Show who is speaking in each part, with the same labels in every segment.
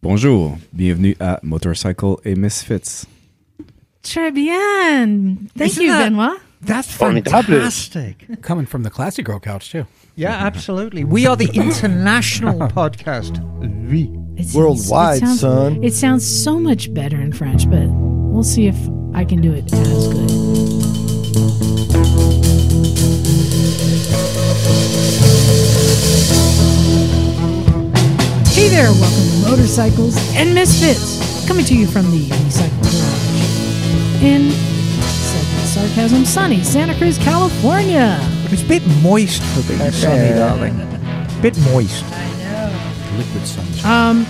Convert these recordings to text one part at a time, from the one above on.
Speaker 1: Bonjour, bienvenue à Motorcycle et Misfits.
Speaker 2: Très bien. Thank
Speaker 3: Isn't
Speaker 2: you,
Speaker 3: that-
Speaker 2: Benoit.
Speaker 3: That's
Speaker 4: Formidable.
Speaker 3: fantastic.
Speaker 5: Coming from the classy girl couch too.
Speaker 3: Yeah, absolutely. We are the international podcast. We.
Speaker 2: It's
Speaker 6: Worldwide, son.
Speaker 2: It sounds so much better in French, but we'll see if I can do it as good. Hey there, welcome to Motorcycles and Misfits, coming to you from the Unicycle Garage in sarcasm, sunny Santa Cruz, California.
Speaker 3: It was a bit moist for being sunny, darling. Bit moist.
Speaker 5: Liquid sunshine.
Speaker 2: Um,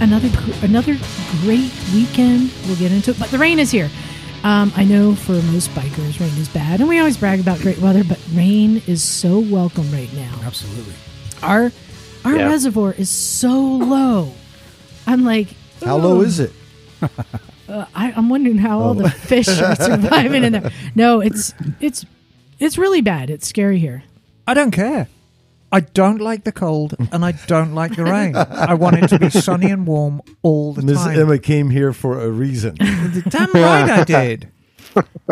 Speaker 2: another gr- another great weekend. We'll get into it, but the rain is here. Um, I know for most bikers, rain is bad, and we always brag about great weather, but rain is so welcome right now.
Speaker 5: Absolutely.
Speaker 2: Our our
Speaker 4: Yeah.
Speaker 2: reservoir is so low. I'm like,
Speaker 6: How
Speaker 5: Hmm.
Speaker 6: low is Oh. it?
Speaker 2: I, I'm wondering how all the fish are surviving in there. No, it's it's it's really bad. It's scary here.
Speaker 3: I don't care. I don't like the cold and I don't like the rain. I want it to be sunny and warm all the
Speaker 6: Miss
Speaker 3: time.
Speaker 6: Emma came here for a reason.
Speaker 3: Damn right I did.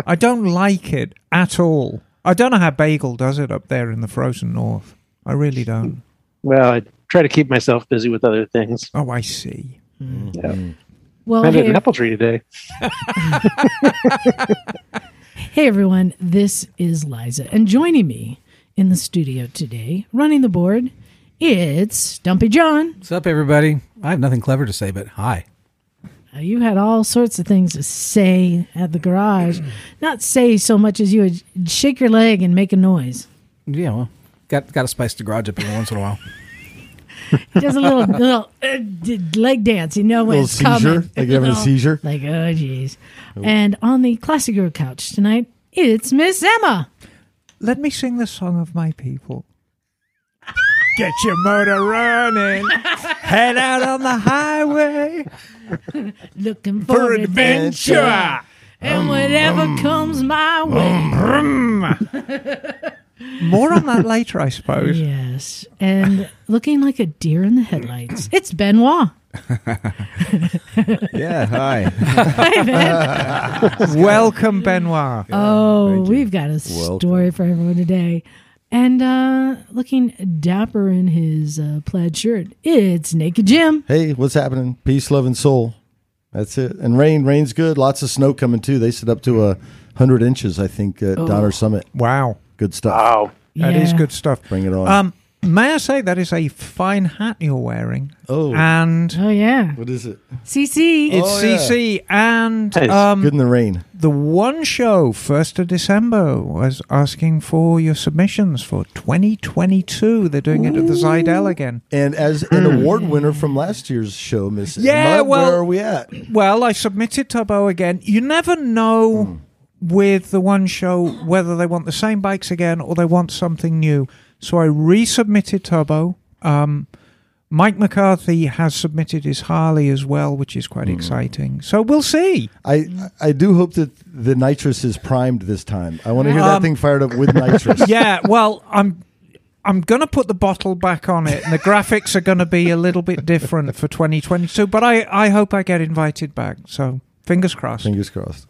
Speaker 3: I don't like it at all. I don't know how Bagel does it up there in the frozen north. I really don't.
Speaker 4: Well, I try to keep myself busy with other things.
Speaker 3: Oh, I see. Mm-hmm.
Speaker 2: Well,
Speaker 4: I
Speaker 2: hey-
Speaker 4: planted an apple tree today.
Speaker 2: Hey everyone, this is Liza, and joining me in the studio today, running the board, it's Dumpy John.
Speaker 5: What's up, everybody? I have nothing clever to say, but hi.
Speaker 2: Now, you had all sorts of things to say at the garage. Not say so much as you would shake your leg and make a noise.
Speaker 5: Yeah, well, got got to spice the garage up every once in a while.
Speaker 2: He does a little, little uh, d- leg dance, you know when
Speaker 6: Little
Speaker 2: it's coming.
Speaker 6: seizure, like having a
Speaker 2: Little-
Speaker 6: seizure.
Speaker 2: Like oh jeez. And on the classic girl couch tonight, it's Miss Emma.
Speaker 3: Let me sing the song of my people. Get your motor running, head out on the highway
Speaker 2: Looking for, adventure. and whatever comes my way.
Speaker 3: More on that later, I suppose.
Speaker 2: Yes, and looking like a deer in the headlights. It's Benoit.
Speaker 1: Yeah, hi.
Speaker 3: Welcome, Benoit.
Speaker 2: oh, we've got a
Speaker 1: Welcome.
Speaker 2: story for everyone today. And uh, looking dapper in his uh, plaid shirt, it's Naked Jim.
Speaker 6: hey, what's happening? Peace, love, and soul. That's it. And rain, rain's good. Lots of snow coming too. They said up to a hundred inches, I think, at
Speaker 3: Oh.
Speaker 6: Donner Summit.
Speaker 3: Wow,
Speaker 6: Good stuff.
Speaker 4: Wow.
Speaker 3: that is good stuff.
Speaker 6: Bring it on.
Speaker 3: Um, may I say that is a fine hat you're wearing?
Speaker 6: Oh.
Speaker 3: uh, and
Speaker 2: Oh yeah,
Speaker 6: what is it?
Speaker 2: CC.
Speaker 3: it's
Speaker 6: Oh, yeah.
Speaker 3: CC and
Speaker 4: Nice.
Speaker 3: um,
Speaker 6: Good in the rain.
Speaker 3: The one show, 1st of December, was asking for your submissions for 2022. They're doing it at the Zidell again.
Speaker 6: And as an award winner from last year's show, Miss
Speaker 3: Hmm. Yeah,
Speaker 6: Emma,
Speaker 3: well-
Speaker 6: where are we at?
Speaker 3: Well, I submitted Tubbo again. You never know with the one show whether they want the same bikes again or they want something new. So I resubmitted Tubbo. Um, Mike McCarthy has submitted his Harley as well, which is quite exciting. So we'll see.
Speaker 6: I I do hope that the nitrous is primed this time. I want to hear that
Speaker 3: Um,
Speaker 6: thing fired up with nitrous.
Speaker 3: yeah, well, I'm I'm gonna put the bottle back on it, and the graphics are gonna be a little bit different for 2022. But I I hope I get invited back. So fingers crossed.
Speaker 6: Fingers crossed.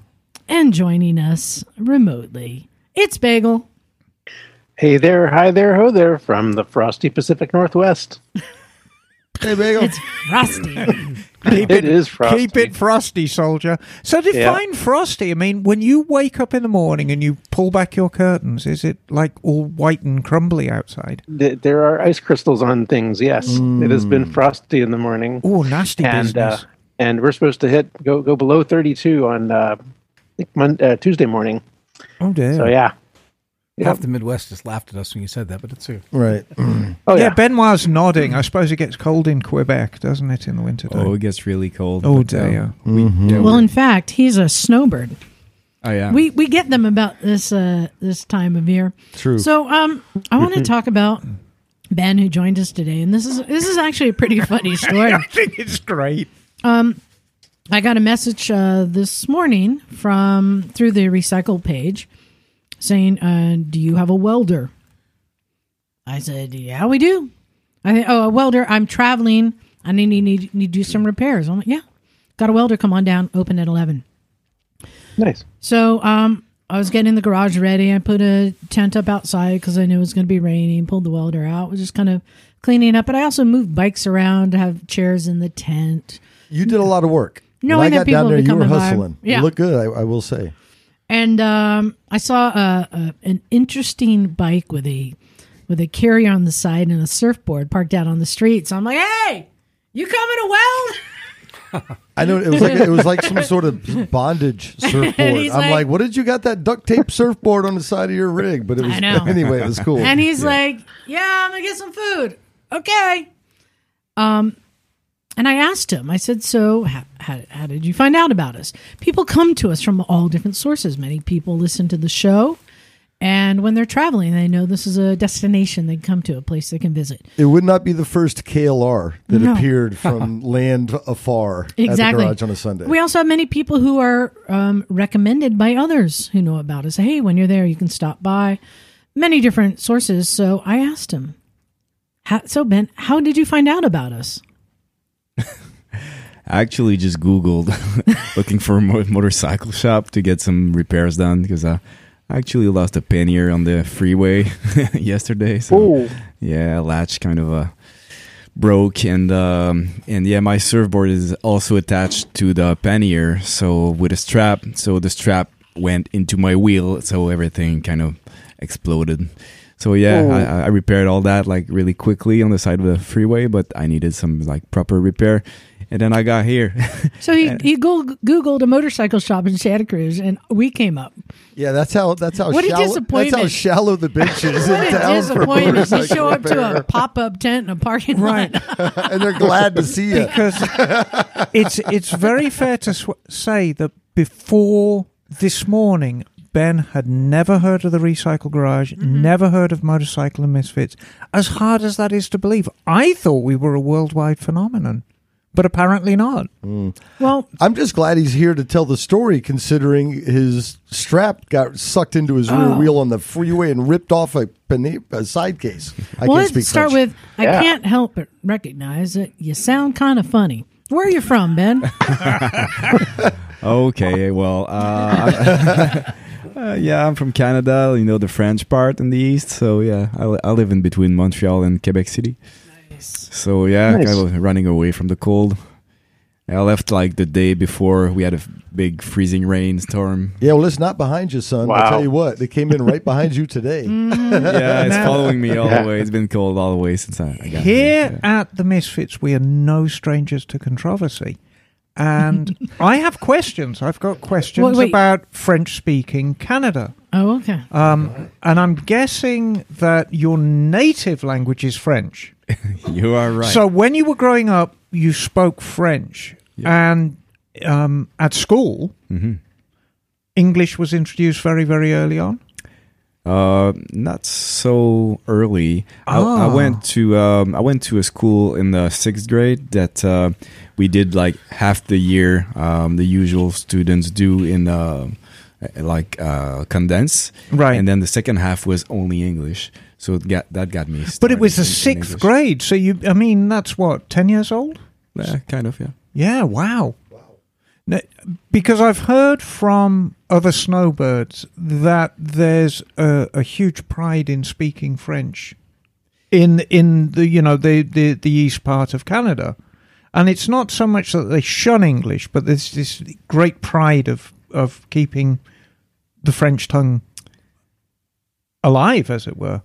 Speaker 2: And joining us remotely, it's Bagel.
Speaker 4: Hey there, hi there, ho there from the frosty Pacific Northwest.
Speaker 6: Hey, bagel.
Speaker 2: It's Frosty.
Speaker 3: Keep
Speaker 4: It is frosty.
Speaker 3: Keep it frosty, soldier. So define frosty. I mean, when you wake up in the morning and you pull back your curtains, is it like all white and crumbly outside?
Speaker 4: Th- There are ice crystals on things. Yes, it has been frosty in the morning,
Speaker 3: Oh, nasty
Speaker 4: and uh,
Speaker 3: Mm. business.
Speaker 4: and we're supposed to hit go go below thirty two on uh, I think Mon- uh, Tuesday morning.
Speaker 3: oh dear.
Speaker 4: So yeah, yeah,
Speaker 5: Half the Midwest just laughed at us when you said that, but it's true.
Speaker 6: Right.
Speaker 4: oh
Speaker 3: yeah.
Speaker 4: yeah.
Speaker 3: Benoit's nodding. I suppose it gets cold in Quebec, doesn't it, in the winter?
Speaker 1: Oh, it gets really cold.
Speaker 3: Oh,
Speaker 1: but, uh,
Speaker 3: dear.
Speaker 1: we- yeah,
Speaker 2: well,
Speaker 1: we're-
Speaker 2: in fact, he's a snowbird.
Speaker 1: oh, yeah.
Speaker 2: we we get them about this uh this time of year.
Speaker 6: True.
Speaker 2: So um I want to talk about Ben who joined us today and this is this is actually a pretty funny story.
Speaker 3: I think it's great.
Speaker 2: I got a message uh, this morning from through the recycle page saying, uh, "Do you have a welder?" I said, "Yeah, we do." I said, "Oh, a welder. I'm traveling. I need need need, need to do some repairs. I'm like, yeah, got a welder come on down, open at eleven.
Speaker 4: Nice.
Speaker 2: So um, I was getting the garage ready. I put a tent up outside because I knew it was going to be rainy. Pulled the welder out. Was just kind of cleaning up, but I also moved bikes around. to have chairs in the tent.
Speaker 6: You did a lot of work.
Speaker 2: Knowing
Speaker 6: when I
Speaker 2: that
Speaker 6: got
Speaker 2: people
Speaker 6: down
Speaker 2: would
Speaker 6: there, you
Speaker 2: become
Speaker 6: were
Speaker 2: a vibe.
Speaker 6: hustling.
Speaker 2: Yeah.
Speaker 6: You look good, I, I will say.
Speaker 2: and um, I saw a, a, an interesting bike with a with a carrier on the side and a surfboard parked out on the street. So I'm like, "Hey, you coming to weld?"
Speaker 6: I know it was like it was like some sort of bondage surfboard. I'm
Speaker 2: he's
Speaker 6: like,
Speaker 2: like-
Speaker 6: what did you got that duct tape surfboard on the side of your rig? But it was
Speaker 2: I know.
Speaker 6: anyway, it was cool.
Speaker 2: And he's like, "Yeah, I'm gonna get some food." Okay. Um, and I asked him. I said, "So, how, how, how did you find out about us? People come to us from all different sources. Many people listen to the show." And when they're traveling, they know this is a destination they come to, a place they can visit.
Speaker 6: it would not be the first KLR that
Speaker 2: No.
Speaker 6: appeared from land afar
Speaker 2: exactly.
Speaker 6: at the garage on a Sunday.
Speaker 2: We also have many people who are um, recommended by others who know about us. Hey, when you're there, you can stop by. Many different sources. So I asked him, how, "So Ben, how did you find out about us?"
Speaker 1: I actually just Googled looking for a mo- motorcycle shop to get some repairs done because I actually lost a pannier on the freeway yesterday. So
Speaker 4: Oh,
Speaker 1: yeah, latch kind of uh, broke, and um, and yeah, my surfboard is also attached to the pannier, so with a strap. So the strap went into my wheel, so everything kind of exploded. So yeah,
Speaker 4: Oh.
Speaker 1: I, I- I repaired all that like really quickly on the side of the freeway, but I needed some like proper repair, and then I got here.
Speaker 2: So he, he go- googled a motorcycle shop in Santa Cruz, and we came up.
Speaker 6: yeah, that's how that's how
Speaker 2: What a
Speaker 6: shallow that's how
Speaker 2: disappointment.
Speaker 6: shallow the bitch is
Speaker 2: What
Speaker 6: in
Speaker 2: a
Speaker 6: town for
Speaker 2: disappointment! You show
Speaker 6: motorcycle
Speaker 2: up to a
Speaker 6: repair.
Speaker 2: pop up tent in a parking
Speaker 3: Right.
Speaker 2: lot.
Speaker 6: and they're glad to see you.
Speaker 3: because it's it's very fair to sw- say that before this morning, Ben had never heard of the Recycle Garage,
Speaker 2: Mm-hmm.
Speaker 3: never heard of Motorcycle and Misfits. As hard as that is to believe, I thought we were a worldwide phenomenon, but apparently not.
Speaker 2: Well,
Speaker 6: I'm just glad he's here to tell the story, considering his strap got sucked into his
Speaker 2: Oh.
Speaker 6: rear wheel on the freeway and ripped off a, pane- a side case. I
Speaker 2: well
Speaker 6: can't
Speaker 2: let's
Speaker 6: speak
Speaker 2: start
Speaker 6: French.
Speaker 2: with I
Speaker 4: Yeah.
Speaker 2: can't help but recognize that you sound kind of funny. Where are you from, Ben?
Speaker 1: okay, well, uh, uh, yeah, I'm from Canada. You know the French part in the east, so yeah, I, li- I live in between Montreal and Quebec City. So yeah,
Speaker 4: Nice.
Speaker 1: kind of running away from the cold. I left like the day before we had a f- big freezing rain storm.
Speaker 6: Yeah, well, it's not behind you, son. I'll
Speaker 4: Wow.
Speaker 6: tell you what, it came in right behind you today.
Speaker 2: Mm.
Speaker 1: yeah, it's
Speaker 3: No.
Speaker 1: following me all
Speaker 4: Yeah.
Speaker 1: the way. It's been cold all the way since I, I got
Speaker 3: Here at the Misfits, we are no strangers to controversy. And I have questions. I've got
Speaker 2: Wait,
Speaker 3: questions
Speaker 2: wait.
Speaker 3: about French speaking Canada.
Speaker 2: Oh, okay.
Speaker 3: Um, and I'm guessing that your native language is French.
Speaker 1: Yeah. You are right.
Speaker 3: So when you were growing up, you spoke French, and um, at school,
Speaker 1: Mm-hmm.
Speaker 3: English was introduced very, very early on.
Speaker 1: Uh, not so early. I, I
Speaker 3: Ah.
Speaker 1: went to um, I went to a school in the sixth grade that uh, we did like half the year um, the usual students do in uh, like uh, condense,
Speaker 3: Right.
Speaker 1: And then the second half was only English, so it got, that got me.
Speaker 3: But it was the
Speaker 1: started in- in
Speaker 3: sixth
Speaker 1: English.
Speaker 3: grade, so you, I mean, that's what ten years old.
Speaker 1: Yeah, kind of, yeah.
Speaker 3: Yeah, wow. Now, because I've heard from other snowbirds that there's a, a huge pride in speaking French in in the you know the, the the east part of Canada, and it's not so much that they shun English, but there's this great pride of of keeping the French tongue alive, as it were.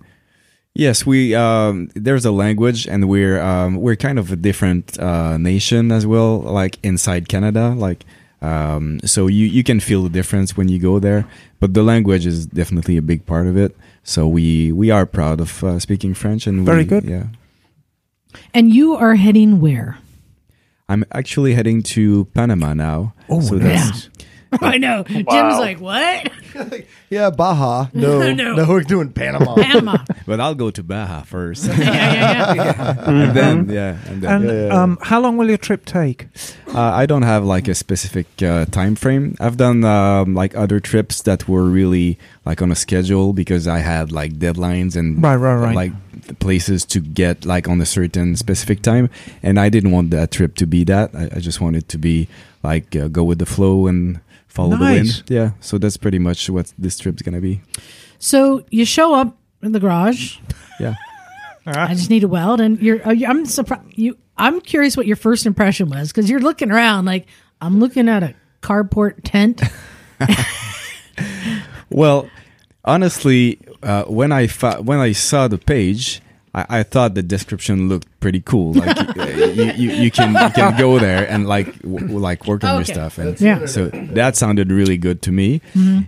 Speaker 1: Yes, we um, there's a language, and we're um, we're kind of a different uh, nation as well. Like inside Canada, like um, so you you can feel the difference when you go there. But the language is definitely a big part of it. So we we are proud of uh, speaking French, and
Speaker 3: Very
Speaker 1: we,
Speaker 3: good.
Speaker 1: Yeah,
Speaker 2: And you are heading where?
Speaker 1: I'm actually heading to Panama now.
Speaker 3: Oh,
Speaker 1: so
Speaker 3: nice.
Speaker 2: I know. Jim's like, what?
Speaker 6: Yeah, Baja. No,
Speaker 2: No.
Speaker 6: no, we're doing Panama.
Speaker 2: Panama.
Speaker 1: but I'll go to Baja first,
Speaker 2: yeah, yeah, yeah.
Speaker 1: and then yeah, and then
Speaker 3: And um, how long will your trip take?
Speaker 1: Uh, I don't have like a specific uh, time frame. I've done um, like other trips that were really like on a schedule because I had like deadlines and
Speaker 3: Right, right, right.
Speaker 1: like th- places to get like on a certain specific time, and I didn't want that trip to be that. I, I just wanted to be like uh, go with the flow and follow
Speaker 3: Nice.
Speaker 1: the wind. Yeah, so that's pretty much what this trip's gonna be.
Speaker 2: So you show up in the garage.
Speaker 1: Yeah.
Speaker 2: I just need a weld, and you're. uh, you- I'm surprised. You, I'm curious what your first impression was because you're looking around like I'm looking at a carport tent.
Speaker 1: Well, honestly, uh, when I fa- when I saw the page, I, I thought the description looked pretty cool. Like you, you, you, you can you can go there and like w- w- like work on
Speaker 2: Okay.
Speaker 1: your stuff, and
Speaker 2: Yeah.
Speaker 1: So that sounded really good to me.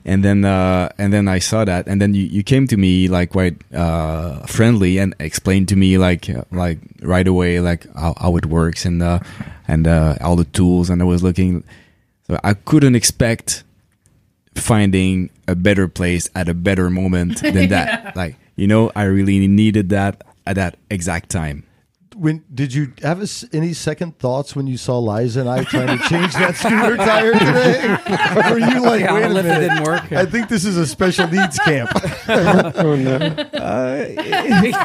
Speaker 1: And then uh, and then I saw that, and then you, you came to me like quite uh, friendly and explained to me like uh, like right away like how, how it works and uh, and uh, all the tools, and I was looking. So I couldn't expect finding a better place at a better moment than that. Like, you know, I really needed that at that exact time.
Speaker 6: When did you have a s any second thoughts when you saw Liza and I trying to change that scooter tire today? Were you like,
Speaker 5: Yeah,
Speaker 6: wait a
Speaker 5: lift
Speaker 6: minute?
Speaker 5: didn't work.
Speaker 6: I think this is a special needs camp.
Speaker 4: Oh no!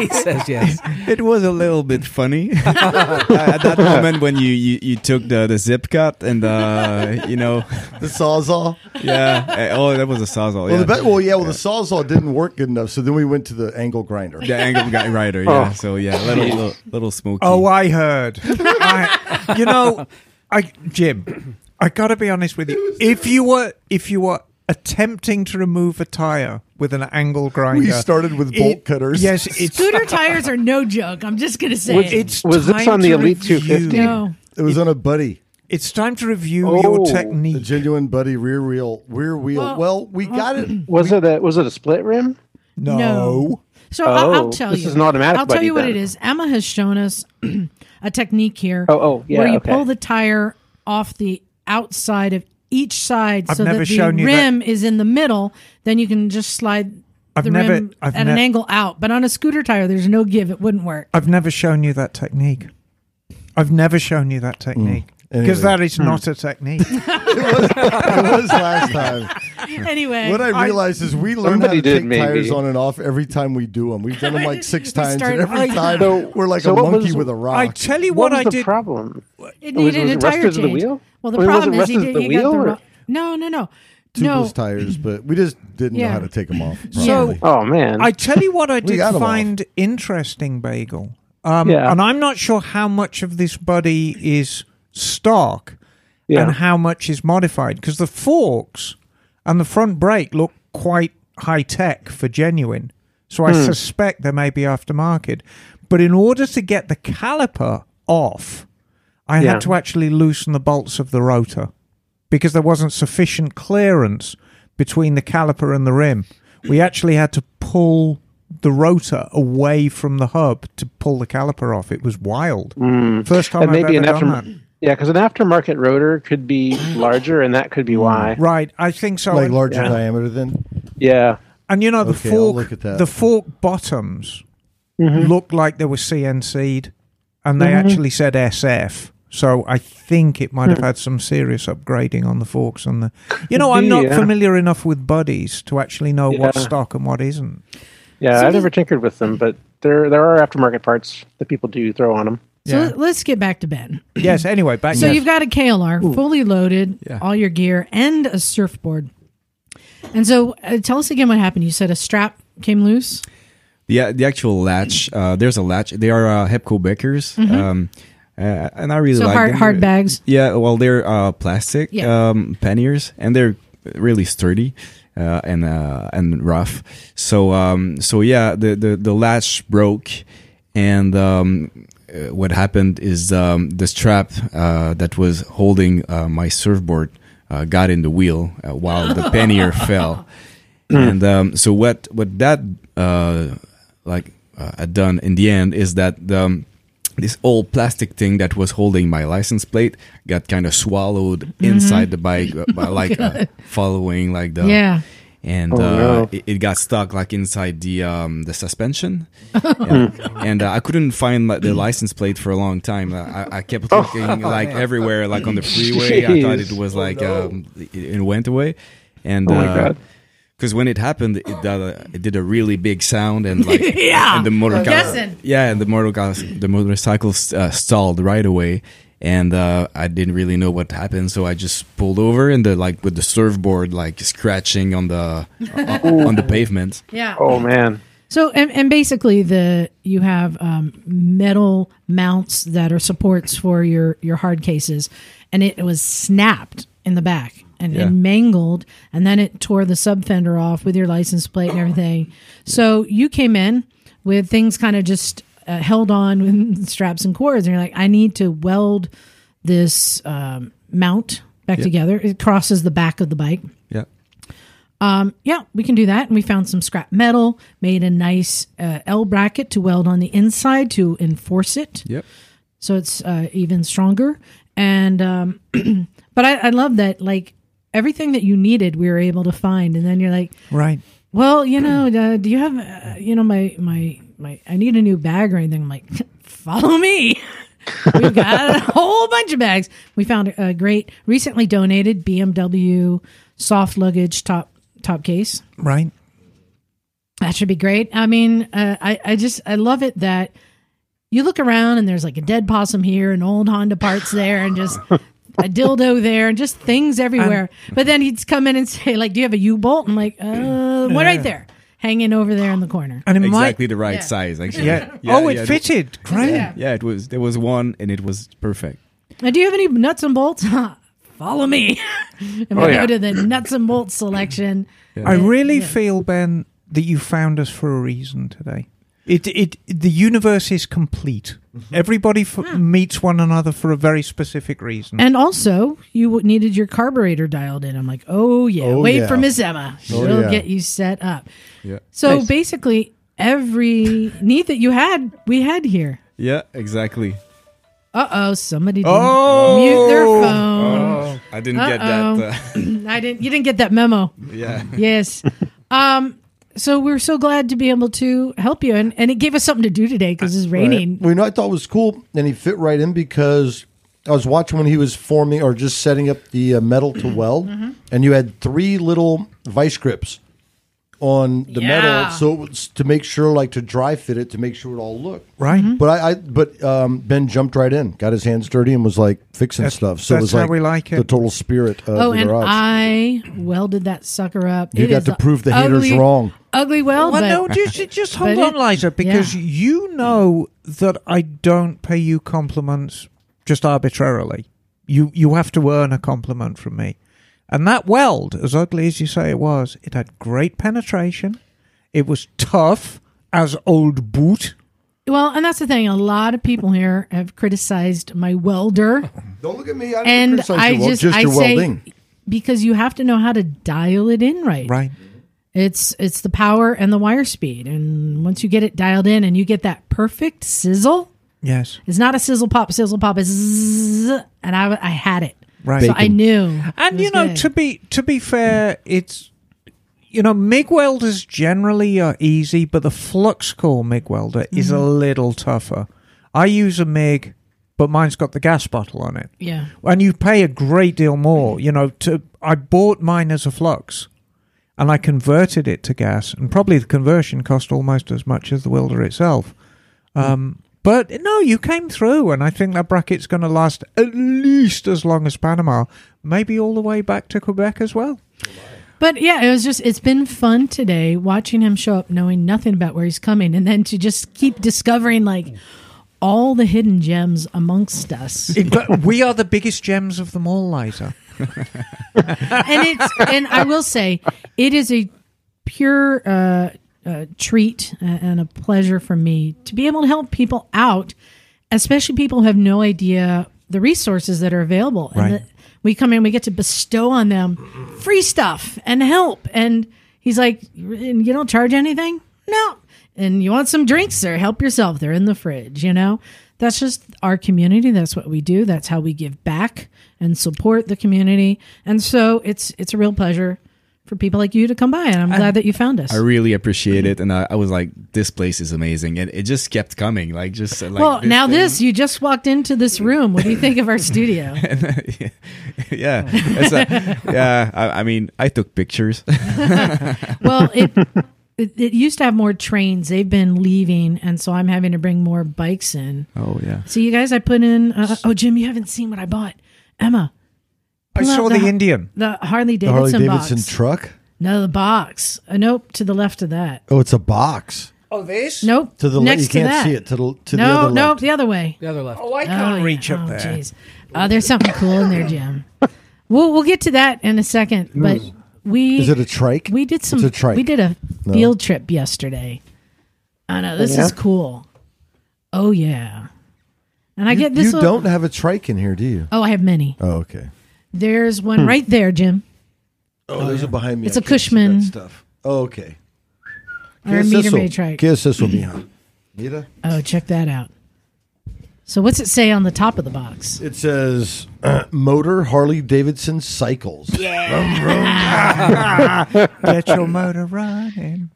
Speaker 5: he says yes.
Speaker 1: It was a little bit funny at that moment when you, you, you took the, the zip cut and, uh, you know,
Speaker 6: The sawzall.
Speaker 1: yeah. Oh, that was a sawzall.
Speaker 6: Well,
Speaker 1: yeah.
Speaker 6: the be- well, yeah. Well, the sawzall didn't work good enough, so then we went to the angle grinder.
Speaker 1: the angle guy rider, yeah. So yeah, little little, little smoky.
Speaker 3: Oh, I heard. I, you know, I Jim, I got to be honest with you. If you were if you were attempting to remove a tire with an angle grinder,
Speaker 6: We started with bolt
Speaker 3: it-
Speaker 6: cutters.
Speaker 3: Yes, it's
Speaker 2: Scooter tires are no joke. I'm just gonna say it.
Speaker 3: it's
Speaker 4: Was this
Speaker 3: time
Speaker 4: on the
Speaker 3: to
Speaker 4: Elite
Speaker 3: review-
Speaker 4: 250?
Speaker 2: no.
Speaker 6: it was on a buddy,
Speaker 3: It's time to review
Speaker 4: Oh.
Speaker 3: your
Speaker 6: a
Speaker 3: technique.
Speaker 6: genuine buddy rear wheel, rear wheel.
Speaker 2: Well-
Speaker 6: Well, we got it.
Speaker 4: Was it a was it a split rim?
Speaker 3: No.
Speaker 2: No. So I'll, I'll
Speaker 4: Oh,
Speaker 2: tell
Speaker 4: this
Speaker 2: you.
Speaker 4: is an automatic
Speaker 2: I'll tell
Speaker 4: buddy
Speaker 2: you what it
Speaker 4: then.
Speaker 2: is. Emma has shown us a technique here.
Speaker 4: Oh, oh, yeah,
Speaker 2: Where you
Speaker 4: okay.
Speaker 2: pull the tire off the outside of each side
Speaker 3: I've
Speaker 2: so
Speaker 3: never
Speaker 2: that the
Speaker 3: shown you that.
Speaker 2: rim is in the middle. Then you can just slide
Speaker 3: I've
Speaker 2: the
Speaker 3: never-
Speaker 2: rim
Speaker 3: I've
Speaker 2: at an
Speaker 3: ne-
Speaker 2: angle out. But on a scooter tire, there's no give. It wouldn't work.
Speaker 3: I've never shown you that technique. I've never shown you that technique because
Speaker 6: Mm. Anyway. Hmm. Ah.
Speaker 3: that is not a technique.
Speaker 6: It was last time.
Speaker 2: anyway.
Speaker 6: What I
Speaker 3: I-
Speaker 6: realized is we learn how
Speaker 4: Somebody
Speaker 6: to
Speaker 4: did,
Speaker 6: take
Speaker 4: maybe.
Speaker 6: tires on and off every time we do them. We've done them like six
Speaker 2: We
Speaker 6: times, and
Speaker 2: started-
Speaker 6: every
Speaker 2: I-
Speaker 6: time
Speaker 4: So-
Speaker 6: we're like
Speaker 4: so
Speaker 6: a
Speaker 4: what
Speaker 6: monkey
Speaker 4: was-
Speaker 6: with a rock.
Speaker 3: I tell you what,
Speaker 4: What was
Speaker 3: I
Speaker 4: the
Speaker 3: did.
Speaker 4: problem?
Speaker 2: It
Speaker 4: Was-
Speaker 2: needed
Speaker 4: was
Speaker 2: a
Speaker 4: Oh, it
Speaker 2: tire
Speaker 4: rusted to the
Speaker 2: change.
Speaker 4: wheel?
Speaker 2: Well, the
Speaker 4: I mean, was
Speaker 2: problem
Speaker 4: it
Speaker 2: is he,
Speaker 4: rusted to
Speaker 2: did,
Speaker 4: the
Speaker 2: he got
Speaker 4: wheel,
Speaker 2: the
Speaker 4: or-
Speaker 2: wrong. No, no, no,
Speaker 6: tubeless
Speaker 2: no.
Speaker 6: tires, but we just didn't know
Speaker 2: Yeah.
Speaker 6: how to take them off.
Speaker 2: So-
Speaker 6: properly.
Speaker 4: Oh man!
Speaker 3: I tell you what I did
Speaker 6: got 'em
Speaker 3: find interesting, Bagel. Um,
Speaker 4: Yeah.
Speaker 3: And I'm not sure how much of this buddy is stock
Speaker 4: Yeah.
Speaker 3: and how much is modified because the forks and the front brake look quite high tech for genuine. So
Speaker 4: Hmm.
Speaker 3: I suspect they may be aftermarket. But in order to get the caliper off, I
Speaker 4: Yeah.
Speaker 3: had to actually loosen the bolts of the rotor because there wasn't sufficient clearance between the caliper and the rim. We actually had to pull the rotor away from the hub to pull the caliper off. It was wild. First time
Speaker 4: Hmm. and
Speaker 3: I've
Speaker 4: maybe an
Speaker 3: ever done that.
Speaker 4: aftermarket. Yeah, because an aftermarket rotor could be larger, and that could
Speaker 2: Mm.
Speaker 4: be why.
Speaker 3: Right, I think so.
Speaker 6: like
Speaker 3: And-
Speaker 6: larger
Speaker 4: Yeah.
Speaker 6: diameter then.
Speaker 4: Yeah.
Speaker 3: And you know the
Speaker 6: Okay, I'll
Speaker 3: fork,
Speaker 6: look at that.
Speaker 3: the fork bottoms
Speaker 4: Mm-hmm.
Speaker 3: looked like they were CNC'd, and they actually said SF. So I think it
Speaker 4: Hmm.
Speaker 3: might have had some serious upgrading on the forks and the. You know, I'm
Speaker 4: be,
Speaker 3: not
Speaker 4: yeah.
Speaker 3: familiar enough with buddies to actually know what's
Speaker 4: Yeah.
Speaker 3: stock and what isn't.
Speaker 4: Yeah,
Speaker 2: So
Speaker 4: I've
Speaker 2: does-
Speaker 4: never tinkered with them, but there there are aftermarket parts that people do throw on them.
Speaker 2: So
Speaker 3: Yeah.
Speaker 2: let's get back to Ben.
Speaker 3: Yes. Anyway, back.
Speaker 2: So
Speaker 3: yes.
Speaker 2: you've got a KLR fully loaded, all your gear and a surfboard. And so uh, tell us again what happened. You said a strap came loose.
Speaker 1: the the actual latch. Uh, there's a latch. They are uh, Hepco Beckers, um, uh, and I really
Speaker 2: Mm-hmm. So
Speaker 1: like
Speaker 2: hard
Speaker 1: them.
Speaker 2: hard bags.
Speaker 1: Yeah, well, they're uh, plastic
Speaker 2: Yeah.
Speaker 1: um, panniers, and they're really sturdy uh, and uh, and rough. So um, so yeah, the, the the latch broke, and um, uh, what happened is um, the strap uh, that was holding uh, my surfboard uh, got in the wheel uh, while the pannier fell, and um, so what what that uh, like uh, had done in the end is that um, this old plastic thing that was holding my license plate
Speaker 2: Mm-hmm.
Speaker 1: got kind of swallowed inside the bike uh, by like uh, following like the
Speaker 2: Yeah.
Speaker 1: and uh,
Speaker 4: Oh, no.
Speaker 1: it, it got stuck like inside the um, the suspension, Yeah. and uh, I couldn't find like, the license plate for a long time. I, I- I kept looking like everywhere, like on the freeway. I thought it
Speaker 4: Oh. Jeez.
Speaker 1: was like um, it, it went away, and
Speaker 4: Oh my
Speaker 1: uh,
Speaker 4: God.
Speaker 1: because when it happened, it, did a- it did a really big sound and like
Speaker 2: Yeah.
Speaker 1: and the motor
Speaker 2: I'm
Speaker 1: car-
Speaker 2: guessing.
Speaker 1: yeah, and the motorcycle the motorcycle uh, stalled right away, and uh, I didn't really know what happened, so I just pulled over and the like with the surfboard like scratching on the uh, on, on the pavement.
Speaker 2: Yeah.
Speaker 4: Oh man.
Speaker 2: So and, and basically the you have um, metal mounts that are supports for your your hard cases, and it was snapped in the back and,
Speaker 1: Yeah.
Speaker 2: and mangled, and then it tore the sub fender off with your license plate and everything. So you came in with things kind of just uh, held on with straps and cords, and you're like, I need to weld this um, mount back together. It crosses the back of the bike.
Speaker 1: Yeah,
Speaker 2: Yeah, we can do that. And we found some scrap metal, made a nice uh, L bracket to weld on the inside to enforce it.
Speaker 1: yep.
Speaker 2: So it's uh, even stronger. And, um, but I, I love that, like, everything that you needed, we were able to find. And then you're like,
Speaker 3: Right.
Speaker 2: well, you know, uh, do you have, uh, you know, my, my, my, I need a new bag or anything. I'm like, follow me. We've got a whole bunch of bags. We found a great, recently donated BMW soft luggage top, top case.
Speaker 3: Right.
Speaker 2: That should be great. I mean, uh, I I just I love it that you look around and there's like a dead possum here and old Honda parts there and just a dildo there and just things everywhere. but then he'd come in and say like, "Do you have a U-bolt?" I'm like, "Uh, what right there, hanging over there in the corner."
Speaker 3: And it
Speaker 1: Exactly the right size, actually.
Speaker 3: might. Yeah. oh, it
Speaker 1: yeah,
Speaker 3: fitted. Great.
Speaker 2: Yeah.
Speaker 1: Yeah, it was. There was one, and it was perfect.
Speaker 2: Now, do you have any nuts and bolts? Follow me, and
Speaker 6: Oh,
Speaker 2: we
Speaker 4: yeah.
Speaker 2: go to the nuts and bolts selection.
Speaker 3: I really feel, Ben, that you found us for a reason today. It, it, the universe is complete. Everybody f- meets one another for a very specific reason.
Speaker 2: Hmm. And also, you w- needed your carburetor dialed in. I'm like, oh yeah,
Speaker 6: Oh,
Speaker 2: wait
Speaker 6: yeah.
Speaker 2: for Miss Emma.
Speaker 6: Oh,
Speaker 2: She'll
Speaker 6: yeah.
Speaker 2: get you set up.
Speaker 1: Yeah.
Speaker 2: So basically, every need that you had, we had here.
Speaker 1: Yeah, exactly.
Speaker 2: Uh oh, somebody didn't mute their
Speaker 6: Oh.
Speaker 2: phone.
Speaker 3: Oh.
Speaker 1: I didn't
Speaker 2: Uh-oh.
Speaker 1: get that.
Speaker 2: I didn't. You didn't get that memo.
Speaker 1: Uh, yeah.
Speaker 2: Yes. um. So we're so glad to be able to help you, and, and it gave us something to do today because it's raining.
Speaker 6: Well, you know, I thought was cool, and he fit right in because I was watching when he was forming or just setting up the uh, metal
Speaker 2: Mm-hmm.
Speaker 6: to weld, and you had three little vice grips on the
Speaker 2: Yeah.
Speaker 6: metal, so it was to make sure, like to dry fit it, to make sure it all looked
Speaker 3: Right.
Speaker 2: Mm-hmm.
Speaker 6: But I, I but um, Ben jumped right in, got his hands dirty, and was like fixing stuff. So it
Speaker 3: that's
Speaker 6: was
Speaker 3: how
Speaker 6: like,
Speaker 3: we like it.
Speaker 6: the total spirit of
Speaker 2: Oh,
Speaker 6: the
Speaker 2: and
Speaker 6: garage.
Speaker 2: I welded that sucker up.
Speaker 6: You
Speaker 2: It
Speaker 6: got
Speaker 2: is
Speaker 6: to
Speaker 2: a
Speaker 6: prove the haters
Speaker 2: ugly-
Speaker 6: wrong.
Speaker 2: Ugly weld.
Speaker 3: Well,
Speaker 2: but-
Speaker 3: no, just, just hold
Speaker 2: but
Speaker 3: on,
Speaker 2: it-
Speaker 3: Liza, because you know that I don't pay you compliments just arbitrarily. You you have to earn a compliment from me. And that weld, as ugly as you say it was, it had great penetration. It was tough as old boot.
Speaker 2: Well, and that's the thing. A lot of people here have criticized my welder
Speaker 6: Don't look at me. I
Speaker 2: And I just- I
Speaker 6: your
Speaker 2: say-
Speaker 6: welding.
Speaker 2: because you have to know how to dial it in right.
Speaker 3: Right.
Speaker 2: It's it's the power and the wire speed, and once you get it dialed in and you get that perfect sizzle,
Speaker 3: Yes.
Speaker 2: it's not a sizzle pop, sizzle pop. It's zzz, and I I had it,
Speaker 3: Right.
Speaker 2: so I knew. it
Speaker 3: And
Speaker 2: was
Speaker 3: you know,
Speaker 2: good.
Speaker 3: to be to be fair, it's you know, MIG welders generally are easy, but the flux core MIG welder is a little tougher. I use a MIG, but mine's got the gas bottle on it,
Speaker 2: yeah,
Speaker 3: and you pay a great deal more. You know, to I bought mine as a flux, and I converted it to gas, and probably the conversion cost almost as much as the welder itself. Um, but no, you came through, and I think that bracket's going to last at least as long as Panama, maybe all the way back to Quebec as well.
Speaker 2: but yeah, it was just it's been fun today watching him show up, knowing nothing about where he's coming, and then to just keep discovering like all the hidden gems amongst us.
Speaker 3: It- but we are the biggest gems of them all, Liza.
Speaker 2: and it's and I will say it is a pure uh, uh, treat and a pleasure for me to be able to help people out, especially people who have no idea the resources that are available. And
Speaker 3: Right.
Speaker 2: that we come in, we get to bestow on them free stuff and help. And he's like, "And you don't charge anything? No. And you want some drinks there? Help yourself. They're in the fridge. You know. That's just our community. That's what we do. That's how we give back and support the community. And so it's it's a real pleasure for people like you to come by, and I'm glad that you found us.
Speaker 1: I really appreciate it, and I, I was like, "This place is amazing," and it just kept coming. Like just uh, like
Speaker 2: well, now
Speaker 1: thing.
Speaker 2: this you just walked into this room. What do you think of our studio?
Speaker 1: yeah,
Speaker 5: Hmm.
Speaker 1: It's a- yeah. I, I mean, I took pictures.
Speaker 2: well, it, it it used to have more trains. They've been leaving, and so I'm having to bring more bikes in.
Speaker 1: oh yeah.
Speaker 2: So you guys, I put in. Uh, oh, Jim, you haven't seen what I bought, Emma.
Speaker 3: I
Speaker 2: pull out
Speaker 3: saw the Indian.
Speaker 2: the Harley
Speaker 6: The Harley
Speaker 2: Davidson box.
Speaker 6: Davidson truck.
Speaker 2: no, the box. Uh, nope, to the left of that.
Speaker 6: Oh, it's a box
Speaker 5: Oh, this?
Speaker 2: Nope,
Speaker 6: to the left.
Speaker 2: next
Speaker 6: You
Speaker 2: to
Speaker 6: can't
Speaker 2: that.
Speaker 6: see it to the to
Speaker 2: no,
Speaker 6: the other
Speaker 2: nope,
Speaker 6: left.
Speaker 2: the other way.
Speaker 5: The other left.
Speaker 3: Oh, I can't
Speaker 2: yeah.
Speaker 3: reach up
Speaker 2: Oh,
Speaker 3: there.
Speaker 2: jeez. Uh, there's something cool in there, Jim. we'll we'll get to that in a second. But we
Speaker 6: Is it a trike?
Speaker 2: we did some
Speaker 6: It's a trike.
Speaker 2: we did a
Speaker 6: No.
Speaker 2: field trip yesterday. I know this
Speaker 4: yeah?
Speaker 2: is cool. Oh yeah, and I
Speaker 6: You,
Speaker 2: get this.
Speaker 6: you
Speaker 2: will-
Speaker 6: don't have a trike in here, do you?
Speaker 2: Oh, I have many.
Speaker 6: Oh, okay.
Speaker 2: There's one
Speaker 6: Hmm.
Speaker 2: right there, Jim.
Speaker 6: Oh, there's a behind me.
Speaker 2: It's I a can't see that Cushman.
Speaker 6: stuff. Oh, okay.
Speaker 2: Our meter maid trike.
Speaker 6: Guess this will be on. Mira?
Speaker 2: Oh, check that out. So what's it say on the top of the box?
Speaker 6: It says uh, motor Harley Davidson cycles. Yeah.
Speaker 3: Get your motor running.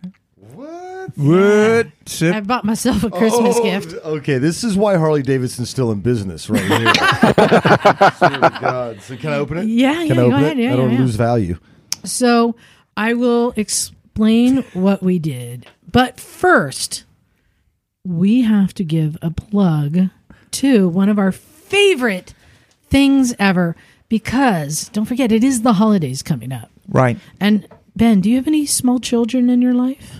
Speaker 6: What?
Speaker 3: What?
Speaker 2: I bought myself a Christmas gift.
Speaker 6: Oh, Okay, this is why Harley Davidson's still in business right here. Swear to God. So can I open it?
Speaker 2: Yeah, yeah,
Speaker 6: Can I
Speaker 2: go
Speaker 6: open
Speaker 2: ahead.
Speaker 6: it?
Speaker 2: Yeah,
Speaker 6: I don't
Speaker 2: yeah, yeah.
Speaker 6: lose value.
Speaker 2: So I will explain what we did. But first, we have to give a plug to one of our favorite things ever because don't forget, it is the holidays coming up.
Speaker 3: Right.
Speaker 2: And Ben, do you have any small children in your life?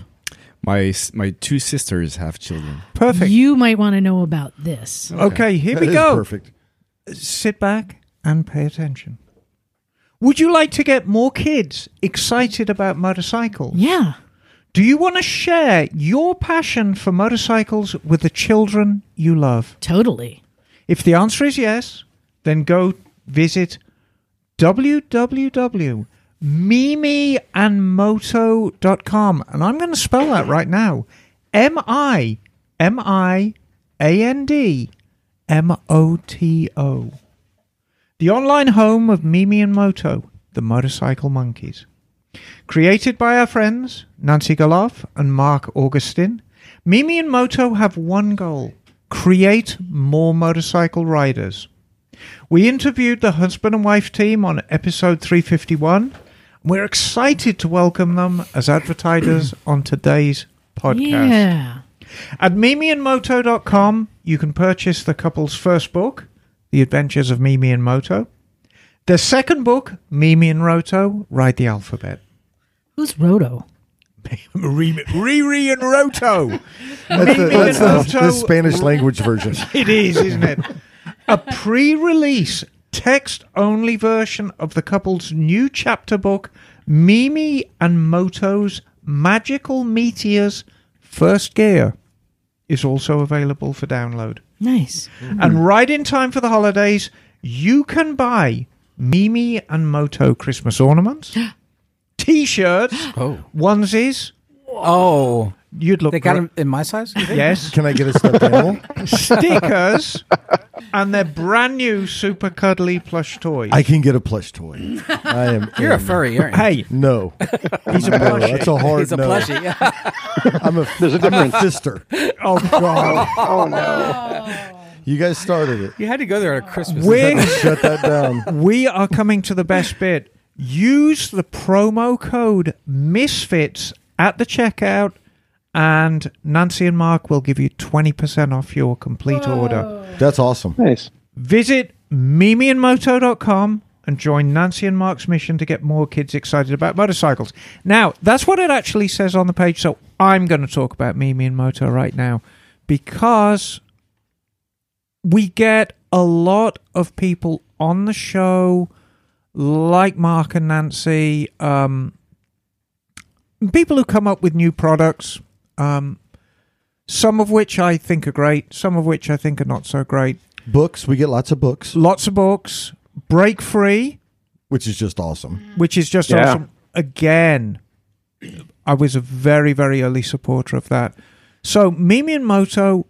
Speaker 1: My s- my two sisters have children.
Speaker 3: Perfect.
Speaker 2: You might want to know about this.
Speaker 3: okay, here
Speaker 6: That
Speaker 3: we
Speaker 6: is
Speaker 3: go.
Speaker 6: perfect.
Speaker 3: Sit back and pay attention. Would you like to get more kids excited about motorcycles?
Speaker 2: Yeah.
Speaker 3: Do you want to share your passion for motorcycles with the children you love?
Speaker 2: Totally.
Speaker 3: If the answer is yes, then go visit www.mimiandmoto.com. And I'm going to spell that right now M I M I A N D M O T O. The online home of Mimi and Moto, the motorcycle monkeys. Created by our friends Nancy Galoff and Mark Augustin, Mimi and Moto have one goal create more motorcycle riders. We interviewed the husband and wife team on episode 351. We're excited to welcome them as advertisers on today's podcast.
Speaker 2: Yeah.
Speaker 3: At mimiandmoto.com, you can purchase the couple's first book, The Adventures of Mimi and Moto. Their second book, Mimi and Roto, Ride the Alphabet.
Speaker 2: Who's Roto?
Speaker 3: Riri Riri and Roto.
Speaker 6: That's, the,
Speaker 3: Maybe
Speaker 6: that's the-
Speaker 3: it's also-
Speaker 6: the Spanish language version.
Speaker 3: It is, isn't it? A pre release, text only version of the couple's new chapter book, Mimi and Moto's Magical Meteors First Gear, is also available for download.
Speaker 2: Nice.
Speaker 3: And right in time for the holidays, you can buy Mimi and Moto Christmas ornaments, t shirts,
Speaker 5: Oh.
Speaker 3: onesies.
Speaker 5: Oh.
Speaker 3: You'd look
Speaker 5: They got
Speaker 3: great.
Speaker 5: him in my size? you think?
Speaker 3: Yes.
Speaker 6: Can I get a stuffed animal?
Speaker 3: Stickers and their brand new super cuddly plush toys.
Speaker 6: I can get a plush toy. I am.
Speaker 5: You're a
Speaker 6: in.
Speaker 5: furry, aren't you?
Speaker 3: hey,
Speaker 6: No. He's a no, That's a hard
Speaker 5: He's a
Speaker 6: no.
Speaker 5: plushie. Yeah.
Speaker 6: I'm a,
Speaker 4: There's a
Speaker 6: I'm a
Speaker 4: difference.
Speaker 6: fister.
Speaker 4: Oh,
Speaker 3: oh god.
Speaker 6: You guys started it.
Speaker 5: You had to go there at Christmas.
Speaker 3: we
Speaker 6: Shut that down.
Speaker 3: we are coming to the best bit. Use the promo code Misfits at the checkout and Nancy and Mark will give you 20% off your complete
Speaker 5: Oh.
Speaker 3: order.
Speaker 6: That's awesome.
Speaker 4: Nice.
Speaker 3: Visit mimiandmoto.com and join Nancy and Mark's mission to get more kids excited about motorcycles. Now, that's what it actually says on the page, so I'm going to talk about Mimi and Moto right now because we get a lot of people on the show like Mark and Nancy, um, people who come up with new products, um, some of which I think are great, some of which I think are not so great
Speaker 6: Books. We get lots of books,
Speaker 3: lots of books. Break Free,
Speaker 6: which is just awesome.
Speaker 3: which is just
Speaker 4: Yeah.
Speaker 3: awesome. Again, I was a very, very early supporter of that. So, Mimi and Moto,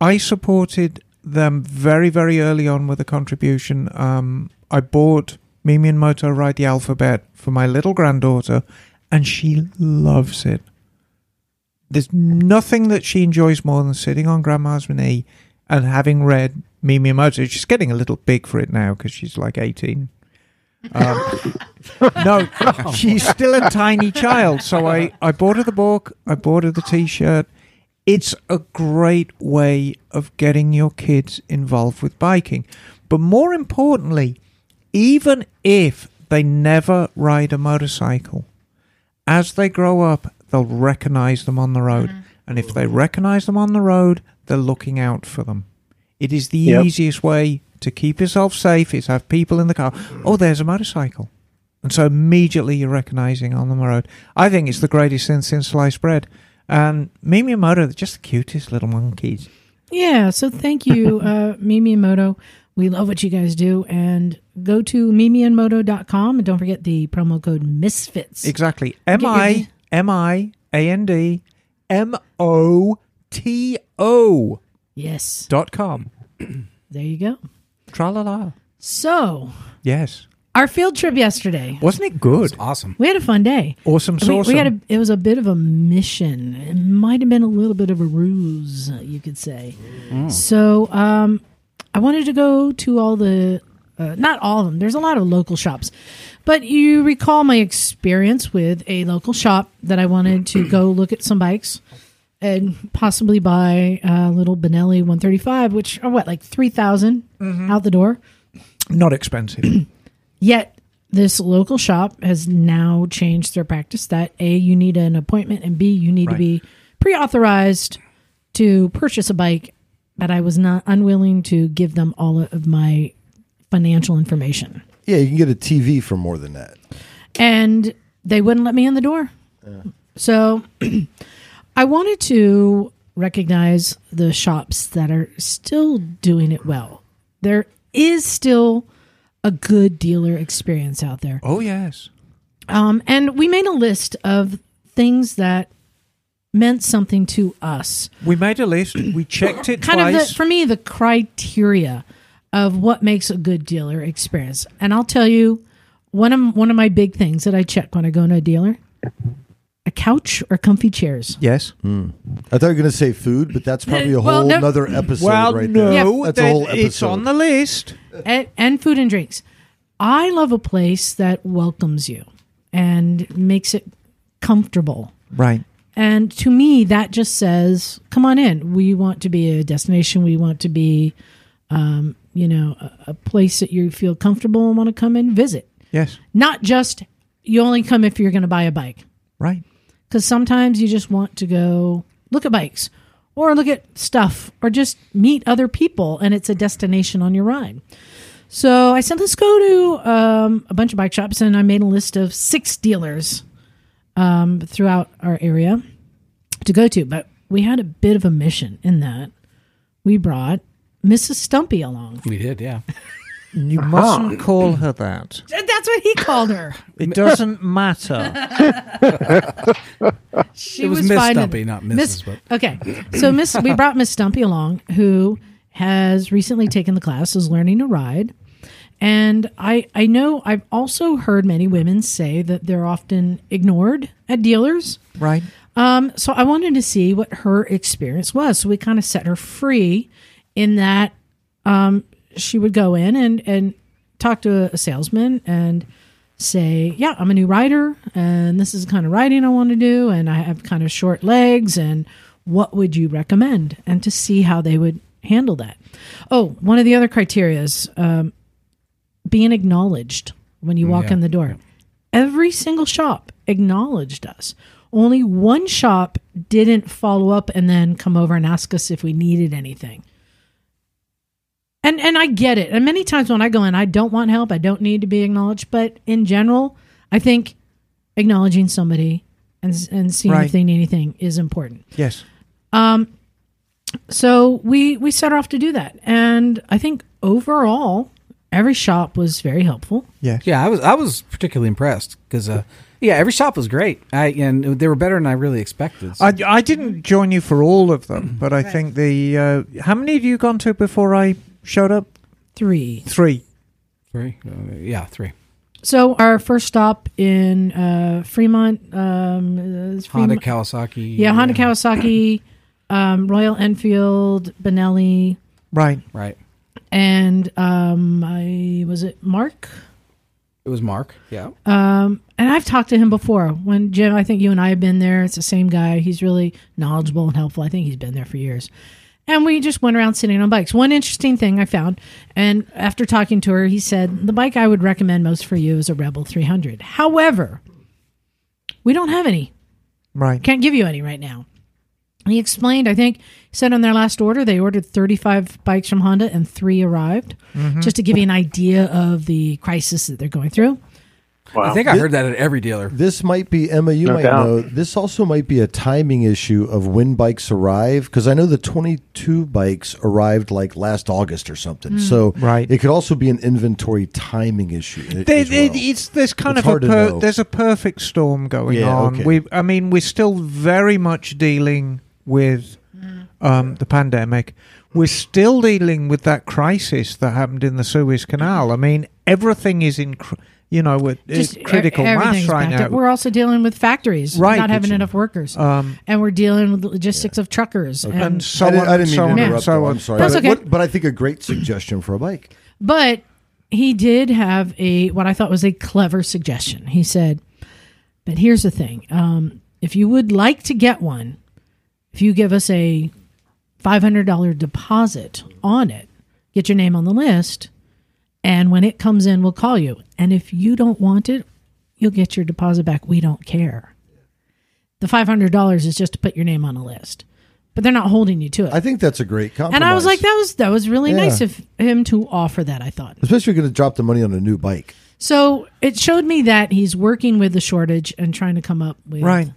Speaker 3: I supported them very, very early on with a contribution. Um, I bought Mimi and Moto Ride the Alphabet for my little granddaughter, and she loves it. There's nothing that she enjoys more than sitting on Grandma's knee and having read Mimi and Moto. She's getting a little big for it now because she's like 18. Um, no, she's still a tiny child. So I, I bought her the book, I bought her the t shirt. It's a great way of getting your kids involved with biking. But more importantly, even if they never ride a motorcycle, as they grow up, they'll recognize them on the road. And if they recognize them on the road, they're looking out for them. It is the
Speaker 4: Yep.
Speaker 3: easiest way to keep yourself safe is have people in the car. Oh, there's a motorcycle. And so immediately you're recognizing on the road. I think it's the greatest thing since sliced bread. And Mimi and Moto, they're just the cutest little monkeys.
Speaker 2: Yeah, so thank you, uh, Mimi and Moto. We love what you guys do. And go to mimiandmoto.com and don't forget the promo code MISFITS.
Speaker 3: Exactly. M I M I A N D M O T O
Speaker 2: yes,
Speaker 3: dot com.
Speaker 2: there you go.
Speaker 3: Tra la la.
Speaker 2: So,
Speaker 3: Yes.
Speaker 2: our field trip yesterday,
Speaker 3: Wasn't it good?
Speaker 5: Awesome.
Speaker 2: we had a fun day.
Speaker 3: Awesome
Speaker 2: We,
Speaker 3: sauce.
Speaker 2: we had a, it was a bit of a mission. It might have been a little bit of a ruse, you could say. So um, I wanted to go to all the, uh, not all of them. There's a lot of local shops, but you recall my experience with a local shop that I wanted to go look at some bikes and possibly buy a little Benelli 135, which are what like three out the door.
Speaker 3: Not expensive.
Speaker 2: Yet this local shop has now changed their practice that A, you need an appointment, and B, you need to be pre authorized to purchase a bike. But I was not unwilling to give them all of my financial information.
Speaker 6: Yeah, you can get a TV for more than that.
Speaker 2: And they wouldn't let me in the door. So I wanted to recognize the shops that are still doing it well. There is still a good dealer experience out there.
Speaker 3: oh, yes.
Speaker 2: Um, and we made a list of things that meant something to us.
Speaker 3: We made a list. We checked it
Speaker 2: Kind of
Speaker 3: twice.
Speaker 2: the, for me, the criteria of what makes a good dealer experience. And I'll tell you one of one of my big things that I check when I go into a dealer: a couch or comfy chairs.
Speaker 3: yes.
Speaker 6: Mm. I thought you were going to say food, but that's probably a
Speaker 2: Well,
Speaker 6: whole
Speaker 2: no-
Speaker 6: nother episode
Speaker 3: Well,
Speaker 6: right
Speaker 3: no.
Speaker 6: there.
Speaker 2: Yeah.
Speaker 6: That's a
Speaker 3: then
Speaker 6: whole episode.
Speaker 3: It's on the list.
Speaker 2: and, and food and drinks. I love a place that welcomes you and makes it comfortable.
Speaker 3: Right.
Speaker 2: And to me, that just says, come on in. We want to be a destination. We want to be, um, you know, a, a place that you feel comfortable and want to come and visit.
Speaker 3: Yes.
Speaker 2: Not just you only come if you're going to buy a bike,
Speaker 3: Right.
Speaker 2: because sometimes you just want to go look at bikes or look at stuff or just meet other people and it's a destination on your ride. So I said, let's go to um, a bunch of bike shops and I made a list of six dealers um, throughout our area to go to. But we had a bit of a mission in that we brought Mrs. Stumpy along.
Speaker 5: We did, yeah.
Speaker 3: You mustn't call her that.
Speaker 2: That's what he called her.
Speaker 3: It doesn't matter.
Speaker 2: She
Speaker 5: It was Miss
Speaker 2: fine with
Speaker 5: Stumpy,
Speaker 2: it.
Speaker 5: not
Speaker 2: Miss-
Speaker 5: Mrs., but-
Speaker 2: okay. So Miss, we brought Miss Stumpy along, who has recently taken the class, is learning to ride, and I I know I've also heard many women say that they're often ignored at dealers.
Speaker 3: right.
Speaker 2: Um, so I wanted to see what her experience was. So we kind of set her free in that um, she would go in and, and talk to a salesman and say, Yeah, I'm a new rider and this is the kind of riding I want to do. And I have kind of short legs. And what would you recommend? And to see how they would handle that. Oh, one of the other criteria is um, being acknowledged when you walk in the door. Every single shop acknowledged us. Only one shop didn't follow up and then come over and ask us if we needed anything. And and I get it. And many times when I go in, I don't want help. I don't need to be acknowledged. But in general, I think acknowledging somebody and and seeing
Speaker 3: Right.
Speaker 2: if they need anything is important.
Speaker 3: Yes.
Speaker 2: So we we set off to do that, and I think overall, every shop was very helpful.
Speaker 3: Yes.
Speaker 5: Yeah, I was I was particularly impressed because uh, yeah, every shop was great. I and they were better than I really expected.
Speaker 3: I, I didn't join you for all of them, but I think the uh, how many have you gone to before I showed up?
Speaker 2: Three.
Speaker 3: Three.
Speaker 5: three, uh, yeah, three.
Speaker 2: So our first stop in uh, Fremont, um, is
Speaker 5: Honda
Speaker 2: Fremont-
Speaker 5: Kawasaki.
Speaker 2: yeah, Honda Kawasaki, um, Royal Enfield, Benelli,
Speaker 3: Right.
Speaker 5: Right.
Speaker 2: and um, I was it Mark.
Speaker 5: It was Mark. Yeah.
Speaker 2: Um, and I've talked to him before. When Jim, I think you and I have been there. It's the same guy. He's really knowledgeable and helpful. I think he's been there for years. And we just went around sitting on bikes. One interesting thing I found, and after talking to her, he said the bike I would recommend most for you is a Rebel 300. However, we don't have any.
Speaker 3: Right.
Speaker 2: Can't give you any right now. He explained, I think, said on their last order, they ordered 35 bikes from Honda and three arrived,
Speaker 3: Mm-hmm.
Speaker 2: just to give you an idea of the crisis that they're going through.
Speaker 5: I think I heard that at every dealer.
Speaker 6: This might be Emma. You
Speaker 4: No
Speaker 6: might
Speaker 4: doubt.
Speaker 6: know. This also might be a timing issue of when bikes arrive because I know the 22 bikes arrived like last August or something. So
Speaker 3: Right.
Speaker 6: it could also be an inventory timing issue. i-
Speaker 3: There,
Speaker 6: as well.
Speaker 3: it- it's there's kind
Speaker 6: It's
Speaker 3: of a
Speaker 6: hard to
Speaker 3: per,
Speaker 6: know.
Speaker 3: there's a perfect storm going
Speaker 6: Yeah,
Speaker 3: on.
Speaker 6: okay.
Speaker 3: We, I mean, we're still very much dealing with
Speaker 2: Mm.
Speaker 3: um, the pandemic. We're still dealing with that crisis that happened in the Suez Canal. I mean, everything is in, cr- you know, with it's
Speaker 2: e-
Speaker 3: critical mass
Speaker 2: everything's
Speaker 3: right
Speaker 2: backed
Speaker 3: now.
Speaker 2: up. We're also dealing with factories
Speaker 3: Right,
Speaker 2: not having
Speaker 3: kitchen.
Speaker 2: enough workers,
Speaker 3: Um,
Speaker 2: and we're dealing with the logistics of truckers.
Speaker 3: and
Speaker 2: And
Speaker 3: so
Speaker 6: I didn't,
Speaker 3: on,
Speaker 6: I didn't mean
Speaker 3: so on,
Speaker 6: to
Speaker 3: and
Speaker 6: interrupt.
Speaker 3: so
Speaker 6: though,
Speaker 3: on.
Speaker 6: I'm sorry.
Speaker 2: That's
Speaker 6: but,
Speaker 2: okay.
Speaker 6: what- but I think a great suggestion for a bike.
Speaker 2: but he did have a what I thought was a clever suggestion. He said, "But here's the thing: um, if you would like to get one, if you give us a five hundred dollar deposit on it, get your name on the list, and when it comes in, we'll call you. And if you don't want it, you'll get your deposit back. We don't care. The five hundred dollars is just to put your name on a list, but they're not holding you to it."
Speaker 6: I think that's a great compromise.
Speaker 2: and I was like, that was that was really
Speaker 6: Yeah.
Speaker 2: nice of him to offer that. I thought
Speaker 6: especially going to drop the money on a new bike.
Speaker 2: so it showed me that he's working with the shortage and trying to come up with
Speaker 3: Right.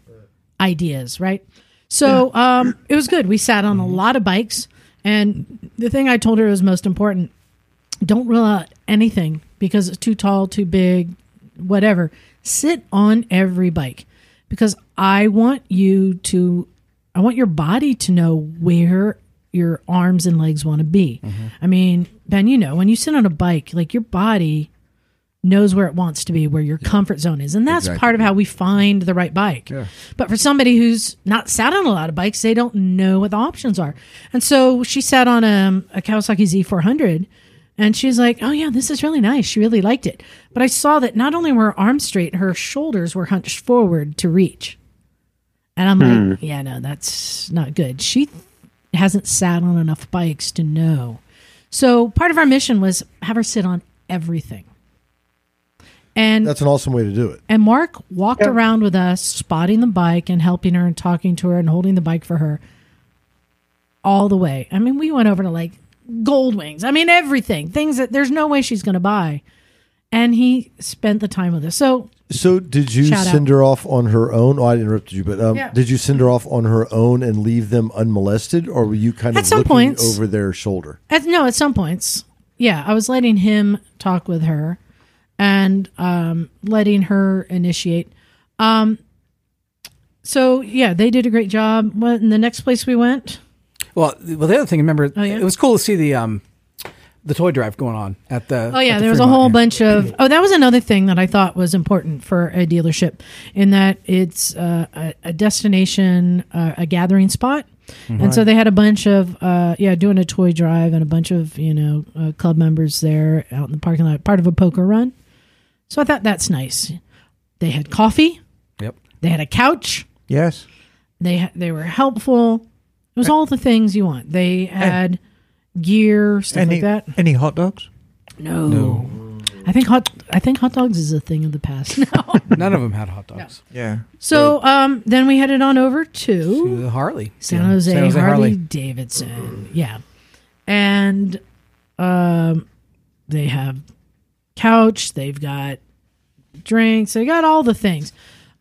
Speaker 2: ideas, right? So um, it was good. We sat on a lot of bikes. And the thing I told her was most important don't rule out anything because it's too tall, too big, whatever. Sit on every bike because I want you to, I want your body to know where your arms and legs want to be. I mean, Ben, you know, when you sit on a bike, like your body knows where it wants to be, where your comfort zone is. And that's part of how we find the right bike. But for somebody who's not sat on a lot of bikes, they don't know what the options are. And so she sat on a, a Kawasaki Z400 and she's like, oh, yeah, this is really nice. She really liked it. But I saw that not only were her arms straight, her shoulders were hunched forward to reach. And I'm like, yeah, no, that's not good. She hasn't sat on enough bikes to know. So part of our mission was have her sit on everything. And
Speaker 6: That's an awesome way to do it.
Speaker 2: and Mark walked around with us, spotting the bike and helping her and talking to her and holding the bike for her all the way. I mean, we went over to like gold wings. I mean, everything. Things that there's no way she's going to buy. And he spent the time with us. So
Speaker 6: So did you
Speaker 2: Shout out.
Speaker 6: send her off on her own? Oh, I interrupted you, but um,
Speaker 2: Yeah.
Speaker 6: did you send her off on her own and leave them unmolested, or were you kind
Speaker 2: At
Speaker 6: of
Speaker 2: some
Speaker 6: looking
Speaker 2: points.
Speaker 6: over their shoulder?
Speaker 2: At, no, at some points, yeah, I was letting him talk with her, and um, letting her initiate. Um, so yeah, they did a great job. What, and the next place we went,
Speaker 5: Well, th- well, the other thing, remember,
Speaker 2: Oh, yeah?
Speaker 5: it was cool to see the um, the toy drive going on at the.
Speaker 2: oh yeah,
Speaker 5: at the
Speaker 2: there was a
Speaker 5: Fremont,
Speaker 2: whole
Speaker 5: yeah.
Speaker 2: bunch of. Oh, that was another thing that I thought was important for a dealership, in that it's uh, a, a destination, uh, a gathering spot.
Speaker 5: Mm-hmm.
Speaker 2: And so they had a bunch of uh, yeah, doing a toy drive and a bunch of you know uh, club members there out in the parking lot, part of a poker run. So I thought that's nice. They had coffee.
Speaker 5: Yep.
Speaker 2: They had a couch.
Speaker 3: Yes.
Speaker 2: They ha- they were helpful. It was all the things you want. They had gear stuff
Speaker 3: Any
Speaker 2: like that.
Speaker 3: any hot dogs?
Speaker 2: No. I think hot I think hot dogs is a thing of the past now.
Speaker 5: None of them had hot dogs.
Speaker 3: Yeah.
Speaker 2: so um, then we headed on over to
Speaker 5: The Harley.
Speaker 2: San
Speaker 5: Yeah,
Speaker 2: Jose, Harley, Davidson. Yeah. And um, they have couch, they've got drinks, they got all the things.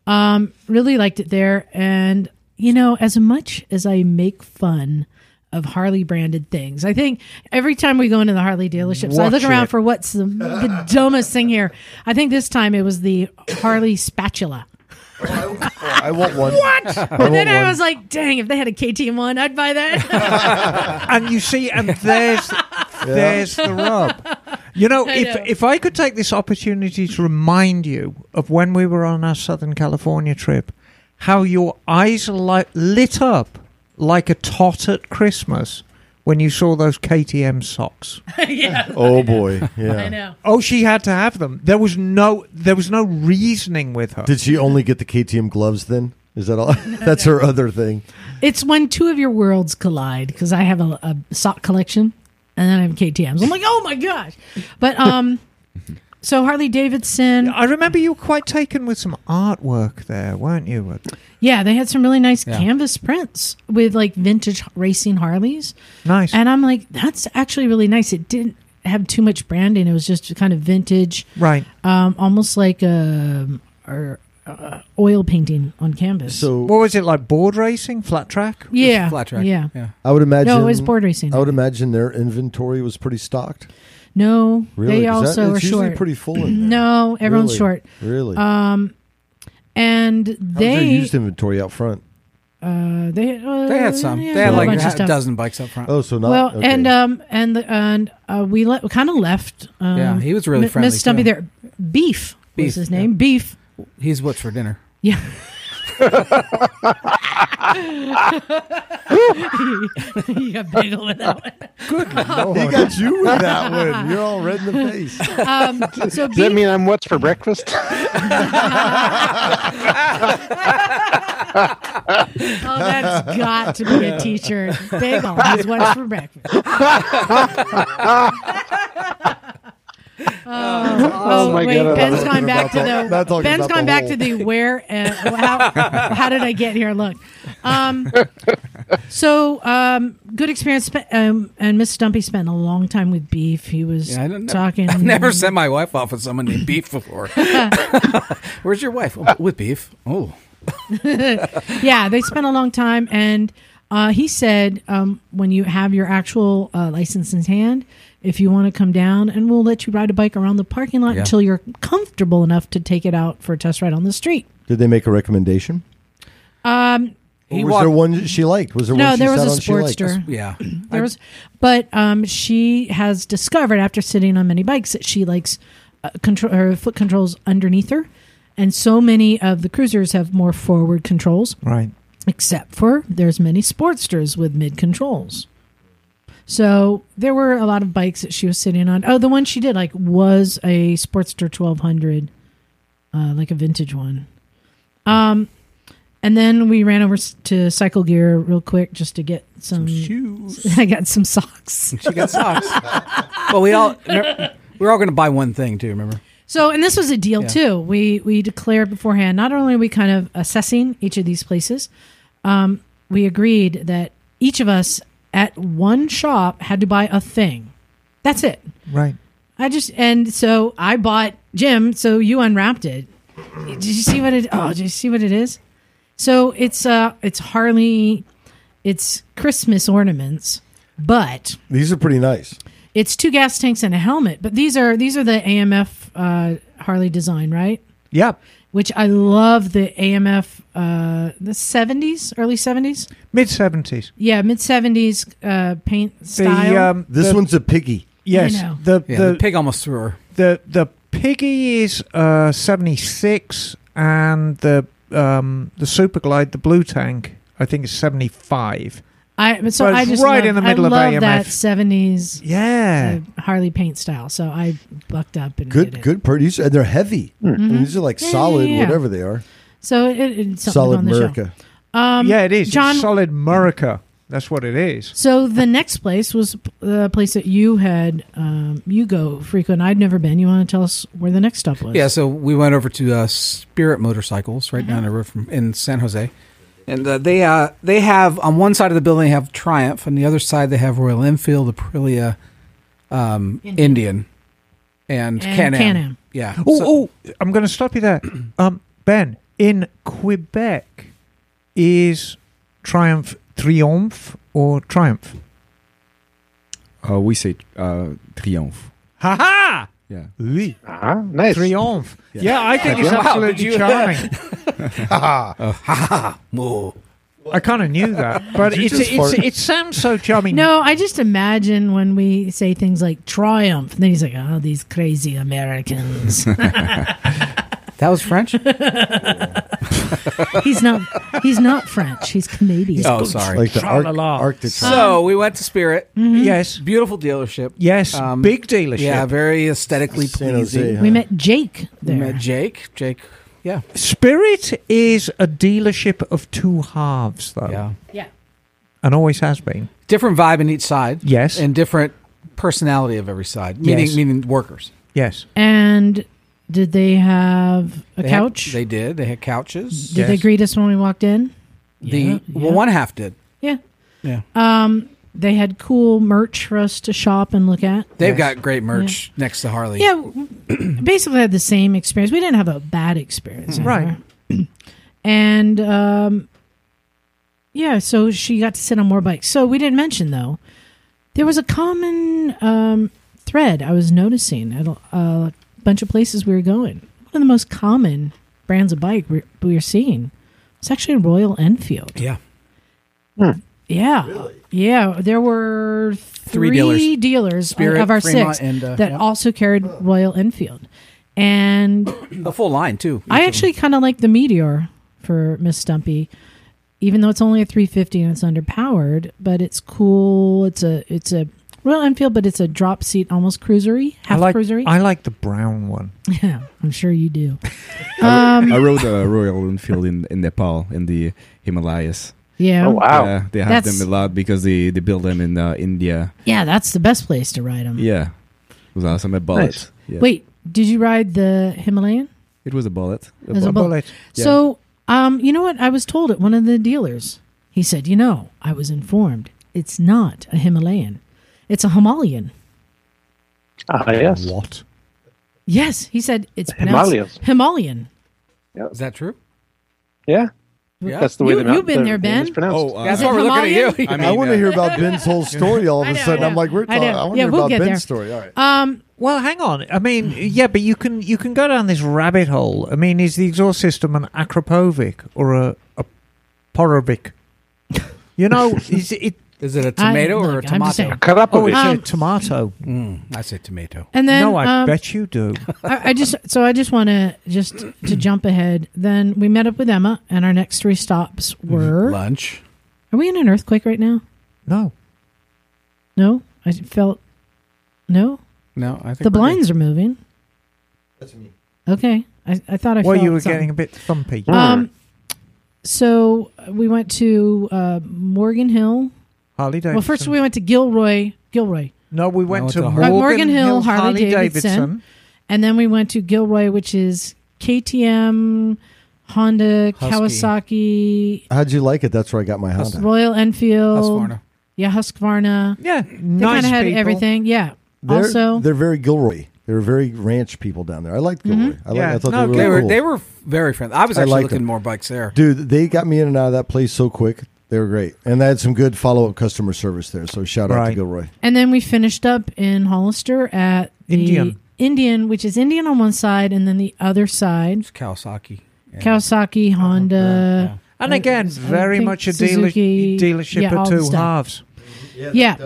Speaker 2: Um, really liked it there. And, you know, as much as I make fun of Harley branded things, I think every time we go into the Harley dealerships, I
Speaker 3: Watch
Speaker 2: look around
Speaker 3: it.
Speaker 2: for what's the, the dumbest thing here. I think this time it was the Harley spatula.
Speaker 6: I want one. What?
Speaker 2: And then I was like, dang, if they had a KTM one, I'd buy that.
Speaker 3: And you see, and there's there's the rub. You know,
Speaker 2: I
Speaker 3: if
Speaker 2: know.
Speaker 3: if I could take this opportunity to remind you of when we were on our Southern California trip, how your eyes li- lit up like a tot at Christmas when you saw those KTM socks.
Speaker 2: yeah,
Speaker 6: Oh boy, yeah.
Speaker 2: I know.
Speaker 3: Oh, she had to have them. There was no there was no reasoning with her.
Speaker 6: Did she only get the KTM gloves then? Is that all? That's her other thing.
Speaker 2: It's when two of your worlds collide because I have a, a sock collection and then I have KTM's. I'm like, oh my gosh! But um, so Harley Davidson,
Speaker 3: I remember you were quite taken with some artwork there, weren't you?
Speaker 2: yeah, they had some really nice canvas prints with like vintage racing Harleys,
Speaker 3: Nice.
Speaker 2: and I'm like, that's actually really nice. It didn't have too much branding; it was just kind of vintage,
Speaker 3: right.
Speaker 2: um, almost like a or, uh, oil painting on canvas.
Speaker 6: So
Speaker 3: What was it like? Board racing, flat track?
Speaker 2: yeah,
Speaker 5: Flat track.
Speaker 2: yeah.
Speaker 5: yeah.
Speaker 6: I would imagine. Oh,
Speaker 2: No, it was board racing.
Speaker 6: I would imagine their inventory was pretty stocked.
Speaker 2: No,
Speaker 6: Really?
Speaker 2: they
Speaker 6: 'Cause that-
Speaker 2: also
Speaker 6: it's
Speaker 2: are
Speaker 6: usually
Speaker 2: short.
Speaker 6: pretty full. In there.
Speaker 2: no, everyone's
Speaker 6: Really?
Speaker 2: short. Um,
Speaker 6: Really?
Speaker 2: and
Speaker 6: How was their
Speaker 2: they
Speaker 6: used inventory out front.
Speaker 2: uh, they uh,
Speaker 5: They had some.
Speaker 2: yeah,
Speaker 5: they had
Speaker 2: a
Speaker 5: like
Speaker 2: bunch of
Speaker 5: a
Speaker 2: stuff.
Speaker 5: dozen bikes up front.
Speaker 6: Oh, so not.
Speaker 2: Well,
Speaker 6: okay.
Speaker 2: and um, and the, and uh, we let kind of left. Um,
Speaker 5: Yeah, he was really
Speaker 2: M-
Speaker 5: friendly,
Speaker 2: Miss Stumpy
Speaker 5: too.
Speaker 2: there, Beef,
Speaker 5: Beef,
Speaker 2: was his name. Beef,
Speaker 5: He's what's for dinner.
Speaker 2: yeah. you got bagel with that one.
Speaker 6: he got you with that one. You're all red in the face.
Speaker 2: Um, so
Speaker 4: Does that
Speaker 2: beef,
Speaker 4: mean I'm what's for breakfast?
Speaker 2: oh, that's got to be a t-shirt. Bagel is what's for breakfast. Oh,
Speaker 4: my
Speaker 2: wait,
Speaker 4: God, I love
Speaker 2: Ben's
Speaker 4: it.
Speaker 2: gone back to
Speaker 6: Not
Speaker 2: the
Speaker 6: talking
Speaker 2: Ben's
Speaker 6: about
Speaker 2: gone
Speaker 6: the
Speaker 2: back
Speaker 6: whole-
Speaker 2: to the where and how how did I get here? Look, um, so um, good experience. Spe- Um, and Miss Stumpy spent a long time with Beef. He was
Speaker 5: Yeah, I don't know.
Speaker 2: talking.
Speaker 5: I've never sent my wife off with someone named Beef before. Where's your wife? Oh, with Beef. Oh,
Speaker 2: yeah, they spent a long time, and uh, he said um, when you have your actual uh, license in hand, if you want to come down, and we'll let you ride a bike around the parking lot
Speaker 5: Yeah.
Speaker 2: until you're comfortable enough to take it out for a test ride on the street.
Speaker 6: Did they make a recommendation? Or
Speaker 5: he
Speaker 6: was
Speaker 5: walked.
Speaker 6: there one she liked? Was there
Speaker 2: Um, No,
Speaker 6: one she
Speaker 2: there was
Speaker 6: sat
Speaker 2: a
Speaker 6: on she liked?
Speaker 2: Sportster.
Speaker 5: yeah,
Speaker 2: There was, but um, she has discovered after sitting on many bikes that she likes uh, control her foot controls underneath her, and so many of the cruisers have more forward controls,
Speaker 3: Right.
Speaker 2: except for there's many Sportsters with mid controls. So there were a lot of bikes that she was sitting on. Oh, the one she did like was a Sportster 1200, uh, like a vintage one. Um, and then we ran over s- to Cycle Gear real quick just to get some
Speaker 5: shoes.
Speaker 2: I got some socks.
Speaker 5: She got socks. well, we all we we're all going to buy one thing too. Remember?
Speaker 2: So, and this was a deal
Speaker 5: Yeah.
Speaker 2: too. We we declared beforehand. Not only are we kind of assessing each of these places, um, we agreed that each of us at one shop had to buy a thing. That's it.
Speaker 3: Right.
Speaker 2: I just and so I bought Jim. So you unwrapped it. Did you see what it? Oh, did you see what it is? So it's uh it's Harley, it's Christmas ornaments, but
Speaker 6: These are pretty nice.
Speaker 2: It's two gas tanks and a helmet, but these are these are the AMF uh, Harley design, right?
Speaker 3: Yeah.
Speaker 2: Which I love the AMF uh, the seventies, early seventies,
Speaker 3: Mid seventies.
Speaker 2: yeah, mid seventies uh, paint style.
Speaker 3: The um,
Speaker 6: This
Speaker 3: the-
Speaker 6: one's a piggy.
Speaker 3: yes,
Speaker 2: I know.
Speaker 3: the,
Speaker 5: Yeah.
Speaker 3: the,
Speaker 5: The,
Speaker 3: the,
Speaker 5: pig almost threw her.
Speaker 3: the piggy is uh seventy six, and the um the super glide, the blue tank, I think is seventy five.
Speaker 2: I so
Speaker 3: But
Speaker 2: I
Speaker 3: it's
Speaker 2: just
Speaker 3: right
Speaker 2: love,
Speaker 3: in the middle
Speaker 2: I
Speaker 3: of
Speaker 2: love
Speaker 3: AMF.
Speaker 2: that seventies uh,
Speaker 3: Yeah,
Speaker 2: Harley paint style. So I bucked up and did
Speaker 6: Good,
Speaker 2: it.
Speaker 6: good, pretty. These- And they're heavy. And these are like
Speaker 2: Mm-hmm. Yeah,
Speaker 6: solid,
Speaker 2: yeah, yeah.
Speaker 6: whatever they are.
Speaker 2: So it, it's something
Speaker 6: solid
Speaker 2: on the show.
Speaker 6: America.
Speaker 3: yeah, it is.
Speaker 2: um, John-
Speaker 3: it's solid Murica. That's what it is.
Speaker 2: So the next place was the place that you had um, you go frequent. I'd never been. You want to tell us where the next stop was?
Speaker 5: Yeah, so we went over to uh, Spirit Motorcycles right down the road from in San Jose, and uh, they uh, they have on one side of the building they have Triumph, on the other side they have Royal Enfield, Aprilia, um, Indian. and,
Speaker 2: And
Speaker 5: Can-Am.
Speaker 2: Can-Am.
Speaker 5: Yeah.
Speaker 3: Oh,
Speaker 5: so-
Speaker 3: oh, I'm going to stop you there, um, Ben. In Quebec, is Triumph Triumph or Triumph?
Speaker 1: Uh, we say uh, triomphe.
Speaker 3: Ha ha!
Speaker 1: Yeah.
Speaker 3: Oui.
Speaker 4: Ah, nice.
Speaker 3: Triumph. Yeah, I think it's
Speaker 5: Wow, did
Speaker 3: absolutely
Speaker 5: you-
Speaker 3: charming.
Speaker 5: Ha ha. Whoa.
Speaker 3: I kind of knew that, but
Speaker 6: Did you
Speaker 3: it's,
Speaker 6: just
Speaker 3: it's,
Speaker 6: fart?
Speaker 3: it sounds so chummy.
Speaker 2: No, I just imagine when we say things like triumph, and then he's like, "Oh, these crazy Americans."
Speaker 5: That was French.
Speaker 2: he's not. He's not French. He's Canadian.
Speaker 5: oh, sorry.
Speaker 6: Like the Arc-
Speaker 3: Tra-la-la.
Speaker 6: Arctic.
Speaker 5: so we went to Spirit.
Speaker 3: Mm-hmm. Yes,
Speaker 5: Beautiful dealership.
Speaker 3: yes,
Speaker 5: Um,
Speaker 3: big dealership.
Speaker 5: Yeah, very aesthetically
Speaker 6: San Jose,
Speaker 5: pleasing.
Speaker 6: huh?
Speaker 2: we met Jake
Speaker 5: We
Speaker 2: there.
Speaker 5: met Jake. Jake. Yeah.
Speaker 3: Spirit is a dealership of two halves, though,
Speaker 5: Yeah.
Speaker 2: yeah,
Speaker 3: and always has been.
Speaker 5: Different vibe in each side.
Speaker 3: Yes.
Speaker 5: And different personality of every side. Meaning,
Speaker 3: Yes.
Speaker 5: meaning workers.
Speaker 3: Yes,
Speaker 2: and did they have a
Speaker 5: They had-
Speaker 2: couch?
Speaker 5: they did. They had couches.
Speaker 2: did they
Speaker 3: Yes.
Speaker 2: greet us when we walked in?
Speaker 5: The
Speaker 2: Yeah,
Speaker 5: well,
Speaker 2: yeah.
Speaker 5: one half did.
Speaker 2: Yeah.
Speaker 5: Yeah.
Speaker 2: Um, they had cool merch for us to shop and look at.
Speaker 5: They've
Speaker 3: Yes.
Speaker 5: got great merch next to Harley.
Speaker 2: Yeah, w- basically had the same experience. We didn't have a bad experience,
Speaker 3: Right.
Speaker 2: and um, yeah, so she got to sit on more bikes. So we didn't mention though, there was a common um, thread I was noticing at a, a bunch of places we were going. One of the most common brands of bike we we were seeing was actually Royal Enfield.
Speaker 5: Yeah.
Speaker 2: Yeah. Yeah. There were
Speaker 5: Three
Speaker 2: three,
Speaker 5: dealers.
Speaker 2: dealers,
Speaker 5: Spirit,
Speaker 2: of our
Speaker 5: Fremont,
Speaker 2: six
Speaker 5: and, uh,
Speaker 2: that
Speaker 5: yeah.
Speaker 2: also carried Royal Enfield. And
Speaker 5: The full line too.
Speaker 2: I actually kind of like the Meteor for Miss Stumpy, even though it's only a 350 and it's underpowered, but it's cool. It's a, it's a, Royal Enfield, but it's a drop seat, almost cruisery, half
Speaker 3: I like
Speaker 2: cruisery.
Speaker 3: I like the brown one.
Speaker 2: yeah, I'm sure you do.
Speaker 5: Oh,
Speaker 2: Um,
Speaker 5: Um,
Speaker 1: I rode a Royal Enfield in, in Nepal in the Himalayas.
Speaker 2: Yeah,
Speaker 4: Oh wow!
Speaker 1: Yeah, they have
Speaker 2: That's-
Speaker 1: them a lot because they, they build them in uh, India.
Speaker 2: yeah, that's the best place to ride them.
Speaker 1: Yeah, it was awesome. A bullet.
Speaker 4: Nice.
Speaker 1: Yeah.
Speaker 2: Wait, did you ride the Himalayan?
Speaker 1: it was a bullet. A
Speaker 2: There's
Speaker 1: bu-
Speaker 2: a bullet.
Speaker 3: Bullet.
Speaker 1: Yeah.
Speaker 2: So, um, you know what? I was told at one of the dealers. He said, "You know, I was informed. It's not a Himalayan. It's a Himalayan."
Speaker 4: Ah, yes.
Speaker 6: What?
Speaker 2: Yes, he said it's pronounced
Speaker 4: Himalayas.
Speaker 2: Himalayan.
Speaker 5: Is that true?
Speaker 4: Yeah.
Speaker 5: Yeah.
Speaker 4: That's the way
Speaker 2: You-
Speaker 4: the mount-
Speaker 2: you've been
Speaker 4: the
Speaker 2: there,
Speaker 4: name is
Speaker 2: Ben.
Speaker 4: pronounced.
Speaker 1: Oh, uh,
Speaker 5: That's
Speaker 2: Is
Speaker 5: what
Speaker 2: it
Speaker 5: we're looking at
Speaker 2: Himalayan?
Speaker 5: you.
Speaker 1: I
Speaker 6: I,
Speaker 1: mean,
Speaker 6: want
Speaker 1: uh,
Speaker 6: to hear about Ben's whole story all of
Speaker 2: I
Speaker 6: a
Speaker 2: know,
Speaker 6: sudden.
Speaker 2: I
Speaker 6: I'm
Speaker 2: know.
Speaker 6: like, we're
Speaker 2: I
Speaker 6: talking.
Speaker 2: know.
Speaker 6: I want to
Speaker 2: Yeah,
Speaker 6: hear
Speaker 2: we'll
Speaker 6: about
Speaker 2: get
Speaker 6: Ben's
Speaker 2: there.
Speaker 6: story. All right.
Speaker 2: Um,
Speaker 3: Well, hang on. I mean, yeah, but you can you can go down this rabbit hole. I mean, is the exhaust system an acropovic or a, a porovic? You know, is it?
Speaker 5: Is it a tomato
Speaker 2: I-
Speaker 5: or a
Speaker 2: look, I'm just
Speaker 5: tomato?
Speaker 2: saying.
Speaker 3: Oh,
Speaker 4: Karapovic.
Speaker 3: it's
Speaker 2: Um,
Speaker 3: a tomato.
Speaker 5: Mm, I say tomato.
Speaker 2: and then
Speaker 3: no, I
Speaker 2: um,
Speaker 3: bet you do.
Speaker 2: I, I just so I just want to just to jump ahead. Then we met up with Emma, and our next three stops
Speaker 3: Mm,
Speaker 2: were.
Speaker 5: Lunch.
Speaker 2: Are we in an earthquake right now?
Speaker 3: No.
Speaker 2: No, I felt no.
Speaker 5: No, I think
Speaker 2: The
Speaker 5: we're good.
Speaker 2: blinds are moving. Uh,
Speaker 6: That's me.
Speaker 2: Okay, I, I thought I.
Speaker 3: Well,
Speaker 2: felt
Speaker 3: you were
Speaker 2: something.
Speaker 3: getting a bit thumpy.
Speaker 2: Um, so uh, we went to uh, Morgan Hill.
Speaker 3: Harley Davidson.
Speaker 2: Well, first we went to Gilroy, Gilroy,
Speaker 3: no, we went
Speaker 5: it's
Speaker 3: to
Speaker 5: a
Speaker 3: Morgan,
Speaker 5: Harley.
Speaker 2: Morgan Hill,
Speaker 3: Hill,
Speaker 2: Harley
Speaker 3: Harley
Speaker 2: Davidson.
Speaker 3: Davidson.
Speaker 2: and then we went to Gilroy, which is KTM, Honda, Kawasaki,
Speaker 6: How'd you like it? That's where I got my Honda.
Speaker 2: Royal Enfield,
Speaker 5: Husqvarna.
Speaker 2: yeah, Husqvarna.
Speaker 3: Yeah,
Speaker 2: They
Speaker 3: nice
Speaker 2: kind of had
Speaker 3: people.
Speaker 2: everything. Yeah.
Speaker 6: They're,
Speaker 2: also,
Speaker 6: they're very Gilroy. They're very ranch people down there. I liked
Speaker 2: Mm-hmm.
Speaker 6: Gilroy. I, like,
Speaker 3: Yeah.
Speaker 6: I thought
Speaker 3: No,
Speaker 6: they were
Speaker 5: They
Speaker 6: really
Speaker 5: were
Speaker 6: cool.
Speaker 5: they were very friendly. I was
Speaker 6: I
Speaker 5: actually
Speaker 6: like
Speaker 5: looking
Speaker 6: them.
Speaker 5: more bikes there.
Speaker 6: Dude, they got me in and out of that place so quick. They were great, and they had some good follow up customer service there. So shout out to
Speaker 3: Right.
Speaker 6: Gilroy.
Speaker 2: and then we finished up in Hollister at the
Speaker 3: Indian.
Speaker 2: Indian, which is Indian on one side, and then the other side,
Speaker 5: Kawasaki. Yeah.
Speaker 2: Kawasaki, Honda.
Speaker 5: Yeah.
Speaker 3: And again, very
Speaker 2: think
Speaker 3: much a dealer,
Speaker 2: Suzuki-
Speaker 3: dealership
Speaker 2: yeah, all
Speaker 3: of
Speaker 2: the
Speaker 3: two
Speaker 2: stuff.
Speaker 3: halves.
Speaker 2: Yeah.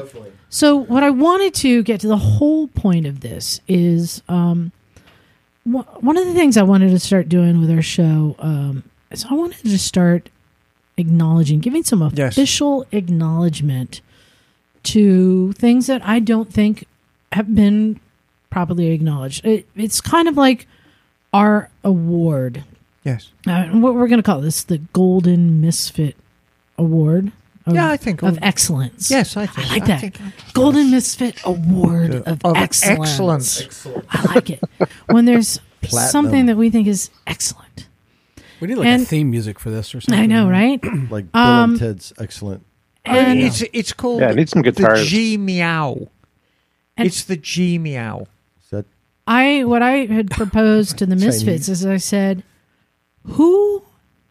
Speaker 2: So what I wanted to get to the whole point of this is um, wh- one of the things I wanted to start doing with our show um, is I wanted to start acknowledging, giving some
Speaker 3: Yes.
Speaker 2: official acknowledgement to things that I don't think have been properly acknowledged. It, it's kind of like our award
Speaker 3: Yes.
Speaker 2: uh, what we're going to call this the Golden Misfit Award. Of,
Speaker 3: Yeah, I think-
Speaker 2: of excellence.
Speaker 3: Yes, I
Speaker 2: I
Speaker 3: think-
Speaker 2: like
Speaker 3: I
Speaker 2: that.
Speaker 3: think-
Speaker 2: Golden Misfit Award of,
Speaker 3: Of
Speaker 2: excellence.
Speaker 3: excellence.
Speaker 2: I like it when there's
Speaker 6: Platinum.
Speaker 2: something that we think is excellent.
Speaker 5: We need like a
Speaker 2: And-
Speaker 5: theme music for this or something.
Speaker 2: I know, right?
Speaker 6: Like Bill
Speaker 2: Um,
Speaker 6: and Ted's excellent.
Speaker 2: And
Speaker 3: it's it's called
Speaker 4: Yeah, I need some
Speaker 3: the
Speaker 4: guitars.
Speaker 3: G meow.
Speaker 2: And-
Speaker 3: It's the G meow.
Speaker 6: Is that
Speaker 2: I what I had proposed to the Misfits is I said, who,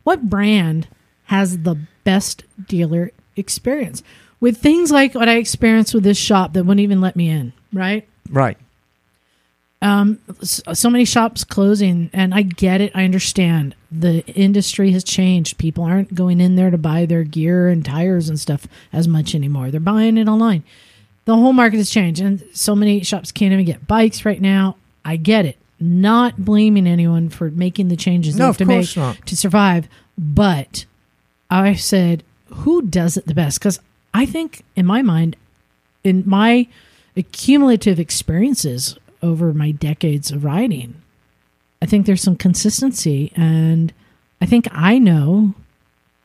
Speaker 2: what brand has the best dealer experience with things like what I experienced with this shop that wouldn't even let me in, right?
Speaker 3: Right.
Speaker 2: s- so many shops closing and i get it i understand the industry has changed. People aren't going in there to buy their gear and tires and stuff as much anymore. They're buying it online. The whole market has changed, and so many shops can't even get bikes right now. I get it. Not blaming anyone for making the changes they
Speaker 3: No,
Speaker 2: have
Speaker 3: of
Speaker 2: to make
Speaker 3: course not.
Speaker 2: to survive, but I said, who does it the best? Because I think, in my mind, in my accumulative experiences over my decades of riding, I think there's some consistency, and I think I know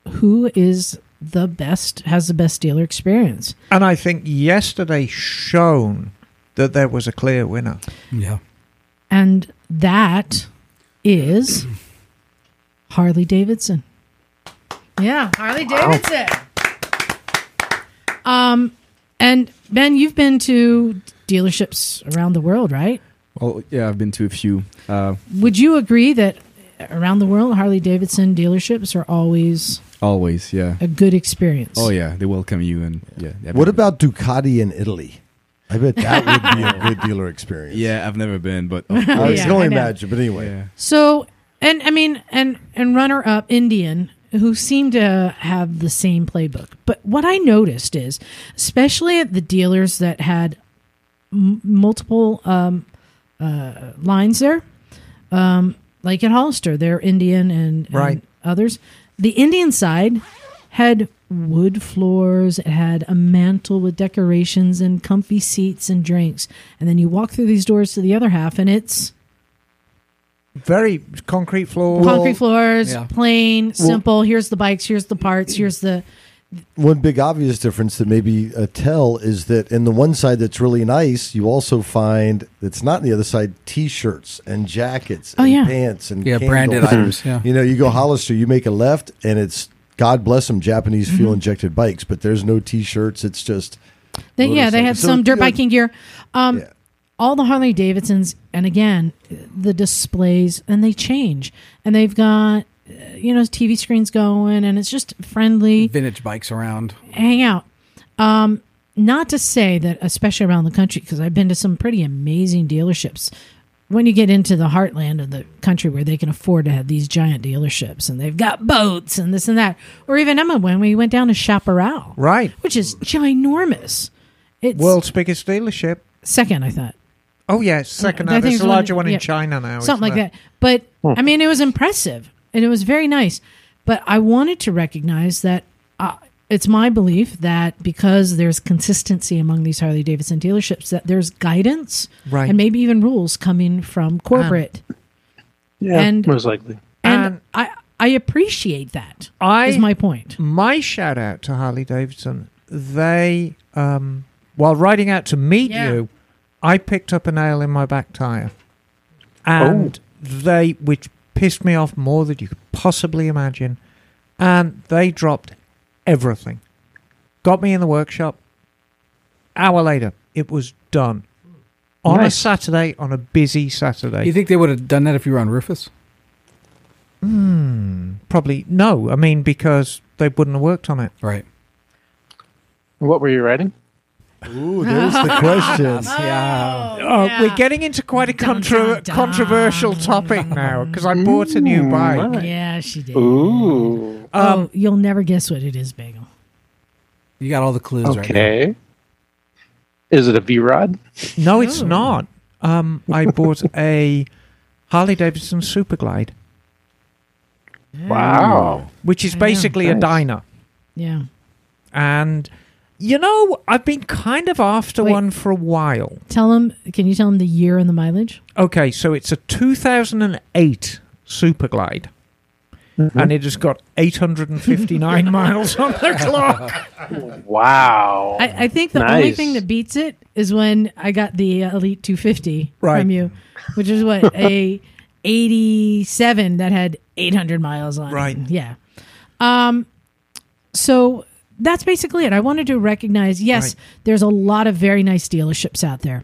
Speaker 2: who is the best has the best dealer experience.
Speaker 3: And I think yesterday shown that there was a clear winner.
Speaker 5: Yeah.
Speaker 2: And that is Harley Davidson. Yeah, Harley Davidson. Um, and Ben, you've been to dealerships around the world, right?
Speaker 1: Well, yeah, I've been to a few. Uh,
Speaker 2: Would you agree that around the world, Harley Davidson dealerships are always
Speaker 1: always, yeah.
Speaker 2: a good experience?
Speaker 1: Oh yeah, they welcome you and yeah. yeah,
Speaker 6: What
Speaker 1: but-
Speaker 6: about Ducati in Italy? I bet that would be a good dealer experience.
Speaker 1: Yeah, I've never been, but oh, of
Speaker 6: I
Speaker 1: course.
Speaker 6: was
Speaker 2: Yeah,
Speaker 6: going
Speaker 2: I
Speaker 6: to
Speaker 2: know.
Speaker 6: imagine, but anyway.
Speaker 1: yeah.
Speaker 2: So, and I mean, and and runner up Indian who seem to have the same playbook. But what I noticed is, especially at the dealers that had m- multiple um, uh, lines there, um, like at Hollister, they're Indian and, and
Speaker 3: Right.
Speaker 2: others. The Indian side had wood floors. It had a mantle with decorations and comfy seats and drinks. And then you walk through these doors to the other half, and it's
Speaker 3: Very concrete floor.
Speaker 2: concrete floors,
Speaker 5: yeah.
Speaker 2: plain, simple. Here's the bikes. Here's the parts. Here's the
Speaker 6: One big obvious difference that maybe uh, tell is that in the one side that's really nice, you also find that's not on the other side t-shirts and jackets
Speaker 2: Oh,
Speaker 6: and
Speaker 2: yeah.
Speaker 6: pants and
Speaker 5: Yeah,
Speaker 6: candles.
Speaker 5: branded items, yeah.
Speaker 6: You know, you go Hollister, you make a left, and it's God bless them Japanese
Speaker 2: Mm-hmm.
Speaker 6: fuel injected bikes, but there's no t-shirts. It's just
Speaker 2: they, yeah. They
Speaker 6: Motorcycle.
Speaker 2: had
Speaker 6: So,
Speaker 2: some dirt
Speaker 6: you know-
Speaker 2: biking gear. Um,
Speaker 6: Yeah.
Speaker 2: All the Harley Davidsons, and again, the displays, and they change, and they've got uh, you know TV screens going, and it's just friendly.
Speaker 5: Vintage bikes around.
Speaker 2: hang out. Um, not to say that, especially around the country, because I've been to some pretty amazing dealerships. When you get into the heartland of the country where they can afford to have these giant dealerships and they've got boats and this and that, or even Emma, when we went down to Chaparral,
Speaker 3: Right.
Speaker 2: which is ginormous. It's
Speaker 3: World's biggest dealership.
Speaker 2: second, I thought.
Speaker 3: Oh, yes. Second,
Speaker 2: I
Speaker 3: hand.
Speaker 2: think
Speaker 3: there's
Speaker 2: it's
Speaker 3: a
Speaker 2: one-
Speaker 3: larger one
Speaker 2: yeah.
Speaker 3: in China now.
Speaker 2: something
Speaker 3: isn't
Speaker 2: like that. But I mean, it was impressive and it was very nice. But I wanted to recognize that uh, it's my belief that because there's consistency among these Harley Davidson dealerships, that there's guidance
Speaker 3: Right.
Speaker 2: and maybe even rules coming from corporate.
Speaker 4: Yeah,
Speaker 2: And-
Speaker 4: most likely.
Speaker 2: And,
Speaker 3: And-
Speaker 2: I I appreciate that.
Speaker 3: I-
Speaker 2: is my point.
Speaker 3: my shout out to Harley Davidson. They, um, while riding out to meet
Speaker 2: Yeah.
Speaker 3: you, I picked up a nail in my back tire, and they, which pissed me off more than you could possibly imagine, and they dropped everything. Got me in the workshop. Hour later, it was done. On
Speaker 4: Nice.
Speaker 3: a Saturday, on a busy Saturday.
Speaker 5: You think they would have done that if you were on Rufus?
Speaker 3: Probably no. I mean, because they wouldn't have worked on it.
Speaker 5: Right.
Speaker 4: What were you writing?
Speaker 6: ooh, there's the question.
Speaker 5: Yeah.
Speaker 3: Oh, we're getting into quite a
Speaker 2: Dun,
Speaker 3: contra-
Speaker 2: dun, dun.
Speaker 3: controversial topic now because I bought a new bike.
Speaker 2: Yeah, she did.
Speaker 4: Ooh.
Speaker 2: oh, you'll never guess what it is, Bagel.
Speaker 5: You got all the clues right.
Speaker 4: Okay. Is it a V Rod?
Speaker 3: No, it's not. Um, I bought a Harley Davidson Superglide,
Speaker 4: Wow.
Speaker 3: which is
Speaker 2: I know.
Speaker 3: basically a
Speaker 4: Nice.
Speaker 3: dyno.
Speaker 2: Yeah.
Speaker 3: And, you know, I've been kind of after
Speaker 2: Wait.
Speaker 3: one for a while.
Speaker 2: Tell him. Can you tell him the year and the mileage?
Speaker 3: Okay, so it's a 2008 Superglide. And it has got 859 miles on the clock.
Speaker 4: Wow.
Speaker 2: I, I think the only
Speaker 4: Nice.
Speaker 2: thing that beats it is when I got the uh, Elite 250
Speaker 3: Right.
Speaker 2: from you, which is what a 87 that had 800 miles on. it.
Speaker 3: Right.
Speaker 2: Yeah. Um. So that's basically it. I wanted to recognize. Yes,
Speaker 3: Right.
Speaker 2: there's a lot of very nice dealerships out there,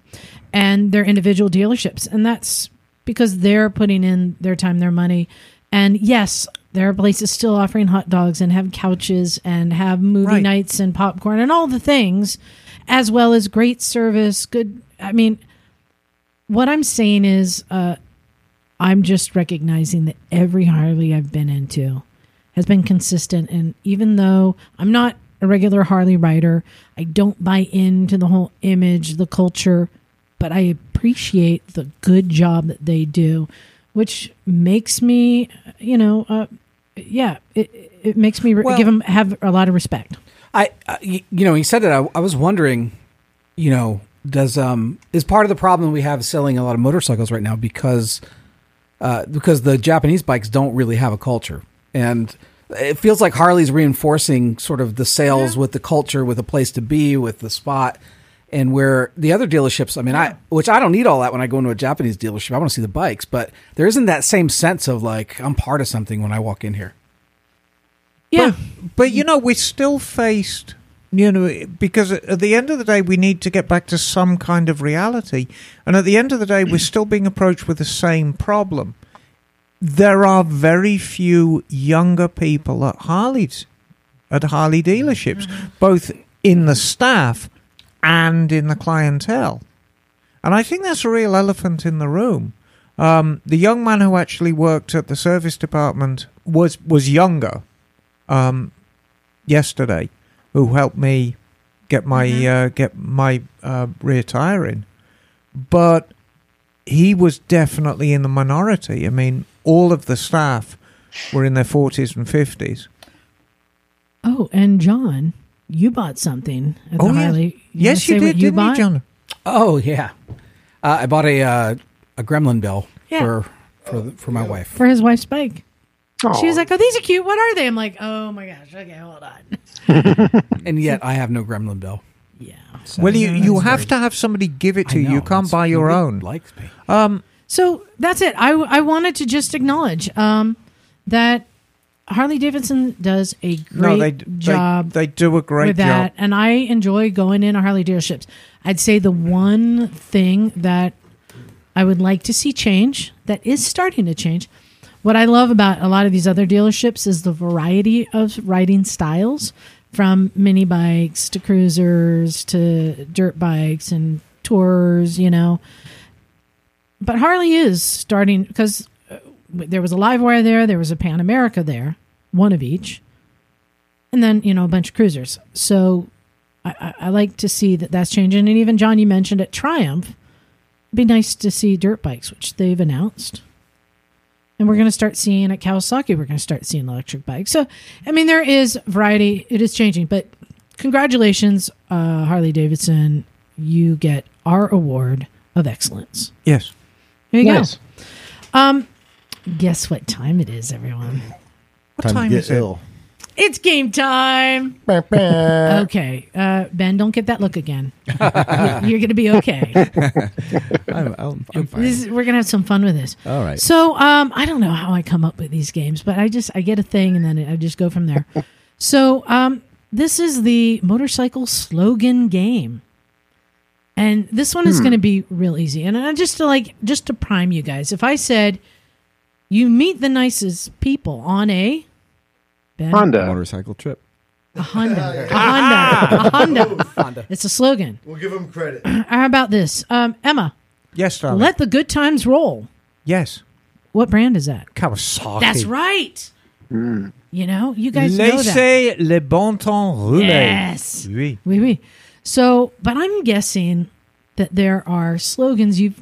Speaker 2: and they're individual dealerships, and that's because they're putting in their time, their money, and yes. There are places still offering hot dogs and have couches and have movie
Speaker 3: Right.
Speaker 2: nights nights and popcorn and all the things, as well as great service. Good. I mean, what I'm saying is, uh, I'm just recognizing that every Harley I've been into has been consistent. And even though I'm not a regular Harley rider, I don't buy into the whole image, the culture, but I appreciate the good job that they do, which makes me, you know, uh, yeah, it, it makes me re-
Speaker 5: Well-
Speaker 2: give them have a lot of respect.
Speaker 5: I, I y- you know, you said that I, I was wondering, you know, does um is part of the problem we have selling a lot of motorcycles right now because uh because the Japanese bikes don't really have a culture and it feels like Harley's reinforcing sort of the sales with the culture with a place to be with the spot and where the other dealerships I mean I which I don't need all that when I go into a Japanese dealership I want to see the bikes but there isn't that same sense of like I'm part of something when I walk in here
Speaker 2: Yeah.
Speaker 3: But you know, we're still faced, you know, because at the end of the day, we need to get back to some kind of reality. And at the end of the day, we're still being approached with the same problem. There are very few younger people at Harley's, at Harley dealerships, both in the staff and in the clientele. And I think that's a real elephant in the room. Um, the young man who actually worked at the service department was was younger um, yesterday, who helped me get my uh, get my uh, rear tire in, but he was definitely in the minority. I mean, all of the staff were in their forties and fifties.
Speaker 2: Oh, and John, you bought something at the
Speaker 3: Oh, yeah.
Speaker 2: Harley. wanna
Speaker 3: yes, you
Speaker 2: say what
Speaker 3: did, didn't you,
Speaker 2: bought?
Speaker 3: John?
Speaker 5: Oh yeah, uh, I bought a uh, a Gremlin bell
Speaker 2: Yeah.
Speaker 5: for for the, for my wife.
Speaker 2: For his wife's bike.
Speaker 4: Aw.
Speaker 2: She was like, "Oh, these are cute. What are they?" I'm like, "Oh my gosh. Okay, hold on."
Speaker 5: And yet I have no Gremlin bell.
Speaker 2: Yeah.
Speaker 3: Well, you you have to have somebody give it to you. You can't buy your own.
Speaker 5: Likes me.
Speaker 2: So that's it. I I wanted to just acknowledge um, that Harley Davidson does a great
Speaker 3: no, they, d-
Speaker 2: job.
Speaker 3: They, they do a great
Speaker 2: with that,
Speaker 3: job.
Speaker 2: and I enjoy going into Harley dealerships. I'd say the one thing that I would like to see change that is starting to change. What I love about a lot of these other dealerships is the variety of riding styles from mini bikes to cruisers to dirt bikes and tours, you know. But Harley is starting because there was a live wire there, there was a Pan America there, one of each, and then you know a bunch of cruisers. So I, I, I like to see that that's changing. And even John, you mentioned at Triumph, it'd be nice to see dirt bikes, which they've announced. And we're going to start seeing at Kawasaki, we're going to start seeing electric bikes. So, I mean, there is variety. It is changing, but congratulations, uh, Harley Davidson. You get our award of excellence.
Speaker 3: Yes.
Speaker 2: There you
Speaker 4: Nice.
Speaker 2: go. Um, guess what time it is, everyone?
Speaker 3: What time,
Speaker 6: to get
Speaker 3: is it?
Speaker 6: ill.
Speaker 2: It's game time. Okay, uh, Ben, don't get that look again. You- You're going to be okay.
Speaker 1: I'm, I'm, I'm fine.
Speaker 2: This, we're going to have some fun with this.
Speaker 1: All right.
Speaker 2: So um, I don't know how I come up with these games, but I just I get a thing and then I just go from there. so um, this is the motorcycle slogan game, and this one is
Speaker 1: Hmm.
Speaker 2: going to be real easy. And I just to like just to prime you guys, if I said you meet the nicest people on a Ben,
Speaker 4: Honda.
Speaker 1: Motorcycle trip.
Speaker 2: a Honda, a Honda, a Honda, It's a slogan.
Speaker 6: We'll give him credit.
Speaker 2: How about this, um, Emma?
Speaker 3: Yes, darling.
Speaker 2: Let the good times roll.
Speaker 3: yes.
Speaker 2: What brand is that?
Speaker 3: Kawasaki.
Speaker 2: That's right. You know, you guys know that.
Speaker 3: Laissez le bon temps rouler.
Speaker 2: Yes.
Speaker 3: Oui.
Speaker 2: Oui, oui. So, but I'm guessing that there are slogans you've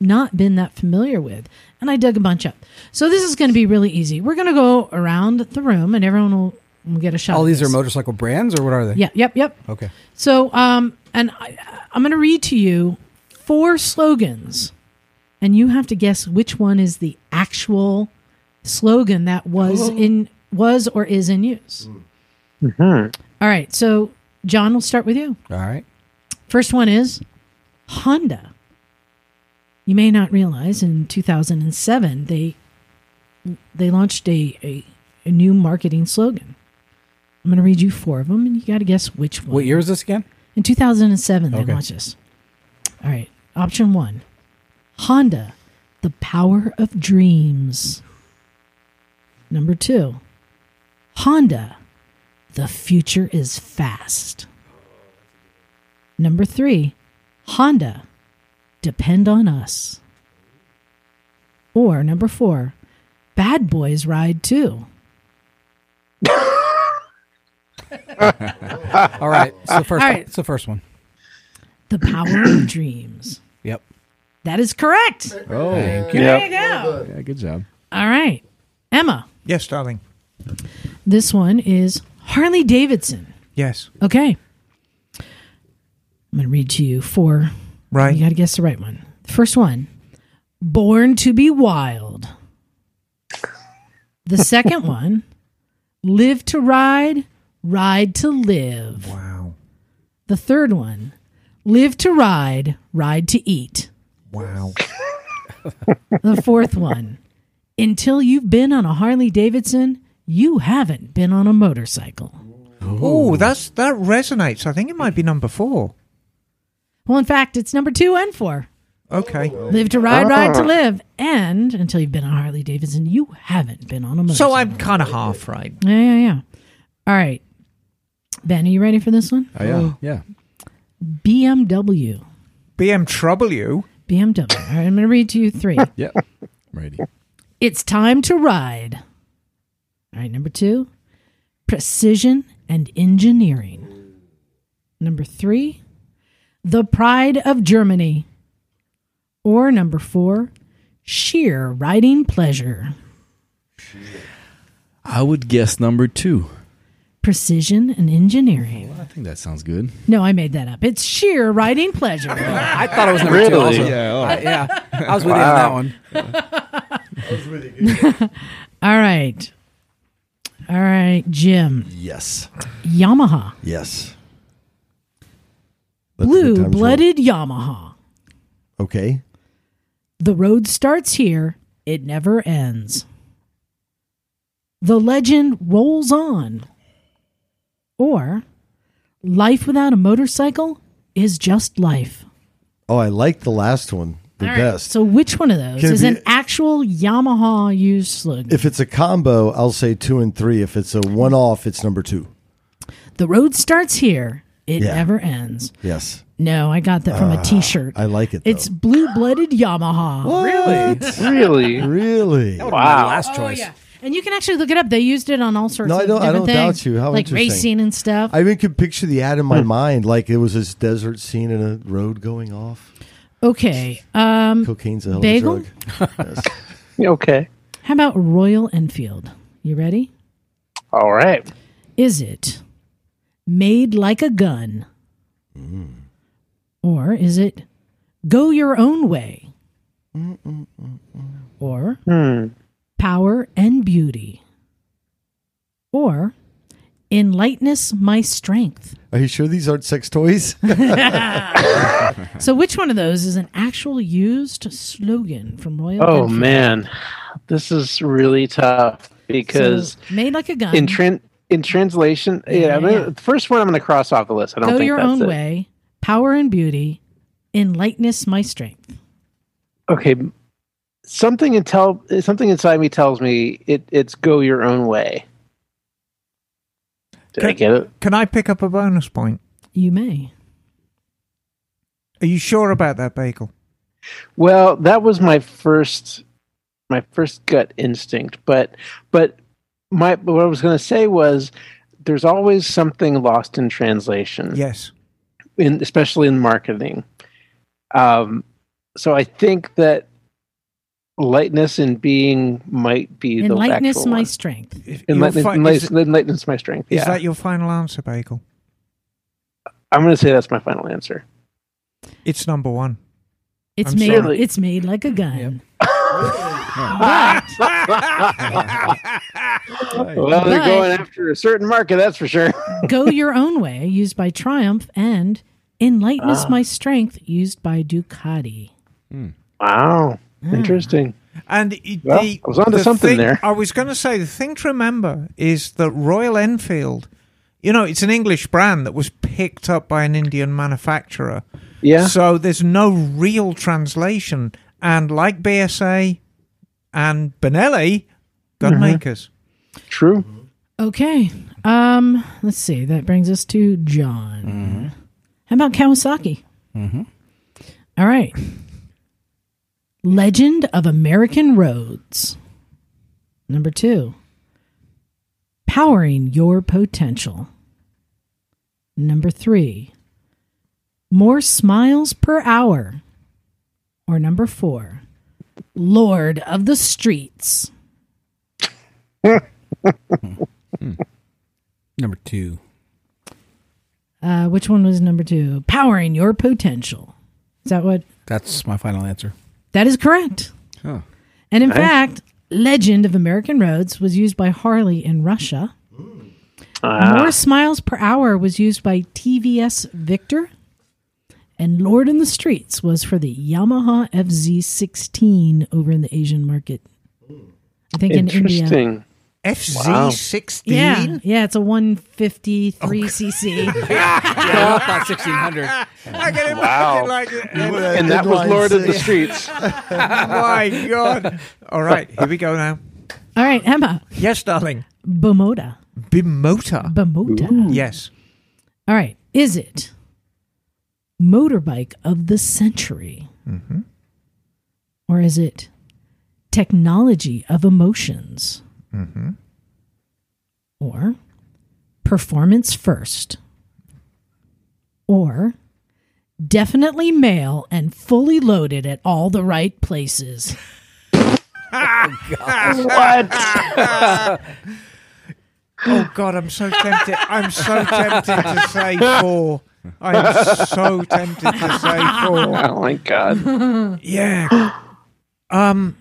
Speaker 2: not been that familiar with. And I dug a bunch up. So this is going to be really easy. We're going to go around the room and everyone will, will get a shot.
Speaker 5: All
Speaker 2: at
Speaker 5: these are
Speaker 2: this.
Speaker 5: motorcycle brands, or what are they?
Speaker 2: Yeah, yep, yep.
Speaker 5: Okay.
Speaker 2: So, um, and I, I'm going to read to you four slogans, and you have to guess which one is the actual slogan that was in was or is in use.
Speaker 5: Mm-hmm.
Speaker 2: All right. So, John, we'll start with you.
Speaker 5: All right.
Speaker 2: First one is Honda. You may not realize in 2007 they they launched a a, a new marketing slogan. I'm going to read you four of them, and you got to guess which one.
Speaker 5: What year is this again?
Speaker 2: In 2007, they
Speaker 5: Okay.
Speaker 2: launched this. All right. Option one Honda, the power of dreams. Number two Honda, the future is fast. Number three Honda, depend on us. Or number four, Bad Boys Ride 2.
Speaker 5: All right. So first,
Speaker 2: All right.
Speaker 5: it's the first one.
Speaker 2: The Power of Dreams.
Speaker 5: Yep.
Speaker 2: That is correct.
Speaker 1: Oh,
Speaker 2: There you go.
Speaker 1: yeah, good job.
Speaker 2: All right. Emma,
Speaker 3: Yes, darling.
Speaker 2: this one is Harley Davidson.
Speaker 3: Yes.
Speaker 2: Okay. I'm going to read to you four.
Speaker 3: Right.
Speaker 2: Oh, You got to guess the right one. The first one Born to be Wild. The second one Live to Ride, Ride to Live.
Speaker 3: Wow.
Speaker 2: The third one Live to Ride, Ride to Eat.
Speaker 3: Wow.
Speaker 2: The fourth one Until you've been on a Harley Davidson, you haven't been on a motorcycle.
Speaker 3: Oh, that's that resonates. I think it might be number four.
Speaker 2: Well, in fact, it's number two and four.
Speaker 4: Oh,
Speaker 3: Okay.
Speaker 2: Live to ride, ride
Speaker 3: Ah.
Speaker 2: to live. And until you've been on Harley Davidson, you haven't been on a motorcycle.
Speaker 3: So I'm kind of half right.
Speaker 2: Yeah, yeah, yeah. All right. Ben, are you ready for this one?
Speaker 1: Oh, yeah, yeah.
Speaker 2: BMW.
Speaker 3: BMW.
Speaker 2: BMW. All right, I'm going to read to you three.
Speaker 1: Yeah. Ready.
Speaker 2: it's time to ride. All right, number two, precision and engineering. Number three, the pride of Germany. Or number four, sheer riding pleasure.
Speaker 1: I would guess number two.
Speaker 2: Precision and engineering.
Speaker 1: I think that sounds good.
Speaker 2: No, I made that up. It's sheer riding pleasure.
Speaker 5: I thought it was number two. Also.
Speaker 1: Yeah, all right.
Speaker 5: Yeah. I was with you on that one.
Speaker 2: All right. All right, Jim.
Speaker 6: Yes.
Speaker 2: Yamaha.
Speaker 6: Yes. Let the good
Speaker 2: Blue
Speaker 6: times roll.
Speaker 2: blooded Yamaha.
Speaker 6: Okay.
Speaker 2: The road starts here, it never ends. The legend rolls on. Or life without a motorcycle is just life.
Speaker 6: Oh, I like the last one the
Speaker 2: All right,
Speaker 6: best.
Speaker 2: So, which one of those
Speaker 6: Can it
Speaker 2: is
Speaker 6: be-
Speaker 2: an actual Yamaha used slogan?
Speaker 6: if it's a combo, I'll say two and three. If it's a one off, it's number two.
Speaker 2: the road starts here, it
Speaker 6: Yeah.
Speaker 2: never ends.
Speaker 6: Yes.
Speaker 2: No, I got that from a t shirt.
Speaker 6: Ah, I like it. Though.
Speaker 2: It's blue blooded Yamaha.
Speaker 6: really,
Speaker 4: Really?
Speaker 6: really.
Speaker 5: Wow. Last choice.
Speaker 2: And you can actually look it up. They used it on all sorts
Speaker 6: No,
Speaker 2: of
Speaker 6: I don't- I
Speaker 2: different
Speaker 6: don't doubt
Speaker 2: things.
Speaker 6: you. How
Speaker 2: like
Speaker 6: interesting.
Speaker 2: racing and stuff.
Speaker 6: I even could picture the ad in my mind, like it was this desert scene and a road going off.
Speaker 2: okay. Um,
Speaker 6: Cocaine's a hell of a
Speaker 2: Bagel?
Speaker 6: drug. Yes.
Speaker 4: Yeah, Okay.
Speaker 2: how about Royal Enfield? You ready?
Speaker 4: All right.
Speaker 2: Is it made like a gun? Or is it go your own way? Or
Speaker 4: Hmm.
Speaker 2: power and beauty? Or in lightness my strength?
Speaker 6: Are you sure these aren't sex toys?
Speaker 2: So, which one of those is an actual used slogan from Royal?
Speaker 4: Oh
Speaker 2: Enfield?
Speaker 4: man, this is really tough because
Speaker 2: So, made like a gun.
Speaker 4: in tran in translation, yeah, I mean,
Speaker 2: Yeah.
Speaker 4: the first one I'm going to cross off the list. I don't
Speaker 2: go
Speaker 4: think
Speaker 2: your
Speaker 4: that's
Speaker 2: own
Speaker 4: it.
Speaker 2: way. Power and beauty. In lightness, my strength.
Speaker 4: Okay, something intel something inside me tells me it it's go your own way. Did I
Speaker 3: Can-
Speaker 4: get it?
Speaker 3: Can I pick up a bonus point?
Speaker 2: You may.
Speaker 3: Are you sure about that bagel?
Speaker 4: Well, that was my first my first gut instinct, but but my but what I was going to say was there's always something lost in translation.
Speaker 3: Yes.
Speaker 4: in especially in marketing. Um, so I think that lightness and being might be
Speaker 2: In
Speaker 4: the
Speaker 2: lightness,
Speaker 4: actual
Speaker 2: my
Speaker 4: one.
Speaker 2: strength.
Speaker 3: If
Speaker 4: In
Speaker 3: you'll
Speaker 4: lightness,
Speaker 3: fi-
Speaker 4: in
Speaker 3: is,
Speaker 4: light- in lightness, my strength.
Speaker 3: is
Speaker 4: Yeah,
Speaker 3: that your final answer, bagel?
Speaker 4: I'm going to say that's my final answer.
Speaker 3: It's number one.
Speaker 2: It's
Speaker 3: I'm
Speaker 2: made.
Speaker 4: sorry.
Speaker 2: It's made like a gun.
Speaker 4: Well, they're
Speaker 2: But-
Speaker 4: going after a certain market, that's for sure.
Speaker 2: go your own way. Used by Triumph and in lightness, my strength. Used by Ducati.
Speaker 4: wow, interesting.
Speaker 3: And i-
Speaker 4: Well,
Speaker 3: the,
Speaker 4: I was onto
Speaker 3: the
Speaker 4: something
Speaker 3: thing-
Speaker 4: there.
Speaker 3: I was going to say the thing to remember is that Royal Enfield, you know, it's an English brand that was picked up by an Indian manufacturer.
Speaker 4: Yeah,
Speaker 3: So there's no real translation. And like BSA and Benelli, gun makers.
Speaker 4: true.
Speaker 2: Okay. Um. Let's see. That brings us to John. How about Kawasaki? Mm-hmm. right. Legend of American Roads. Number two, Powering Your Potential. Number three, More Smiles Per Hour. Or number four, Lord of the Streets.
Speaker 5: Number two.
Speaker 2: Uh, which one was number two? Powering Your Potential. Is that what?
Speaker 5: That's my final answer.
Speaker 2: That is correct.
Speaker 1: Huh.
Speaker 2: And in fact, Legend of American Roads was used by Harley in Russia. More Smiles Per Hour was used by TVS Victor. And Lord in the Streets was for the Yamaha FZ16 over in the Asian market. I think in India.
Speaker 4: Interesting.
Speaker 7: FZ16?
Speaker 2: Yeah, yeah, it's a 153 cc.
Speaker 5: Oh, I thought 1600.
Speaker 3: I can
Speaker 4: Wow.
Speaker 3: imagine like that.
Speaker 4: And that was
Speaker 6: Headline
Speaker 4: Lord of the
Speaker 6: six.
Speaker 4: Streets.
Speaker 3: my God. All right, here we go now.
Speaker 2: All right, Emma,
Speaker 3: Yes, darling.
Speaker 2: Bomoda,
Speaker 3: Bimota.
Speaker 2: Bomoda.
Speaker 3: Yes.
Speaker 2: All right. Is it motorbike of the century? Or is it technology of emotions? Or performance first? Or definitely male and fully loaded at all the right places?
Speaker 4: What?
Speaker 3: Oh God, I'm so tempted. I'm so tempted to say four. I'm so tempted to say four.
Speaker 4: Oh my God.
Speaker 3: Yeah. Um.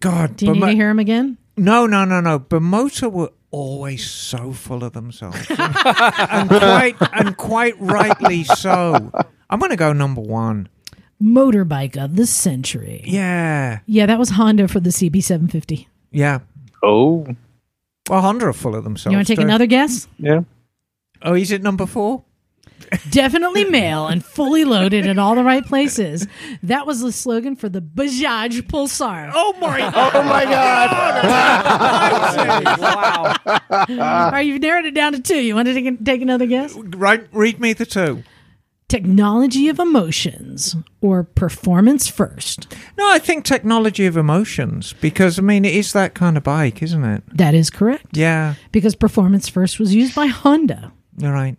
Speaker 3: God.
Speaker 2: Do you need
Speaker 3: Bimo-
Speaker 2: to hear him again?
Speaker 3: No, no, no, no. Bimota were always so full of themselves, and quite and quite rightly so. I'm going to go number one.
Speaker 2: Motorbike of the century.
Speaker 3: Yeah,
Speaker 2: Yeah, that was Honda for the CB750.
Speaker 3: yeah.
Speaker 4: Oh.
Speaker 3: Well, Honda are full of themselves.
Speaker 2: You want to take
Speaker 3: too.
Speaker 2: another guess?
Speaker 4: Yeah.
Speaker 3: Oh, is it number four?
Speaker 2: definitely male and fully loaded in all the right places. That was the slogan for the Bajaj Pulsar.
Speaker 3: Oh my! oh my God!
Speaker 2: All right, you've narrowed it down to two. You want to take, take another guess?
Speaker 3: right, read me the two.
Speaker 2: Technology of emotions or performance first.
Speaker 3: No, I think technology of emotions because I mean it is that kind of bike, isn't it?
Speaker 2: That is correct
Speaker 3: Yeah,
Speaker 2: because performance first was used by Honda.
Speaker 3: you're right.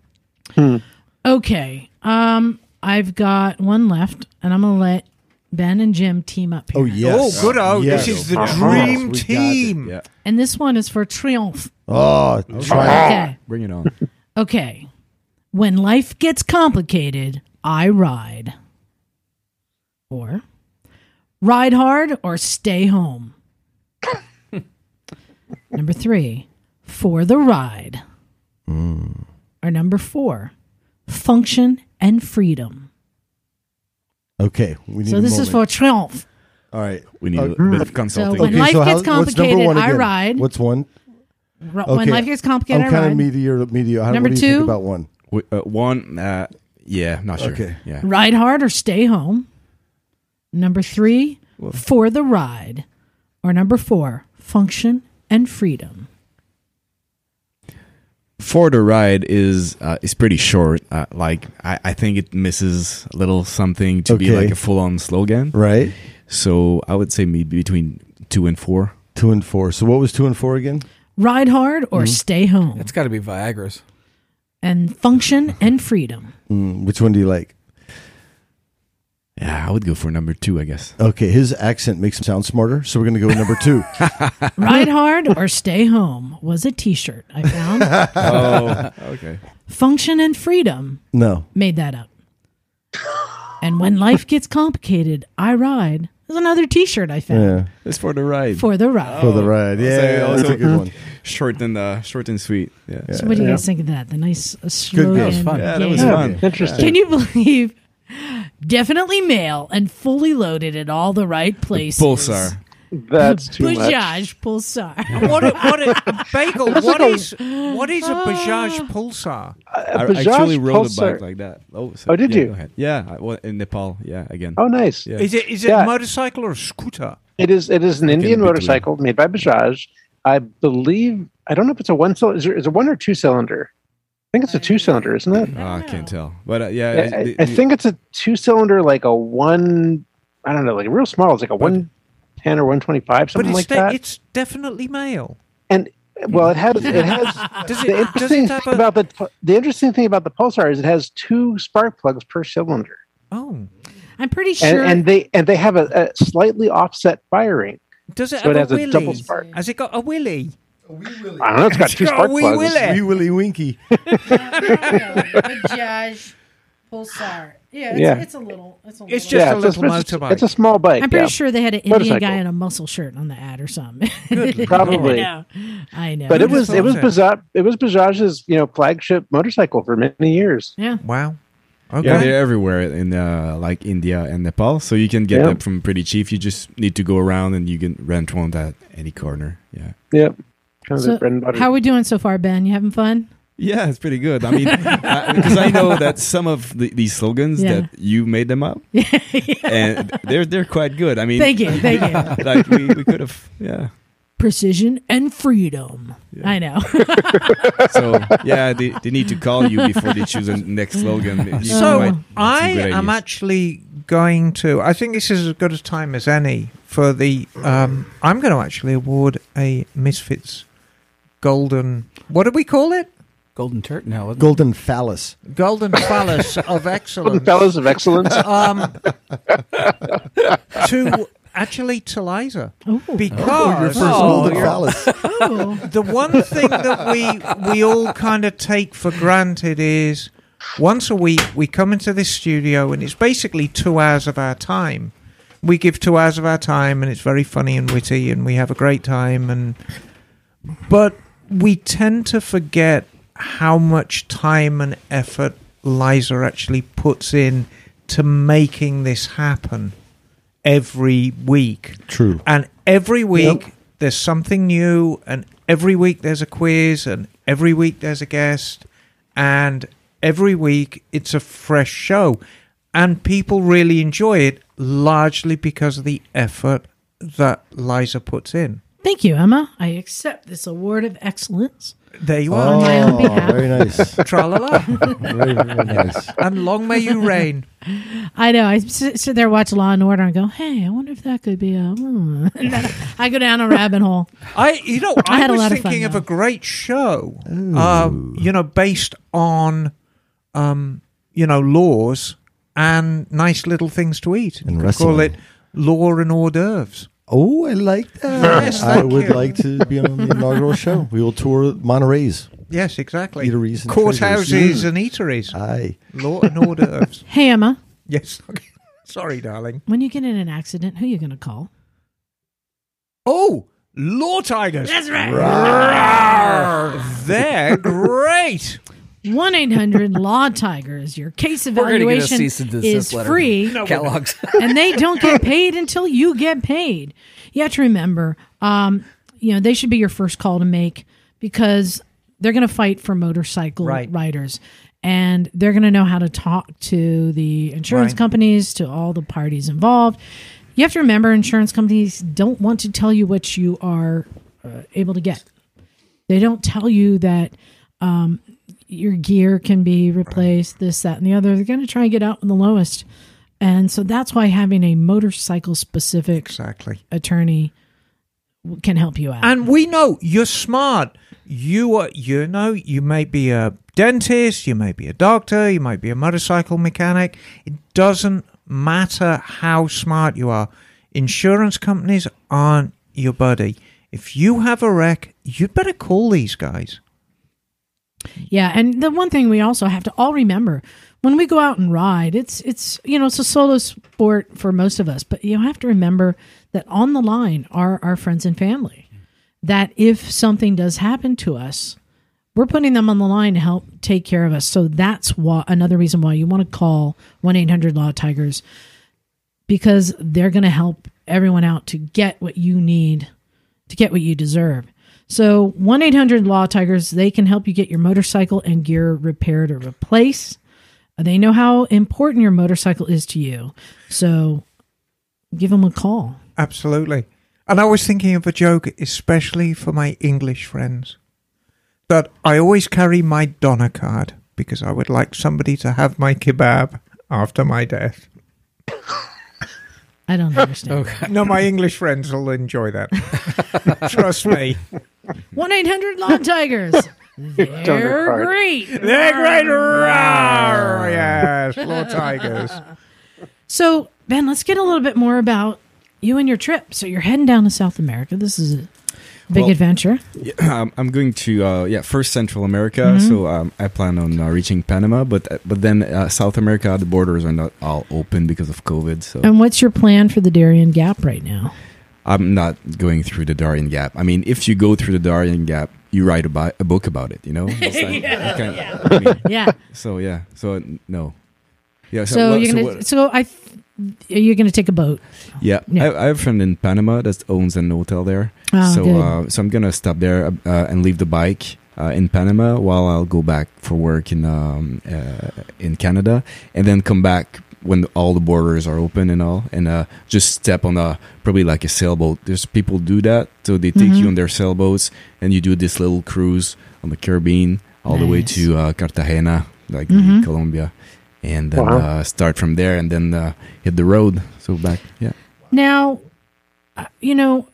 Speaker 2: Okay, um, I've got one left, and I'm gonna let Ben and Jim team up here.
Speaker 6: Oh yes.
Speaker 3: Oh, good. Oh,
Speaker 6: Yes.
Speaker 3: this is the
Speaker 6: Yes,
Speaker 3: dream
Speaker 6: we got it.
Speaker 3: team.
Speaker 1: Yeah.
Speaker 2: And this one is for Triumph.
Speaker 6: Oh, try
Speaker 2: Okay.
Speaker 1: Bring it on.
Speaker 2: Okay. When life gets complicated, I ride. Or ride hard or stay home. number three, for the ride.
Speaker 6: Hmm.
Speaker 2: Or number four, function and freedom.
Speaker 6: Okay, we need.
Speaker 2: So
Speaker 6: a
Speaker 2: this is for
Speaker 6: moment.
Speaker 2: triumph.
Speaker 6: All right.
Speaker 1: We need
Speaker 6: Uh,
Speaker 1: a bit of consulting.
Speaker 2: So when- life gets
Speaker 6: what's number
Speaker 2: complicated,
Speaker 6: one
Speaker 2: I
Speaker 6: again?
Speaker 2: ride.
Speaker 6: What's one?
Speaker 2: Ro-
Speaker 6: Okay.
Speaker 2: When life gets complicated,
Speaker 6: I'm
Speaker 2: I
Speaker 6: kind
Speaker 2: ride.
Speaker 6: of meteor, meteor. How,
Speaker 2: Number
Speaker 6: what do you
Speaker 2: two?
Speaker 6: think about one?
Speaker 1: We- uh, one, uh, yeah, not sure.
Speaker 6: Okay.
Speaker 1: Yeah.
Speaker 2: ride hard or stay home. Number three, for the ride. Or number four, function and freedom.
Speaker 1: For the ride is uh, is pretty short. Uh, like I, I think it misses a little something to be
Speaker 6: Okay.
Speaker 1: like a full on slogan.
Speaker 6: Right.
Speaker 1: So I would say maybe between two and four.
Speaker 6: Two and four. So what was two and four again?
Speaker 2: Ride hard or
Speaker 6: Mm-hmm.
Speaker 2: stay home.
Speaker 5: It's got to be Viagra's.
Speaker 2: And function and freedom.
Speaker 6: Mm, which one do you like?
Speaker 1: Yeah, I would go for number two, I guess.
Speaker 6: Okay, his accent makes him sound smarter, so we're going to go with number two.
Speaker 2: Ride hard or stay home was a t shirt I found.
Speaker 1: Oh, okay.
Speaker 2: function and freedom
Speaker 6: no.
Speaker 2: made that up. And when life gets complicated, I ride is another t shirt I found
Speaker 6: Yeah.
Speaker 1: It's for the ride.
Speaker 2: for the ride.
Speaker 6: For the ride. Yeah,
Speaker 1: also-
Speaker 6: that's a good one.
Speaker 1: short and uh, short and sweet. Yeah.
Speaker 2: So what do you guys think of that? The nice uh, slogan.
Speaker 6: Oh, Good guess.
Speaker 5: fun.
Speaker 1: Yeah, that was
Speaker 2: game.
Speaker 1: fun.
Speaker 4: Interesting.
Speaker 2: Can you believe? Definitely male and fully loaded at all the right places.
Speaker 1: Pulsar.
Speaker 4: That's too much.
Speaker 2: Bajaj Pulsar.
Speaker 3: What a, what a bagel? What is what is a
Speaker 4: Ah.
Speaker 3: Bajaj Pulsar?
Speaker 1: I
Speaker 4: Bajaj
Speaker 1: actually rode a
Speaker 4: Pulsar.
Speaker 1: bike like that. Oh, so,
Speaker 4: Oh, did
Speaker 1: yeah,
Speaker 4: you?
Speaker 1: Go ahead. Yeah, I, well, in Nepal. Yeah, again.
Speaker 4: Oh, nice.
Speaker 1: Yeah.
Speaker 3: Is it is it
Speaker 4: Yeah.
Speaker 3: a motorcycle or a scooter?
Speaker 4: It is. It is an Indian
Speaker 1: Italy.
Speaker 4: motorcycle made by Bajaj. I believe. I don't know if it's a one cylinder. Is it a one or two cylinder? I think it's a two cylinder, isn't it?
Speaker 1: Oh, I can't tell, but uh, yeah,
Speaker 4: I, I,
Speaker 1: the-
Speaker 4: I
Speaker 1: the-
Speaker 4: think it's a two cylinder, like a one. I don't know, like real small. It's like a one ten or one twenty five,
Speaker 3: But
Speaker 4: something
Speaker 3: it's,
Speaker 4: like
Speaker 3: de-
Speaker 4: that.
Speaker 3: it's definitely male.
Speaker 4: and well, it has it has.
Speaker 3: Does
Speaker 4: the
Speaker 3: it, does
Speaker 4: interesting
Speaker 3: it
Speaker 4: thing
Speaker 3: have a,
Speaker 4: about the pu- the interesting thing about the pulsar is it has two spark plugs per cylinder,
Speaker 3: oh,
Speaker 2: I'm pretty
Speaker 4: and,
Speaker 2: sure.
Speaker 4: and they and they have a, a slightly offset firing.
Speaker 3: does it
Speaker 4: So it
Speaker 3: have a
Speaker 4: has a double
Speaker 3: willy?
Speaker 4: spark.
Speaker 3: Has it got a willy?
Speaker 4: I don't know. It's got two
Speaker 3: got a
Speaker 4: spark
Speaker 3: wee
Speaker 4: plugs.
Speaker 3: willy.
Speaker 6: Wee Willy Winky.
Speaker 8: Bajaj Pulsar. Yeah, it's,
Speaker 4: Yeah.
Speaker 8: it's a little. It's a little.
Speaker 3: It's just
Speaker 4: Yeah,
Speaker 3: a
Speaker 4: it's
Speaker 3: little
Speaker 4: it's,
Speaker 3: motorbike.
Speaker 4: it's a small bike.
Speaker 2: I'm pretty
Speaker 4: yeah.
Speaker 2: sure they had an Indian
Speaker 4: Motorcycle.
Speaker 2: guy in a muscle shirt on the ad or something. I
Speaker 4: Probably.
Speaker 2: know. I know.
Speaker 4: But it was it was
Speaker 3: Wonderful.
Speaker 4: Bajaj it was Bajaj's you know flagship motorcycle for many years.
Speaker 2: yeah.
Speaker 3: Wow. Okay.
Speaker 1: yeah, they're everywhere in uh, like India and Nepal, so you can get
Speaker 4: Yeah.
Speaker 1: them from pretty cheap. You just need to go around and you can rent one at any corner. Yeah,
Speaker 4: Yep, kind of
Speaker 2: So,
Speaker 4: their bread and butter.
Speaker 2: how are we doing so far, Ben? You having fun?
Speaker 1: yeah, it's pretty good. I mean, because I know that some of the, these slogans
Speaker 2: Yeah.
Speaker 1: that you made them up, and they're they're quite good. I mean,
Speaker 2: Thank you. Thank you.
Speaker 1: like we, we could have yeah.
Speaker 2: Precision and freedom. I know.
Speaker 1: So yeah, they, they need to call you before they choose the next slogan. You
Speaker 3: So
Speaker 1: might have some
Speaker 3: I
Speaker 1: good
Speaker 3: am
Speaker 1: ideas.
Speaker 3: actually going to. I think this is as good a time as any for the. Um, I'm going to actually award a Misfits Golden. What do we call it?
Speaker 5: Golden Turk? No. it-
Speaker 6: Golden Phallus.
Speaker 3: Golden Phallus of Excellence.
Speaker 4: the fellows of excellence.
Speaker 3: Um, to actually to Liza
Speaker 6: Your
Speaker 3: because
Speaker 6: first Golden Phallus.
Speaker 3: the one thing that we we all kind of take for granted is once a week we come into this studio and it's basically two hours of our time. We give two hours of our time and it's very funny and witty and we have a great time and but we tend to forget how much time and effort Liza actually puts in to making this happen every week.
Speaker 6: True.
Speaker 3: And every week there's something new, and every week there's a quiz, and every week there's a guest, and every week it's a fresh show. And people really enjoy it largely because of the effort that Liza puts in.
Speaker 2: Thank you, Emma. I accept this award of excellence.
Speaker 3: There you
Speaker 2: On
Speaker 3: are.
Speaker 2: my own
Speaker 6: Oh,
Speaker 2: behalf.
Speaker 6: very nice.
Speaker 3: Tra la la.
Speaker 6: Very, very nice.
Speaker 3: And long may you reign.
Speaker 2: I know. I sit, sit there, watch Law and Order, and go, "Hey, I wonder if that could be a." hmm." And then I go down a rabbit hole.
Speaker 3: I, you know,
Speaker 2: I
Speaker 3: I,
Speaker 2: had a
Speaker 3: was
Speaker 2: lot of fun,
Speaker 3: thinking of,
Speaker 2: though.
Speaker 3: a great show, um, you know, based on, um, you know, laws and nice little things to eat. And
Speaker 6: And
Speaker 3: you could call
Speaker 6: wrestling.
Speaker 3: it Law and Hors d'oeuvres.
Speaker 6: Oh, I like that.
Speaker 3: Yes,
Speaker 6: I
Speaker 3: thank
Speaker 6: would
Speaker 3: you.
Speaker 6: like to be on the inaugural show. We will tour Monterey's
Speaker 3: Yes, exactly.
Speaker 6: Eateries and treasures. Mm.
Speaker 3: Courthouses and eateries.
Speaker 6: Aye.
Speaker 3: Law and Hors d'oeuvres.
Speaker 2: Hey, Emma,
Speaker 3: yes. okay. Sorry, darling.
Speaker 2: when you get in an accident, who you going to call?
Speaker 3: Oh, Law Tigers.
Speaker 2: That's right.
Speaker 3: They're great.
Speaker 2: One eight hundred Law Tiger is your case
Speaker 5: gonna get a
Speaker 2: evaluation
Speaker 5: cease and desist
Speaker 2: is
Speaker 5: letter.
Speaker 2: free,
Speaker 5: Kellogg's.
Speaker 2: and they don't get paid until you get paid. You have to remember, um, you know, they should be your first call to make because they're going to fight for motorcycle
Speaker 3: Right.
Speaker 2: riders, and they're going to know how to talk to the insurance
Speaker 3: Right.
Speaker 2: companies, to all the parties involved. You have to remember, insurance companies don't want to tell you what you are uh, able to get. They don't tell you that um, your gear can be replaced, this, that, and the other. They're going to try and get out in the lowest. And so that's why having a motorcycle specific
Speaker 3: Exactly.
Speaker 2: attorney w- can help you out.
Speaker 3: And we know you're smart. You are, you know, you may be a dentist, you may be a doctor, you might be a motorcycle mechanic. It doesn't matter how smart you are. Insurance companies aren't your buddy. If you have a wreck, you'd better call these guys.
Speaker 2: yeah, and the one thing we also have to all remember when we go out and ride, it's it's you know, it's a solo sport for most of us, but you have to remember that on the line are our friends and family. That if something does happen to us, we're putting them on the line to help take care of us. So that's why another reason why you want to call 1-800 Law Tigers because they're going to help everyone out to get what you need, to get what you deserve. So 1-800 Law Tigers, they can help you get your motorcycle and gear repaired or replaced. Uh, They know how important your motorcycle is to you. So give them a call.
Speaker 3: Absolutely. And I was thinking of a joke, especially for my English friends. that I always carry my Donna card because I would like somebody to have my kebab after my death.
Speaker 2: I don't understand.
Speaker 3: No, my English friends will enjoy that. Trust me.
Speaker 2: One eight hundred Lawn Tigers. They're
Speaker 4: card.
Speaker 2: great.
Speaker 3: They're great. Roar! Yes, Law Tigers.
Speaker 2: So Ben, let's get a little bit more about you and your trip. So you're heading down to South America. This is a big
Speaker 1: Well-
Speaker 2: adventure.
Speaker 1: um, I'm going to uh, yeah first Central America, so um, I plan on uh, reaching Panama, but but then uh, South America the borders are not all open because of COVID, so
Speaker 2: And what's your plan for the Darien Gap right now?
Speaker 1: I'm not going through the Darien Gap. I mean, if you go through the Darien Gap, you write a, bi- a book about it, you know. It's like- you can't- I mean,
Speaker 2: Yeah.
Speaker 1: so yeah, so uh, no, yeah. So,
Speaker 2: so
Speaker 1: well,
Speaker 2: you're
Speaker 1: so
Speaker 2: gonna.
Speaker 1: what-
Speaker 2: So I. You're gonna take a boat.
Speaker 1: Yeah,
Speaker 2: Yeah.
Speaker 1: I, I have a friend in Panama that owns an hotel there.
Speaker 2: Oh,
Speaker 1: so,
Speaker 2: good.
Speaker 1: Uh, so I'm gonna stop there uh, and leave the bike uh, in Panama while I'll go back for work in um, uh, in Canada, and then come back when all the borders are open and all, and uh, just step on a probably like a sailboat. There's people do that, so they take
Speaker 2: Mm-hmm.
Speaker 1: you on their sailboats, and you do this little cruise on the Caribbean all the way
Speaker 2: Nice. Mm-hmm.
Speaker 1: to uh, Cartagena, like Colombia. And then
Speaker 4: Wow.
Speaker 1: uh, start from there, and then uh, hit the road. So back, yeah.
Speaker 2: Now, uh, you know,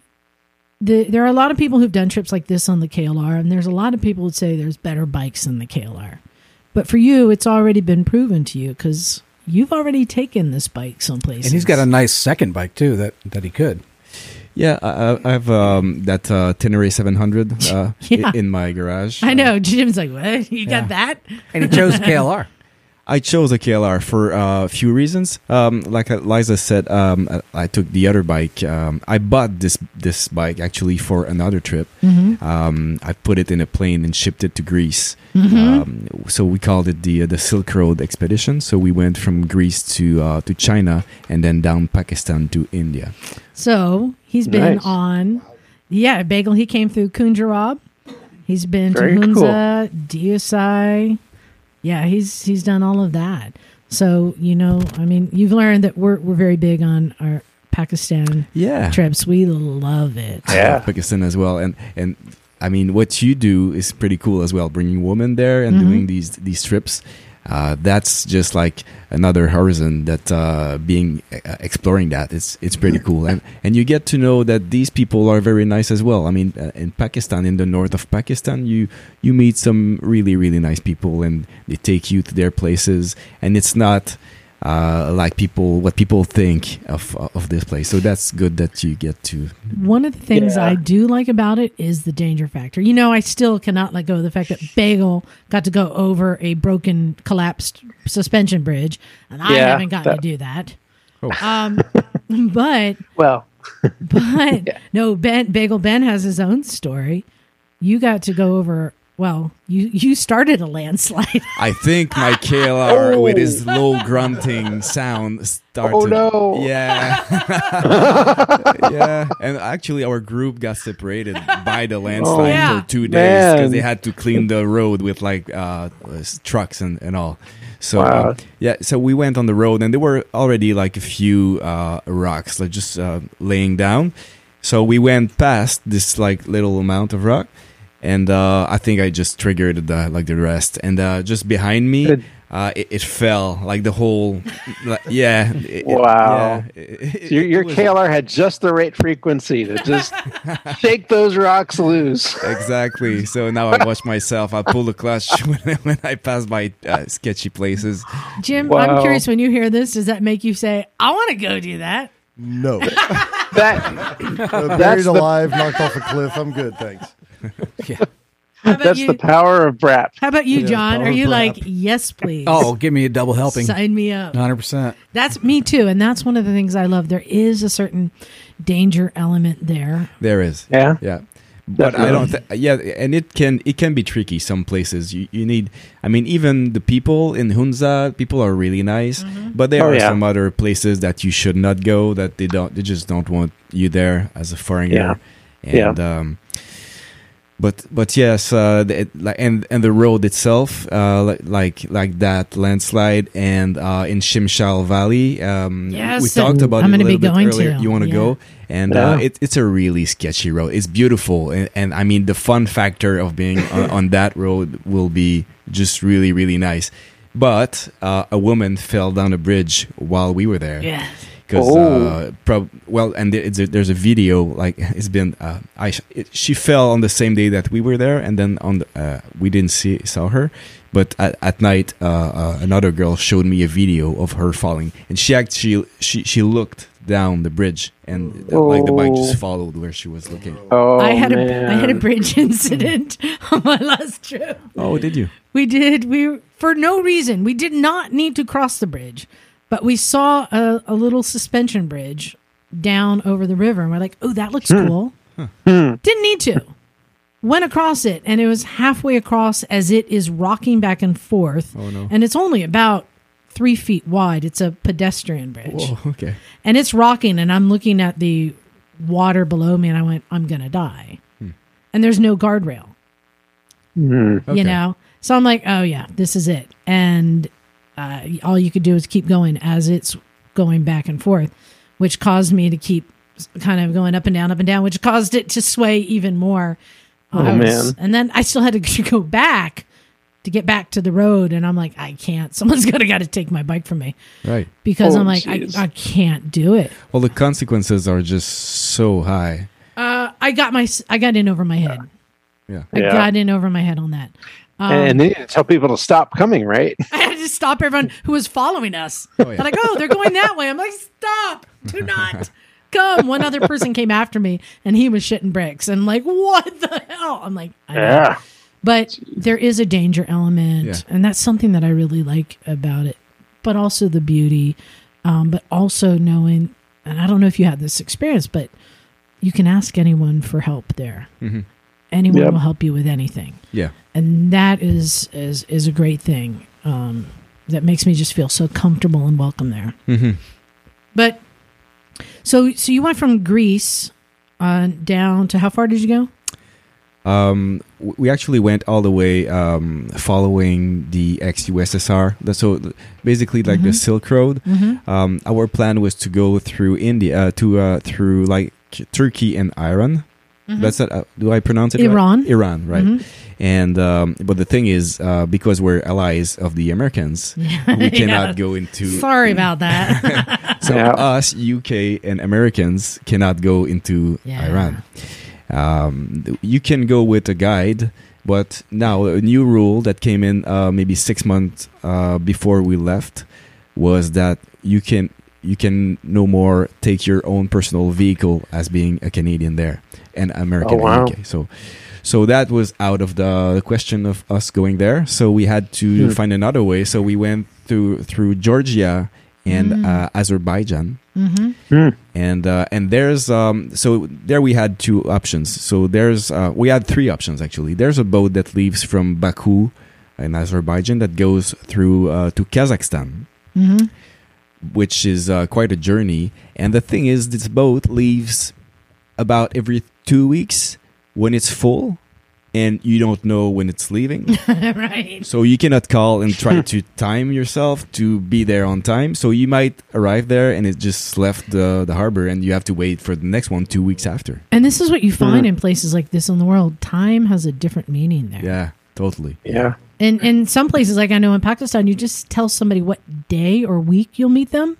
Speaker 2: the, there are a lot of people who've done trips like this on the KLR, and there's a lot of people who say there's better bikes than the KLR. But for you, it's already been proven to you because you've already taken this bike someplace.
Speaker 5: And he's got a nice second bike too that that he could.
Speaker 1: Yeah, I, I- I have um, that uh, Tenere 700 uh,
Speaker 2: Yeah.
Speaker 1: i- in my garage. Uh,
Speaker 2: I know. Jim's like, what? You got that?
Speaker 5: And he chose KLR.
Speaker 1: I chose a KLR for uh, a few reasons. Um, like uh, Liza said, um, I- I took the other bike. Um, I bought this this bike actually for another trip. Um, I put it in a plane and shipped it to Greece.
Speaker 2: Mm-hmm.
Speaker 1: Um, so we called it the uh, the Silk Road Expedition. So we went from Greece to uh, to China and then down Pakistan to India.
Speaker 2: So he's been
Speaker 4: Nice.
Speaker 2: on, yeah, Bagel. He came through Kunjarab. He's been
Speaker 4: Very
Speaker 2: to
Speaker 4: cool.
Speaker 2: Hunza, DSI. Yeah, he's he's done all of that. So you know, I mean, you've learned that we're we're very big on our Pakistan
Speaker 1: Yeah.
Speaker 2: trips. We love it.
Speaker 1: yeah. Pakistan as well. And and I mean, what you do is pretty cool as well, bringing women there and doing these these trips. Uh, that's just like another horizon that uh, being uh, exploring that it's it's pretty cool and and you get to know that these people are very nice as well i mean uh, in pakistan in the north of pakistan you you meet some really really nice people and they take you to their places and it's not uh, like people what people think of of this place so that's good that you get to
Speaker 2: One of the things
Speaker 4: Yeah.
Speaker 2: I do like about it is the danger factor. You know, I still cannot let go of the fact that Bagel got to go over a broken, collapsed suspension bridge, and I
Speaker 4: Yeah,
Speaker 2: haven't gotten
Speaker 4: that-
Speaker 2: to do that. Um, but
Speaker 4: Well,
Speaker 2: but no, Ben Bagel Ben has his own story. You got to go over. Well, you you started a landslide.
Speaker 1: I think my KLR with his low grunting sound started.
Speaker 4: Oh, no.
Speaker 1: Yeah. yeah. And actually, our group got separated by the landslide
Speaker 4: Oh,
Speaker 2: Yeah.
Speaker 1: for two days because
Speaker 4: man.
Speaker 1: they had to clean the road with like uh, s- trucks and, and all. So
Speaker 4: Wow.
Speaker 1: um, yeah, so we went on the road and there were already like a few uh, rocks, like just uh, laying down. So we went past this like little amount of rock, and uh, I think I just triggered the like the rest, and uh, just behind me.
Speaker 4: Good.
Speaker 1: Uh, it, it fell like the whole, like, yeah. it- it-
Speaker 4: Wow.
Speaker 1: yeah, it- it-
Speaker 4: your,
Speaker 1: it
Speaker 4: your
Speaker 1: was-
Speaker 4: KLR had just the right frequency to just shake those rocks loose.
Speaker 1: Exactly. So now I watch myself. I pull the clutch when I, when I pass by uh, sketchy places.
Speaker 2: Jim, I'm
Speaker 4: Wow.
Speaker 2: curious when you hear this, does that make you say, "I want to go do that"?
Speaker 6: No.
Speaker 4: That
Speaker 6: Uh,
Speaker 4: That's
Speaker 6: buried
Speaker 4: the-
Speaker 6: alive, knocked off a cliff. I'm good, thanks.
Speaker 2: How about
Speaker 4: that's
Speaker 2: you?
Speaker 4: the power of BRAP.
Speaker 2: how about you,
Speaker 6: Yeah,
Speaker 2: John? Are
Speaker 6: power
Speaker 2: you like,
Speaker 6: brap.
Speaker 2: yes, please?
Speaker 5: Oh, give me a double helping.
Speaker 2: sign me up.
Speaker 5: 100%.
Speaker 2: That's me too, and that's one of the things I love. There is a certain danger element there.
Speaker 1: There is.
Speaker 4: Yeah.
Speaker 1: Yeah. But I don't.
Speaker 4: Definitely.
Speaker 1: Th- yeah, and it can it can be tricky. Some places you, you need. I mean, even the people in Hunza, people are really nice,
Speaker 2: Mm-hmm.
Speaker 1: but there
Speaker 4: Oh,
Speaker 1: are
Speaker 4: yeah.
Speaker 1: some other places that you should not go. That they don't. They just don't want you there as a foreigner.
Speaker 4: Yeah.
Speaker 1: And, Um, but but yes, uh, the, it- like- and and the road itself, uh, li- like like that landslide, and uh, in Shimshal Valley, um,
Speaker 2: Yes,
Speaker 1: we talked about
Speaker 2: I'm
Speaker 1: it a
Speaker 2: gonna
Speaker 1: little
Speaker 2: be
Speaker 1: bit
Speaker 2: going
Speaker 1: earlier.
Speaker 2: to.
Speaker 1: You want to
Speaker 2: Yeah.
Speaker 1: go, and uh,
Speaker 4: Yeah.
Speaker 1: it, it's a really sketchy road. It's beautiful, and, and I mean the fun factor of being on, on that road will be just really really nice. But uh, a woman fell down a bridge while we were there
Speaker 2: Yeah.
Speaker 1: because uh,
Speaker 4: Oh.
Speaker 1: prob- well, and there- it's a, there's a video like it's been uh, I sh- it, she fell on the same day that we were there, and then on the, uh, we didn't see saw her, but at, at night uh, uh, another girl showed me a video of her falling, and she actually she she looked down the bridge, and uh, like the bike just
Speaker 4: Oh.
Speaker 1: followed where she was looking.
Speaker 4: Oh,
Speaker 2: I had
Speaker 4: man.
Speaker 2: a I had a bridge incident on my last trip.
Speaker 1: Oh, did you?
Speaker 2: We did. We for no reason. We did not need to cross the bridge, but we saw a, a little suspension bridge down over the river, and we're like, "Oh, that looks cool." Didn't need to. Went across it, and it was halfway across as it is rocking back and forth. Oh no! And it's only about three feet wide. It's a pedestrian bridge
Speaker 1: Oh, okay.
Speaker 2: and it's rocking and i'm looking at the water below me and i went i'm gonna die and there's no guardrail
Speaker 1: Okay.
Speaker 4: Hmm.
Speaker 2: you know so i'm like oh yeah this is it and uh, all you could do is keep going as it's going back and forth which caused me to keep s- kind of going up and down up and down which caused it to sway even more oh
Speaker 4: man.
Speaker 2: and then i still had to go back to get back to the road and i'm like i can't someone's gonna gotta take my bike from me
Speaker 1: Right.
Speaker 2: because
Speaker 4: Oh,
Speaker 2: i'm like I,
Speaker 4: jeez.
Speaker 2: I can't do it
Speaker 1: Well, the consequences are just so high.
Speaker 2: I got my I got in over my head.
Speaker 1: Yeah.
Speaker 2: I
Speaker 4: Yeah.
Speaker 2: got in over my head on that.
Speaker 4: and they need to tell people to stop coming, right?
Speaker 2: I had to stop everyone who was following us.
Speaker 1: yeah.
Speaker 2: They're like, "Oh, they're going that way." I'm like, "Stop! Do not come." One other person came after me, and he was shitting bricks. And like, what the hell? I'm like, I know.
Speaker 4: Yeah.
Speaker 2: But there is a danger element,
Speaker 1: Yeah.
Speaker 2: and that's something that I really like about it. But also the beauty, um, but also knowing, and I don't know if you had this experience, but you can ask anyone for help there. Anyone
Speaker 4: Yep.
Speaker 2: will help you with anything,
Speaker 1: Yeah.
Speaker 2: and that is is is a great thing. Um, that makes me just feel so comfortable and welcome there.
Speaker 1: Mm-hmm.
Speaker 2: But so so you went from Greece on down to how far did you go?
Speaker 1: Um, w- we actually went all the way um, following the ex-USSR. The- So th- basically, like the Silk Road. Um, our plan was to go through India, uh, to uh, through like Turkey and Iran. That's not, uh, do I pronounce it right?
Speaker 2: Iran. Mm-hmm.
Speaker 1: Iran, right? And um, but the thing is, uh, because we're allies of the Americans, we cannot go into.
Speaker 2: Mm-hmm. Sorry about that.
Speaker 1: So
Speaker 4: Yeah.
Speaker 1: us, UK, and Americans cannot go into
Speaker 2: Yeah.
Speaker 1: Iran. Um, th- you can go with a guide, but now a new rule that came in uh, maybe six months uh, before we left was that you can you can no more take your own personal vehicle as being a Canadian there and American
Speaker 4: Oh, wow.
Speaker 1: in UK. So. So that was out of the question of us going there. So we had
Speaker 4: Hmm.
Speaker 1: to find another way. So we went through through Georgia and uh, Azerbaijan.
Speaker 4: Hmm.
Speaker 1: And uh, and there's um, so there we had two options. So there's uh, we had three options actually. There's a boat that leaves from Baku in Azerbaijan that goes through uh, to Kazakhstan, which is uh, quite a journey. And the thing is, this boat leaves about every two weeks when it's full, and you don't know when it's leaving.
Speaker 2: right.
Speaker 1: So you cannot call and try to time yourself to be there on time. So you might arrive there and it just left the, the harbor and you have to wait for the next one two weeks after.
Speaker 2: And this is what you find in places like this in the world. Time has a different meaning there.
Speaker 1: Yeah, totally.
Speaker 4: Yeah.
Speaker 2: And in some places, like I know in Pakistan, you just tell somebody what day or week you'll meet them.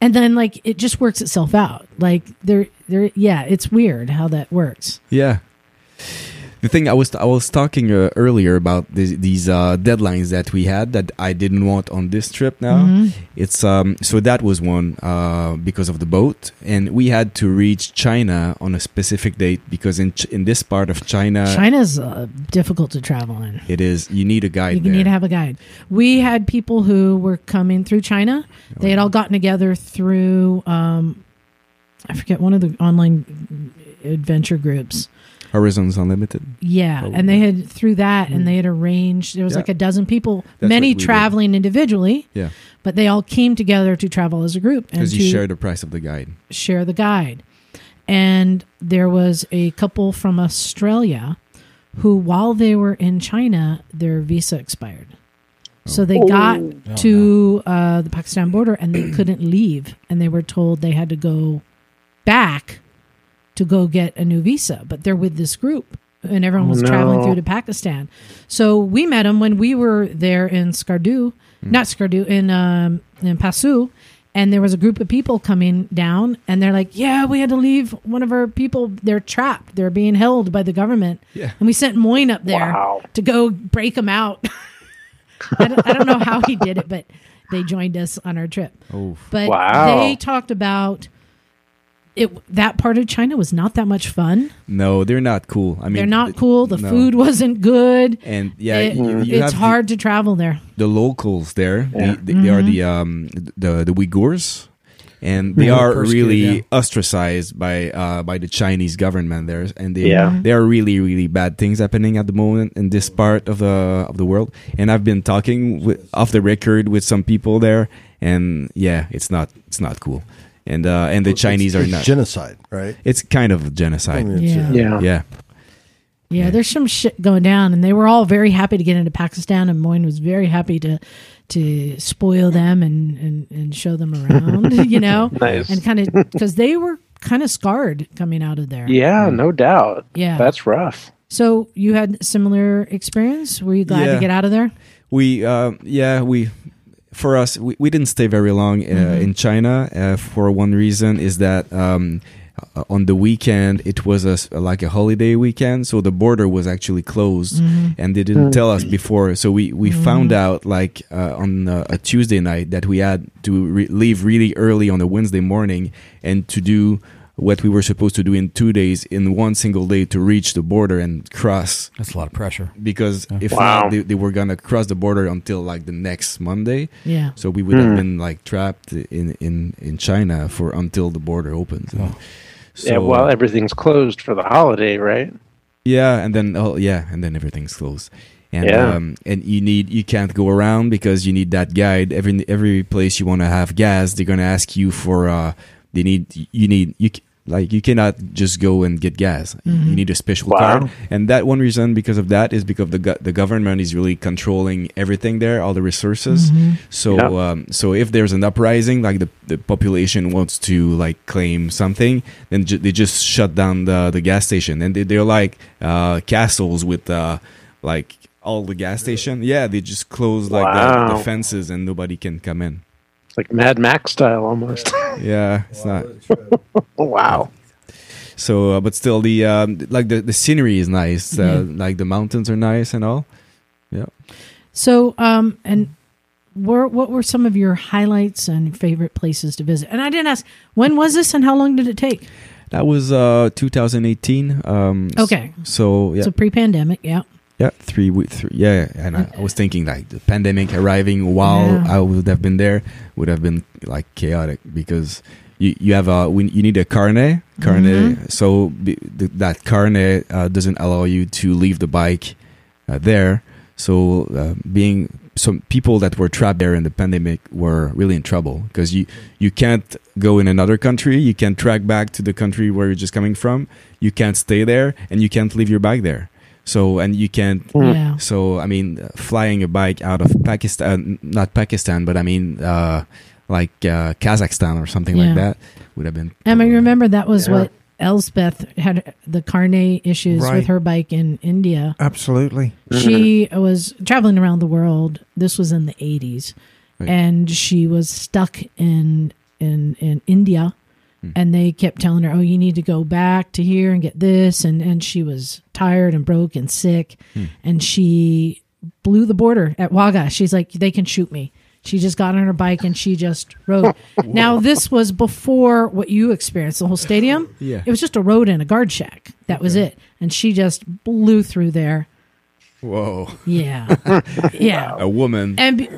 Speaker 2: And then like it just works itself out. Like there there yeah, it's weird how that works.
Speaker 1: Yeah. The thing I was I was talking uh, earlier about these these uh, deadlines that we had that I didn't want on this trip. Now
Speaker 2: Mm-hmm.
Speaker 1: it's um so that was one uh, because of the boat, and we had to reach China on a specific date because in Ch- in this part of China
Speaker 2: China's uh, difficult to travel in.
Speaker 1: it is you need a guide.
Speaker 2: You
Speaker 1: there.
Speaker 2: need to have a guide. We had people who were coming through China. They had all gotten together through um I forget one of the online adventure groups.
Speaker 1: Horizons Unlimited.
Speaker 2: Yeah, and they had through that, and they had arranged. There was
Speaker 1: Mm. Yeah.
Speaker 2: like a dozen people,
Speaker 1: That's
Speaker 2: many
Speaker 1: what we did.
Speaker 2: traveling individually,
Speaker 1: Yeah,
Speaker 2: but they all came together to travel as a group and
Speaker 1: because
Speaker 2: to
Speaker 1: you share the price of the guide.
Speaker 2: share the guide. and there was a couple from Australia who, while they were in China, their visa expired. So they got to uh, the Pakistan border and they couldn't leave, and they were told they had to go back to go get a new visa. But they're with this group, and everyone was traveling
Speaker 4: No.
Speaker 2: through to Pakistan. So we met them when we were there in Skardu, not Skardu, in um, in Pasu, and there was a group of people coming down, and they're like, "Yeah, we had to leave one of our people. They're trapped. They're being held by the government." Yeah, and we sent Moyne up there
Speaker 4: Wow.
Speaker 2: to go break them out. I don't, I don't know how he did it, but they joined us on our trip. But
Speaker 4: Wow.
Speaker 2: they talked about it. That part of China was not that much fun.
Speaker 1: No, they're not cool. I mean,
Speaker 2: They're not cool. The
Speaker 1: no.
Speaker 2: food wasn't good.
Speaker 1: And yeah,
Speaker 2: It-
Speaker 1: you, you have
Speaker 2: it's hard to travel there.
Speaker 1: The, the locals there. They, they, they are the um the the Uyghurs, and they
Speaker 5: Yeah,
Speaker 1: are
Speaker 5: persecuted,
Speaker 1: really
Speaker 5: yeah.
Speaker 1: ostracized by uh by the Chinese government there, and they
Speaker 4: Yeah. Mhm.
Speaker 1: there are really really bad things happening at the moment in this part of the of the world. And I've been talking with, off the record with some people there, and yeah, it's not it's not cool. And uh and the Chinese
Speaker 6: It's-
Speaker 1: are
Speaker 6: it's
Speaker 1: not.
Speaker 6: genocide, right?
Speaker 1: it's kind of
Speaker 6: I
Speaker 1: genocide.
Speaker 6: mean, it's,
Speaker 2: Yeah.
Speaker 6: uh,
Speaker 4: Yeah.
Speaker 1: Yeah.
Speaker 2: Yeah, there's some shit going down, and they were all very happy to get into Pakistan, and Moyne was very happy to to spoil them and and, and show them around, you know,
Speaker 4: Nice.
Speaker 2: and kind of because they were kind of scarred coming out of there.
Speaker 4: Yeah, no doubt.
Speaker 2: Yeah.
Speaker 4: That's rough.
Speaker 2: So you had similar experience. Were you glad to
Speaker 1: Yeah.
Speaker 2: get out of there?
Speaker 1: we uh, yeah we for us we, we didn't stay very long uh, in china uh, for one reason is that um, uh, on the weekend it was a, s- uh, like a holiday weekend so the border was actually closed and they didn't tell us before so we, we found out like uh, on uh, a tuesday night that we had to re- leave really early on a wednesday morning and to do what we were supposed to do in two days in one single day to reach the border and cross
Speaker 5: That's a lot of pressure.
Speaker 1: because if
Speaker 4: Wow.
Speaker 1: not, they, they were gonna cross the border until like the next Monday.
Speaker 2: Yeah.
Speaker 1: So we would
Speaker 4: Hmm.
Speaker 1: have been like trapped in in in China for until the border opens. So,
Speaker 4: yeah, well, everything's closed for the holiday, right?
Speaker 1: yeah, and then oh yeah, and then everything's closed. And
Speaker 4: Yeah.
Speaker 1: um, and you need you can't go around because you need that guide. Every every place you want to have gas, they're gonna ask you for. Uh, they need you need you c- like you cannot just go and get gas. You need a special
Speaker 4: Wow.
Speaker 1: card. And that one reason because of that is because the go- the government is really controlling everything there, all the resources. So
Speaker 4: Yeah.
Speaker 1: um, so if there's an uprising, like the, the population wants to like claim something, then ju- they just shut down the, the gas station, and they, they're like uh, castles with uh, like all the gas station. Yeah, they just close like the,
Speaker 4: Wow.
Speaker 1: the fences, and nobody can come in.
Speaker 4: It's like Mad Max style almost.
Speaker 1: Yeah, it's not.
Speaker 4: oh, wow.
Speaker 1: So, uh, but still, the um, like the, the scenery is nice. Uh, Like the mountains are nice and all.
Speaker 2: So, um, and were what were some of your highlights and favorite places to visit? And I didn't ask when was this and how long did it take?
Speaker 1: That was uh, 2018. Um, s-
Speaker 2: Okay.
Speaker 1: So yeah,
Speaker 2: Oh. So pre-pandemic, yeah.
Speaker 1: yeah, three weeks. Three, yeah, and I, I was thinking like the pandemic arriving while
Speaker 2: Yeah.
Speaker 1: I would have been there would have been like chaotic because you you have a we, you need a carnet carnet.
Speaker 2: Mm-hmm.
Speaker 1: So b- th- that carnet uh, doesn't allow you to leave the bike uh, there. So uh, being some people that were trapped there in the pandemic were really in trouble because you you can't go in another country, you can't track back to the country where you're just coming from, you can't stay there, and you can't leave your bike there. So and you can't.
Speaker 2: Yeah.
Speaker 1: So I mean, uh, flying a bike out of Pakistan, not Pakistan, but I mean, uh, like uh, Kazakhstan or something
Speaker 2: Yeah.
Speaker 1: like that would have been.
Speaker 2: Emma, you remember that was what Elsbeth had the carne issues
Speaker 3: Right.
Speaker 2: with her bike in India.
Speaker 3: Absolutely.
Speaker 2: She
Speaker 1: Mm-hmm.
Speaker 2: was traveling around the world. This was in the 80s.
Speaker 1: Right.
Speaker 2: And she was stuck in in in India
Speaker 1: Hmm.
Speaker 2: and they kept telling her, "Oh, you need to go back to here and get this." And and she was tired and broke and sick
Speaker 1: Hmm.
Speaker 2: and she blew the border at Wagga. She's like, "They can shoot me." She just got on her bike and she just rode. now this was before what you experienced, the whole stadium.
Speaker 1: Yeah.
Speaker 2: It was just a road and a guard shack. That was it. And she just blew through there.
Speaker 1: Whoa,
Speaker 2: Yeah. yeah.
Speaker 1: a woman!
Speaker 2: And be,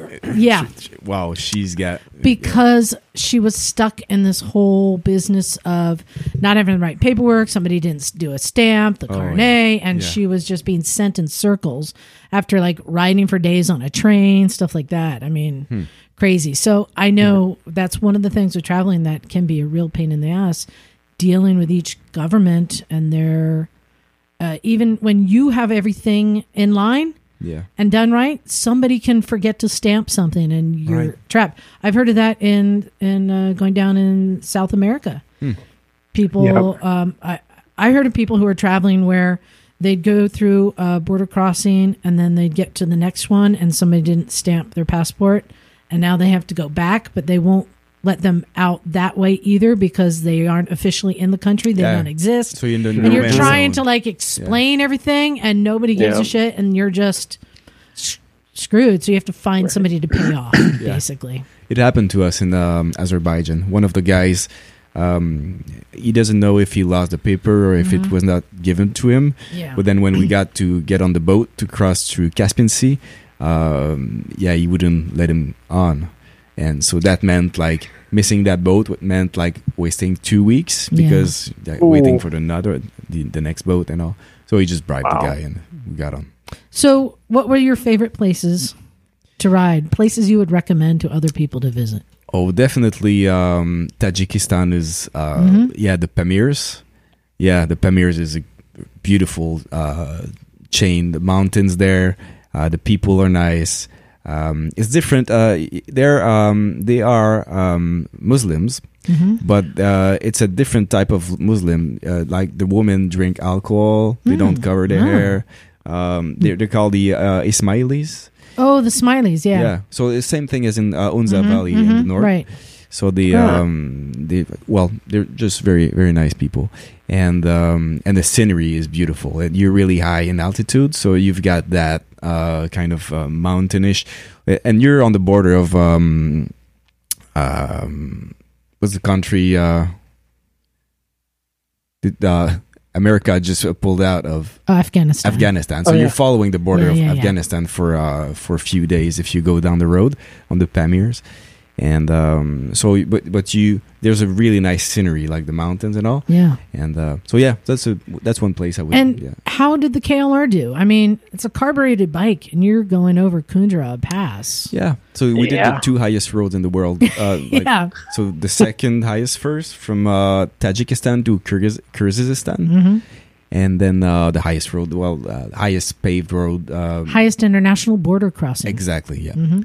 Speaker 2: yeah,
Speaker 1: Wow, she's got.
Speaker 2: because she was stuck in this whole business of not having the right paperwork. Somebody didn't s- do a stamp, the carnet, and
Speaker 1: Oh, Yeah.
Speaker 2: she was just being sent in circles after like riding for days on a train, stuff like that. I mean,
Speaker 1: Hmm.
Speaker 2: crazy. So I know that's one of the things with traveling that can be a real pain in the ass. dealing with each government and their uh, even when you have everything in line
Speaker 1: Yeah.
Speaker 2: and done right, somebody can forget to stamp something and you're trapped. I've heard of that in in uh, going down in South America. People, um, I I heard of people who are traveling where they'd go through a border crossing and then they'd get to the next one and somebody didn't stamp their passport and now they have to go back, but they won't let them out that way either because they aren't officially in the country. They
Speaker 1: Yeah.
Speaker 2: don't exist
Speaker 1: So you're in the no
Speaker 2: and you're
Speaker 1: man's
Speaker 2: trying to
Speaker 1: zone.
Speaker 2: like explain everything and nobody gives
Speaker 4: Yeah.
Speaker 2: a shit and you're just s- screwed so you have to find somebody to pay off basically
Speaker 1: It happened to us in um, Azerbaijan. One of the guys, um, he doesn't know if he lost the paper or if it was not given to him.
Speaker 2: Mm-hmm. yeah
Speaker 1: But then when we got to get on the boat to cross through Caspian Sea, um, yeah, he wouldn't let him on, and so that meant like missing that boat. What meant like wasting two weeks
Speaker 2: Yeah.
Speaker 1: because like, waiting
Speaker 4: Ooh.
Speaker 1: for another the, the next boat and all. So he just bribed the
Speaker 4: Wow.
Speaker 1: guy and we got on.
Speaker 2: so what were your favorite places to ride places you would recommend to other people to visit
Speaker 1: Oh, definitely. Um, Tajikistan is, uh,
Speaker 2: Mm-hmm.
Speaker 1: yeah, the Pamirs. Yeah, the Pamirs is a beautiful uh, chain. The mountains there, uh, the people are nice. Um, it's different. Uh, y- they're um, they are um, Muslims,
Speaker 2: Mm-hmm.
Speaker 1: but uh, it's a different type of Muslim. Uh, like the women drink alcohol. They don't cover their
Speaker 2: ah.
Speaker 1: hair. Um, they're, they're called the uh, Ismailis.
Speaker 2: oh the smileys yeah,
Speaker 1: So the same thing as in uh, Unza Valley in the
Speaker 2: Mhm,
Speaker 1: north.
Speaker 2: right
Speaker 1: So the
Speaker 4: Ah.
Speaker 1: um the well they're just very very nice people and um and the scenery is beautiful and you're really high in altitude so you've got that uh kind of uh, mountainish and you're on the border of um um what's the country uh that, uh America just uh, pulled out of
Speaker 2: Oh, afghanistan
Speaker 1: Mm-hmm. Afghanistan. So
Speaker 4: Oh, yeah.
Speaker 1: you're following the border
Speaker 2: Yeah,
Speaker 1: of
Speaker 2: yeah, yeah.
Speaker 1: Afghanistan for uh, for a few days if you go down the road on the Pamirs, and um, so but but you there's a really nice scenery like the mountains and all,
Speaker 2: yeah
Speaker 1: and uh, so yeah, that's a that's one place I would.
Speaker 2: Mm-hmm. and
Speaker 1: yeah.
Speaker 2: how did the klr do i mean it's a carbureted bike and you're going over kundra pass
Speaker 1: Yeah, so we did
Speaker 4: Yeah.
Speaker 1: the two highest roads in the world. Uh, like,
Speaker 2: yeah
Speaker 1: So the second highest first from uh, Tajikistan to Kyrgyz- Kyrgyzstan,
Speaker 2: Mm-hmm.
Speaker 1: and then uh, the highest road, well, uh, highest paved road. Uh,
Speaker 2: highest international border crossing
Speaker 1: exactly. Yeah.
Speaker 2: Mm-hmm.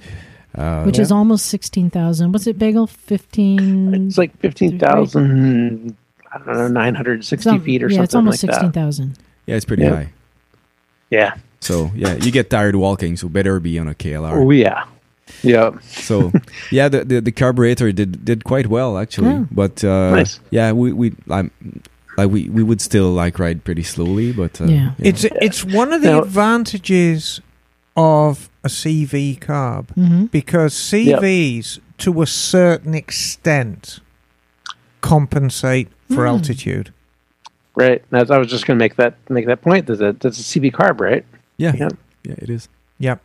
Speaker 1: Uh,
Speaker 2: which is almost 16,000. What's it, Bagel? 15.
Speaker 4: It's like 15,000, I don't know, 960
Speaker 2: some-
Speaker 4: feet or
Speaker 2: yeah,
Speaker 4: something
Speaker 2: it's almost
Speaker 4: like that.
Speaker 2: 16,000.
Speaker 1: yeah, it's pretty
Speaker 4: Yeah.
Speaker 1: high.
Speaker 4: Yeah.
Speaker 1: So yeah, you get tired walking, so better be on a
Speaker 4: Oh,
Speaker 1: KLR.
Speaker 4: yeah. Yeah.
Speaker 1: So yeah, the, the the carburetor did did quite well actually,
Speaker 2: Yeah.
Speaker 1: but uh,
Speaker 4: Nice.
Speaker 1: yeah, we we like, like we we would still like ride pretty slowly, but uh,
Speaker 2: Yeah.
Speaker 3: It's it's one of the
Speaker 4: Now-
Speaker 3: advantages of a CV carb
Speaker 2: Mhm.
Speaker 3: because CVs to a certain extent compensate for
Speaker 2: Mm.
Speaker 3: altitude.
Speaker 4: Right. That's, I was just going to make that make that point. That's a, that's a CB carb, right?
Speaker 1: yeah,
Speaker 4: Yeah.
Speaker 1: yeah, it is.
Speaker 3: Yep.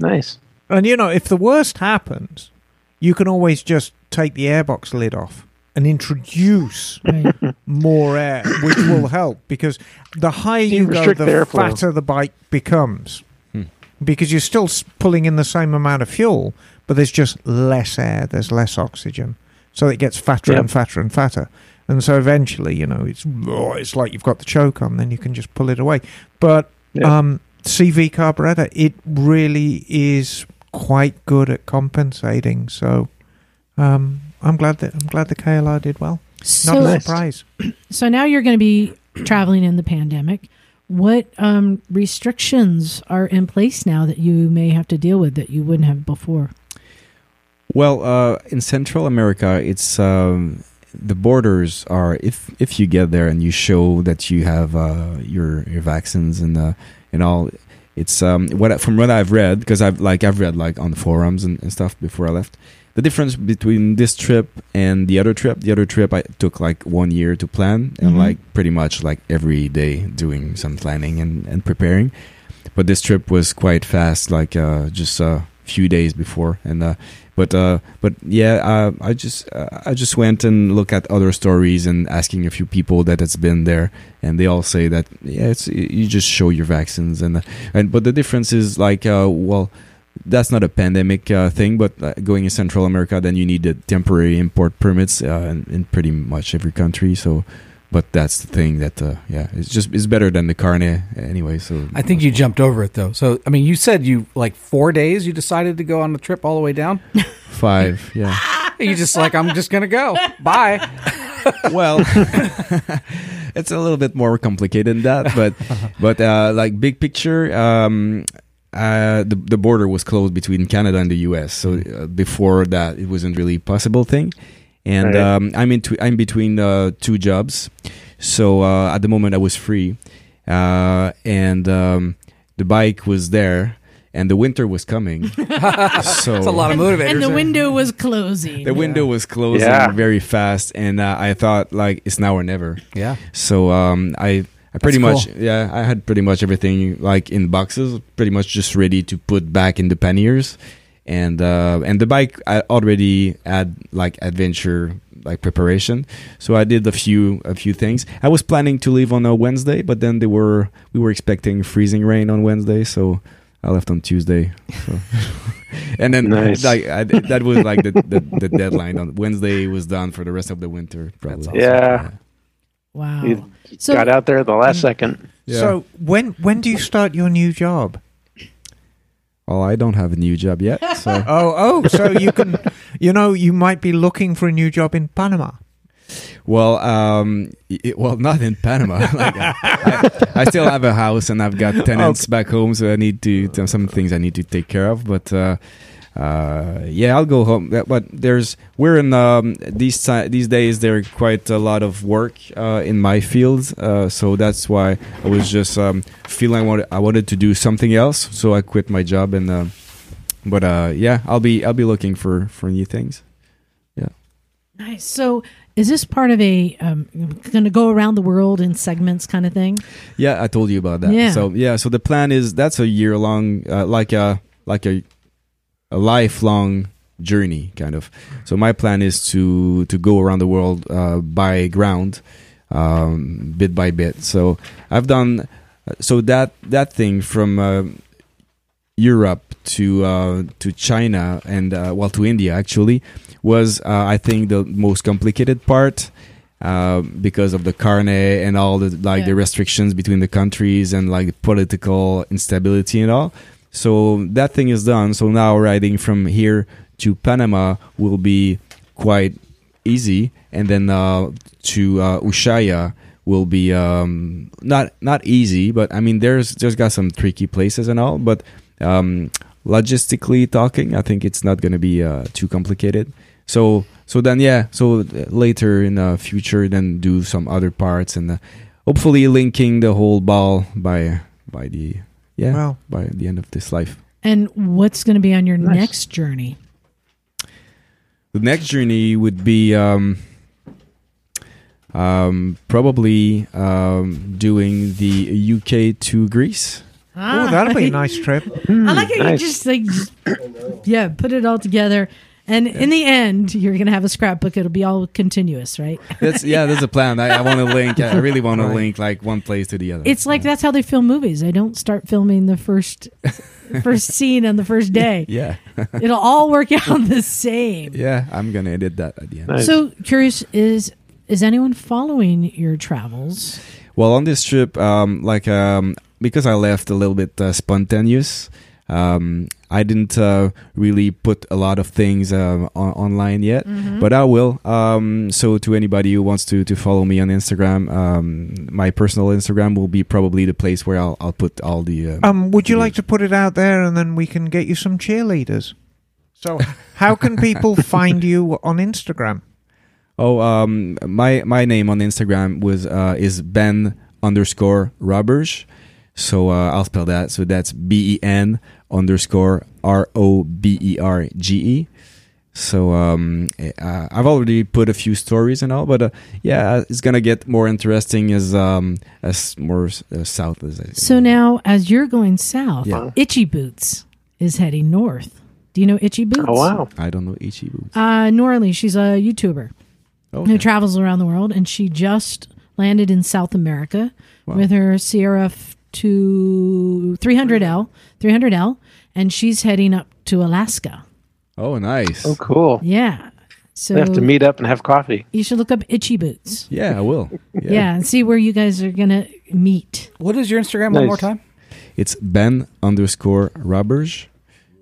Speaker 4: Nice.
Speaker 3: And you know, if the worst happens, you can always just take the airbox lid off and introduce
Speaker 2: Right.
Speaker 3: more air, which will help because the higher
Speaker 4: You
Speaker 3: you, go,
Speaker 4: restrict
Speaker 3: the
Speaker 4: the airflow.
Speaker 3: fatter the bike becomes.
Speaker 1: Hmm.
Speaker 3: Because you're still s- pulling in the same amount of fuel, but there's just less air, there's less oxygen, so it gets fatter
Speaker 4: Yep.
Speaker 3: and fatter and fatter. And so eventually, you know, it's oh, it's like you've got the choke on, then you can just pull it away. But
Speaker 4: Yep.
Speaker 3: um, CV carburetor, it really is quite good at compensating. So um, I'm glad that I'm glad the KLR did well. Not
Speaker 2: So,
Speaker 3: a
Speaker 4: Nice.
Speaker 3: surprise.
Speaker 2: so now you're going to be traveling in the pandemic. What um, restrictions are in place now that you may have to deal with that you wouldn't have before?
Speaker 1: Well, uh, in Central America, it's um, the borders are if if you get there and you show that you have uh, your your vaccines and uh, and all. It's um, what I- from what I've read because I've like I've read like on forums and, and stuff before I left. The difference between this trip and the other trip, the other trip I took like one year to plan and
Speaker 2: Mhm.
Speaker 1: like pretty much like every day doing some planning and, and preparing. But this trip was quite fast, like uh, just a few days before. And uh, but uh, but yeah, uh, I just uh, I just went and looked at other stories and asking a few people that has been there, and they all say that yeah, it's you just show your vaccines and and but the difference is like uh, well, that's not a pandemic uh, thing, but uh, going in Central America, then you need the temporary import permits uh, in, in pretty much every country. So, but that's the thing that uh, yeah, it's just it's better than the carne anyway. So
Speaker 5: I think you jumped over it though. So I mean, you said you like four days. You decided to go on the trip all the way down.
Speaker 1: five, yeah.
Speaker 5: you just like I'm just gonna go. Bye.
Speaker 1: well, it's a little bit more complicated than that, but but uh, like big picture, um, uh, the the border was closed between Canada and the U.S. So
Speaker 5: Mm.
Speaker 1: uh, before that, it wasn't really a possible thing. And
Speaker 4: Right.
Speaker 1: um, I'm in tw- I'm between uh, two jobs, so uh, at the moment I was free, uh, and um, the bike was there, and the winter was coming. so
Speaker 5: That's a lot of motivators.
Speaker 2: And the
Speaker 5: there.
Speaker 2: window was closing.
Speaker 1: the window was closing
Speaker 4: Yeah.
Speaker 1: very fast, and uh, I thought like it's now or never.
Speaker 5: Yeah.
Speaker 1: So um, I I pretty much
Speaker 5: That's cool.
Speaker 1: yeah I had pretty much everything like in boxes, pretty much just ready to put back in the panniers, and uh, and the bike I already had like adventure like preparation. So I did a few a few things. I was planning to leave on a Wednesday, but then they were we were expecting freezing rain on Wednesday, so I left on Tuesday. So. and then
Speaker 4: Nice.
Speaker 1: like I, that was like the, the, the deadline on Wednesday was done for the rest of the winter. Probably.
Speaker 5: awesome.
Speaker 4: Yeah.
Speaker 2: wow.
Speaker 4: You
Speaker 2: So-
Speaker 4: got out there at the last second.
Speaker 1: Yeah.
Speaker 3: So when when do you start your new job?
Speaker 1: Well, I don't have a new job yet, so
Speaker 3: Oh oh, so you can you know you might be looking for a new job in Panama.
Speaker 1: well, um, it, well, not in Panama. like, I, I- I still have a house and I've got tenants back home, so I need to there's some things I need to take care of. But uh, uh, yeah, I'll go home. That- But there's we're in um, these ti- these days there are quite a lot of work uh, in my field, uh, so that's why I was just um, feeling I wanted, I wanted to do something else, so I quit my job and. Uh, but uh, yeah, I'll be I'll be looking for for new things.
Speaker 2: Nice. So is this part of a um, going to go around the world in segments kind of thing?
Speaker 1: Yeah, I told you about that.
Speaker 2: Yeah.
Speaker 1: So yeah, so the plan is that's a year long, uh, like a like a a lifelong journey kind of. So my plan is to to go around the world uh, by ground, um, bit by bit. So I've done so that that thing from uh, Europe to uh, to China and uh, well to India actually was uh, I think the most complicated part uh, because of the carne and all the like the
Speaker 2: Yeah.
Speaker 1: restrictions between the countries and like the political instability and all. So that thing is done. So now riding from here to Panama will be quite easy, and then uh, to uh, Ushaya will be um, not not easy, but I mean there's there's got some tricky places and all, but um, logistically talking, I think it's not going to be uh, too complicated. So so then yeah, so uh, later in the future, then do some other parts and uh, hopefully linking the whole ball by by the yeah
Speaker 3: Wow.
Speaker 1: by the end of this life.
Speaker 2: And what's going to be on your
Speaker 4: Nice.
Speaker 2: next journey?
Speaker 1: The next journey would be um, um, probably um, doing the UK to Greece.
Speaker 3: Oh, that'll be a nice trip.
Speaker 2: I like how
Speaker 4: nice.
Speaker 2: you just like, just- yeah, put it all together. And in the end, you're going to have a scrapbook. It'll be all continuous, right?
Speaker 1: That's yeah, that's a plan. I, I want to link. I really want to link like one place to the other.
Speaker 2: It's like that's how they film movies. They don't start filming the first first scene on the first day.
Speaker 1: yeah,
Speaker 2: It'll all work out the same.
Speaker 1: yeah. I'm gonna edit that at the end.
Speaker 4: Nice.
Speaker 2: So curious is is anyone following your travels?
Speaker 1: Well, on this trip, um, like um, because I left a little bit uh, spontaneous, um, I didn't uh, really put a lot of things uh, on- online yet, but I will. Um, so, to anybody who wants to to follow me on Instagram, um, my personal Instagram will be probably the place where I'll I'll put all the. Um,
Speaker 3: Um, would you like to put it out there and then we can get you some cheerleaders? So, how can people find you on Instagram?
Speaker 1: oh, um, my my name on Instagram was uh, is Ben underscore Roberge. So uh, I'll spell that. So that's B E N underscore R O B E R G E. So um, uh, I've already put a few stories and all, but uh, yeah, it's gonna get more interesting as um, as more uh, south as I
Speaker 2: So now as you're going south,
Speaker 1: Yeah.
Speaker 2: Itchy Boots is heading north. Do you know Itchy Boots?
Speaker 4: Oh wow.
Speaker 1: I don't know Ichibu.
Speaker 2: Uh Norley, she's a YouTuber who travels around the world and she just landed in South America with her Sierra f- to 300L, 300L and she's heading up to Alaska.
Speaker 1: Oh, nice.
Speaker 4: Oh, cool.
Speaker 2: Yeah. So
Speaker 4: we have to meet up and have coffee.
Speaker 2: You should look up Itchy Boots.
Speaker 1: Yeah, I will.
Speaker 2: Yeah. and see where you guys are gonna meet.
Speaker 5: What is your Instagram?
Speaker 1: Nice.
Speaker 5: One more time.
Speaker 1: It's Ben underscore Roberge.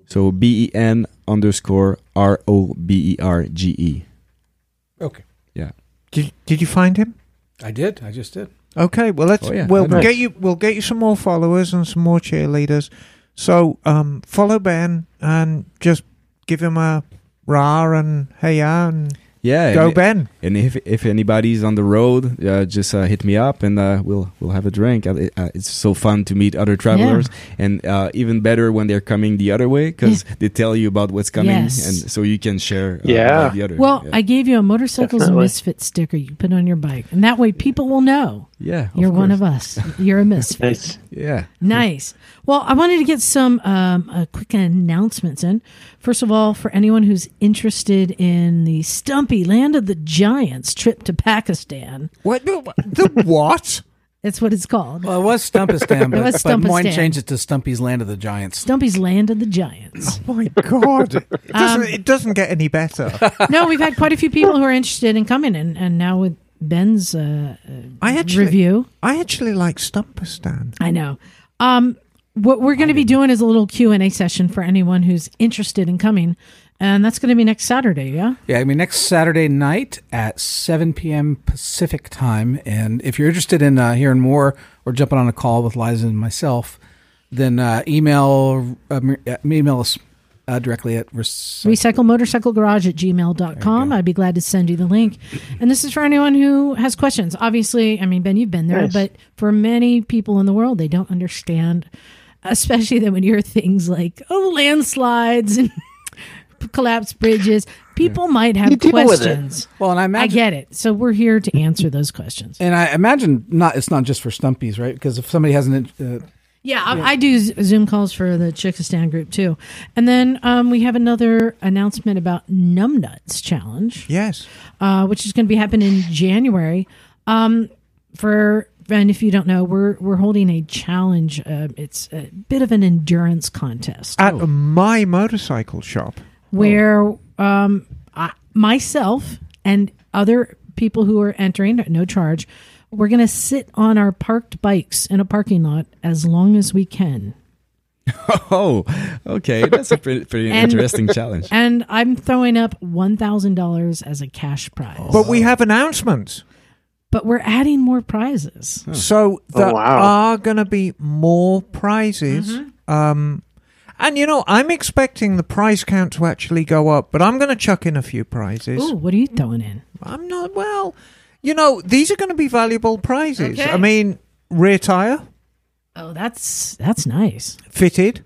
Speaker 1: So B E N underscore R O B E R G E.
Speaker 5: Okay.
Speaker 1: Yeah.
Speaker 3: Did, did you find him?
Speaker 5: I did. I just did.
Speaker 3: Okay, well let's
Speaker 1: Oh, yeah.
Speaker 3: we'll
Speaker 1: Nice.
Speaker 3: get you we'll get you some more followers and some more cheerleaders. So um, follow Ben and just give him a rah and hey yeah and
Speaker 1: Yeah.
Speaker 3: go
Speaker 1: and-
Speaker 3: Ben.
Speaker 1: And if if anybody's on the road, uh, just uh, hit me up and uh, we'll we'll have a drink. Uh, it- uh, it's so fun to meet other travelers, and uh, even better when they're coming the other way because they tell you about what's coming,
Speaker 2: Yes.
Speaker 1: and so you can share. Uh,
Speaker 4: Yeah.
Speaker 1: with The other.
Speaker 2: Well,
Speaker 1: yeah.
Speaker 2: I gave you a motorcycles and
Speaker 4: Definitely.
Speaker 2: misfit sticker you put on your bike, and that way people will know
Speaker 1: yeah
Speaker 2: you're one
Speaker 1: course.
Speaker 2: of us. You're a misfit.
Speaker 4: Nice.
Speaker 1: Yeah.
Speaker 2: Nice. Well, I wanted to get some um, uh, quick announcements in. First of all, for anyone who's interested in the Stumpy Land of the Giants trip to Pakistan,
Speaker 3: What the what? the what?
Speaker 2: that's what it's called.
Speaker 5: Well, it was Stumpistan, but,
Speaker 2: was
Speaker 5: but Moyne
Speaker 2: Stumpistan.
Speaker 5: changed it to Stumpy's Land of the Giants.
Speaker 2: Stumpy's Land of the Giants.
Speaker 3: My God, it doesn't, it doesn't get any better.
Speaker 2: no, we've had quite a few people who are interested in coming, and, and now with Ben's uh,
Speaker 3: I actually
Speaker 2: review,
Speaker 3: I actually like Stumperstan.
Speaker 2: I know. Um, what we're going to be doing is a little Q and A session for anyone who's interested in coming, and that's going to be next Saturday. Yeah.
Speaker 5: Yeah, I mean next Saturday night at 7 p.m. Pacific time, and if you're interested in uh, hearing more or jumping on a call with Liza and myself, then uh, email uh, m- uh, email us uh, directly at res-
Speaker 2: Recycle motorcycle garage at gmail.com. I'd be glad to send you the link. And this is for anyone who has questions. Obviously, I mean, Ben, you've been there, but for many people in the world, they don't understand, especially that when you hear things like, oh, landslides and collapsed bridges, people might have
Speaker 4: You deal with it.
Speaker 2: questions.
Speaker 5: Well, and I
Speaker 2: I
Speaker 5: imagine,
Speaker 2: get it. So we're here to answer those questions.
Speaker 5: and I imagine not. It's not just for Stumpies, right? Because if somebody hasn't, uh,
Speaker 2: Yeah, I, I do Z- Zoom calls for the Chickistan group too. And then um, we have another announcement about Numbnuts Challenge.
Speaker 3: Yes,
Speaker 2: uh, which is going to be happening in January. Um, for and if you don't know, we're we're holding a challenge. Uh, it's a bit of an endurance contest Oh.
Speaker 3: at
Speaker 1: Oh.
Speaker 3: my motorcycle shop.
Speaker 2: where um, I, myself and other people who are entering at no charge, we're going to sit on our parked bikes in a parking lot as long as we can.
Speaker 1: Oh, okay. That's a pretty, pretty
Speaker 2: And-
Speaker 1: interesting challenge.
Speaker 2: And I'm throwing up one thousand dollars as a cash prize,
Speaker 3: But
Speaker 1: Oh.
Speaker 3: we have announcements.
Speaker 2: but we're adding more prizes.
Speaker 3: So there
Speaker 4: wow.
Speaker 3: are going to be more prizes.
Speaker 2: Mm-hmm.
Speaker 3: Um, and you know, I'm expecting the prize count to actually go up, but I'm going to chuck in a few prizes.
Speaker 2: Ooh, what are you throwing in?
Speaker 3: I'm not well. You know, these are going to be valuable prizes.
Speaker 2: Okay.
Speaker 3: I mean, rear tire
Speaker 2: Oh, that's that's nice.
Speaker 3: fitted,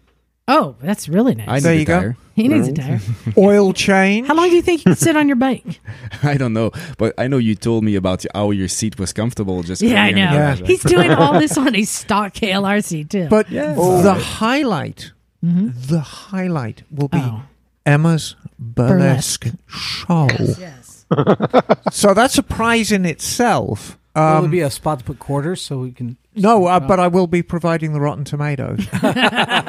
Speaker 2: Oh, that's really
Speaker 1: I
Speaker 2: nice.
Speaker 1: need
Speaker 3: There
Speaker 1: a
Speaker 3: you go.
Speaker 1: tire.
Speaker 2: he needs a tire.
Speaker 3: oil change.
Speaker 2: How long do you think you can sit on your bike?
Speaker 1: I don't know, but I know you told me about how your seat was comfortable. Just
Speaker 2: Yeah, I
Speaker 1: coming in
Speaker 2: know.
Speaker 1: and
Speaker 3: Yeah.
Speaker 1: out, right?
Speaker 2: He's doing all this on a stock KLRC too.
Speaker 3: But
Speaker 1: Yeah.
Speaker 3: the highlight, the highlight will be
Speaker 2: Mm-hmm. Oh.
Speaker 3: Emma's burlesque, show.
Speaker 2: yes,
Speaker 3: so that's a prize in itself.
Speaker 5: well, it'll
Speaker 3: Um,
Speaker 5: be a spot to put quarters, so we can.
Speaker 3: no, uh, but I will be providing the Rotten Tomatoes.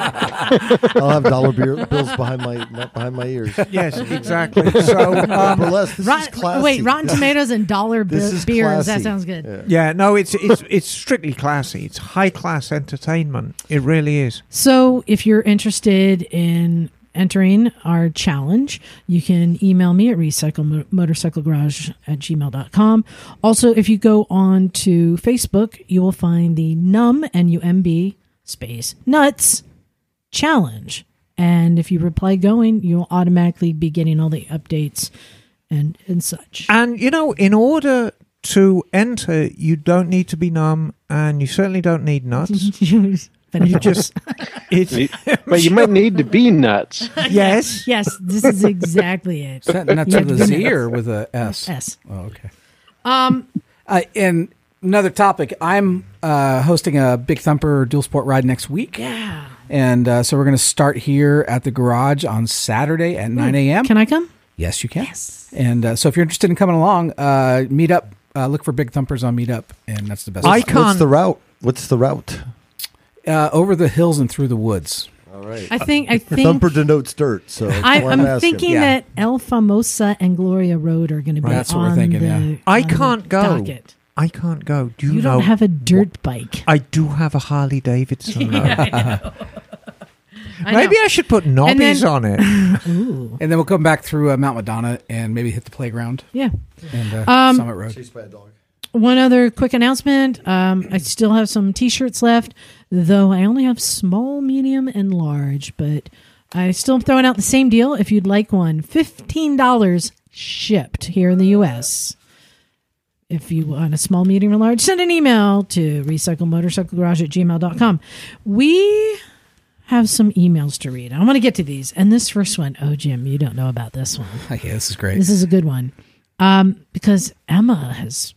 Speaker 6: I'll have dollar beer, bills behind my behind my ears.
Speaker 3: yes, exactly. So um,
Speaker 6: Burlesque, this is classy.
Speaker 2: wait, Rotten Tomatoes and dollar
Speaker 6: This
Speaker 2: be-
Speaker 6: is
Speaker 2: beers. That
Speaker 6: classy.
Speaker 2: sounds good.
Speaker 6: Yeah.
Speaker 3: yeah, no, it's it's it's strictly classy. It's high class entertainment. It really is.
Speaker 2: So, if you're interested in entering our challenge, you can email me at recyclemotorcyclegarage at gmail.com. Also, if you go on to Facebook, you will find the NUM, N-U-M-B, space, nuts challenge. And if you reply going, you'll automatically be getting all the updates and, and such.
Speaker 3: And you know, in order to enter, you don't need to be numb, and you certainly don't need nuts. You just it's
Speaker 4: But you might need to be nuts.
Speaker 3: yes.
Speaker 2: yes, this is exactly it.
Speaker 5: Is that nuts
Speaker 2: Yeah,
Speaker 5: with
Speaker 2: yeah.
Speaker 5: a Z or with a S?
Speaker 2: S.
Speaker 5: Oh, okay. Um, and another topic. I'm uh, hosting a Big Thumper dual sport ride next week.
Speaker 2: Yeah.
Speaker 5: And uh, so we're going to start here at the garage on Saturday at 9 a.m.
Speaker 2: Can I come?
Speaker 5: Yes, you can. Yes. And uh, so if you're interested in coming along, uh, meet up. Uh, look for Big Thumpers on Meetup, and that's the best.
Speaker 3: I
Speaker 6: What's
Speaker 3: can't.
Speaker 6: the route? What's the route?
Speaker 5: uh, over the hills and through the woods.
Speaker 6: All right.
Speaker 2: I think- I think-
Speaker 6: Thumper denotes dirt, so that's
Speaker 2: I,
Speaker 6: why I'm,
Speaker 2: I'm,
Speaker 6: asking.
Speaker 2: thinking that El Famosa and Gloria Road are going to be
Speaker 5: That's what
Speaker 2: on
Speaker 5: we're thinking,
Speaker 2: the.
Speaker 5: yeah.
Speaker 3: I
Speaker 2: on the
Speaker 3: can't go.
Speaker 2: Docket.
Speaker 3: I can't go. Do you,
Speaker 2: You,
Speaker 3: know?
Speaker 2: don't have a dirt bike.
Speaker 3: I do have a Harley Davidson. though.
Speaker 2: I know.
Speaker 3: Maybe I should put knobbies
Speaker 2: then-
Speaker 3: on it.
Speaker 2: Ooh,
Speaker 5: And then we'll come back through uh, Mount Madonna and maybe hit the playground
Speaker 2: yeah.
Speaker 5: and uh,
Speaker 2: Um,
Speaker 5: Summit Road.
Speaker 6: Chased by a dog.
Speaker 2: One other quick announcement. Um, I still have some T-shirts left, though I only have small, medium, and large. But I still am throwing out the same deal. If you'd like one, fifteen dollars shipped here in the U.S. If you want a small, medium, or large, send an email to recyclemotorcyclegarage at gmail.com. We have some emails to read. I want to get to these. And this first one, oh, Jim, you don't know about this one.
Speaker 5: Okay, this is great.
Speaker 2: This is a good one um, because Emma has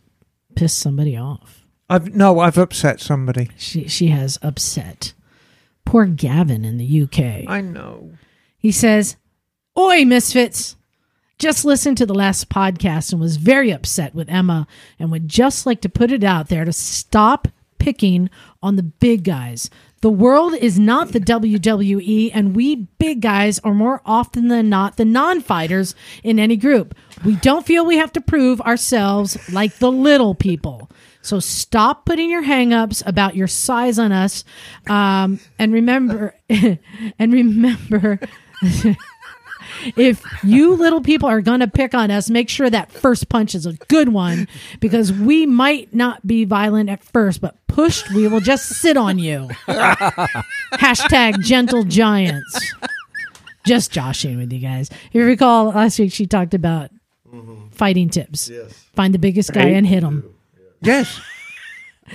Speaker 2: pissed somebody off.
Speaker 3: I've no, I've upset somebody.
Speaker 2: She she has upset poor Gavin in the UK.
Speaker 3: I know.
Speaker 2: He says, "Oi, misfits." Just listened to the last podcast and was very upset with Emma and would just like to put it out there to stop picking on the big guys. The world is not the WWE, and we big guys are more often than not the non fighters in any group. We don't feel we have to prove ourselves like the little people. So stop putting your hangups about your size on us, um, and remember, and remember if you little people are going to pick on us, make sure that first punch is a good one because we might not be violent at first, but pushed, we will just sit on you. Hashtag gentle giants. Just joshing with you guys. If you recall, last week she talked about
Speaker 6: Mm-hmm.
Speaker 2: fighting tips. Find the biggest guy and hit him.
Speaker 3: Yes.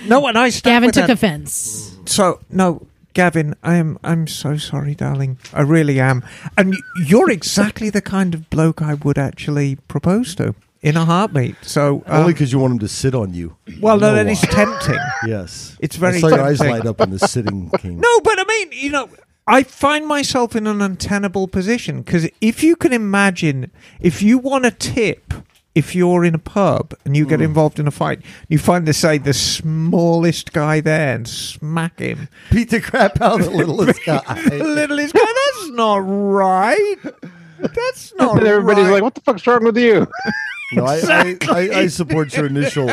Speaker 3: No, and I stuck
Speaker 2: Gavin
Speaker 3: with
Speaker 2: took
Speaker 3: that.
Speaker 2: offense.
Speaker 6: Mm-hmm.
Speaker 3: So no, Gavin, I am. I'm so sorry, darling. I really am. And y- you're exactly the kind of bloke I would actually propose to in a heartbeat. So um,
Speaker 6: Only because you want him to sit on you.
Speaker 3: well,
Speaker 6: You
Speaker 3: no,
Speaker 6: know
Speaker 3: that
Speaker 6: why.
Speaker 3: is tempting.
Speaker 6: Yes.
Speaker 3: It's very
Speaker 6: I saw your eyes
Speaker 3: tempting.
Speaker 6: light up on the sitting king.
Speaker 3: No, but I mean, you know, I find myself in an untenable position because if you can imagine, if you want a tip, if you're in a pub and you get involved in a fight, you find, let's say, the smallest guy there and smack him.
Speaker 6: Beat the crap out of the littlest
Speaker 3: The
Speaker 6: guy.
Speaker 3: littlest guy, that's not right. That's not
Speaker 4: And everybody's
Speaker 3: right.
Speaker 4: like, "What the fuck's wrong with you?"
Speaker 6: No, I, I, I, I support your initial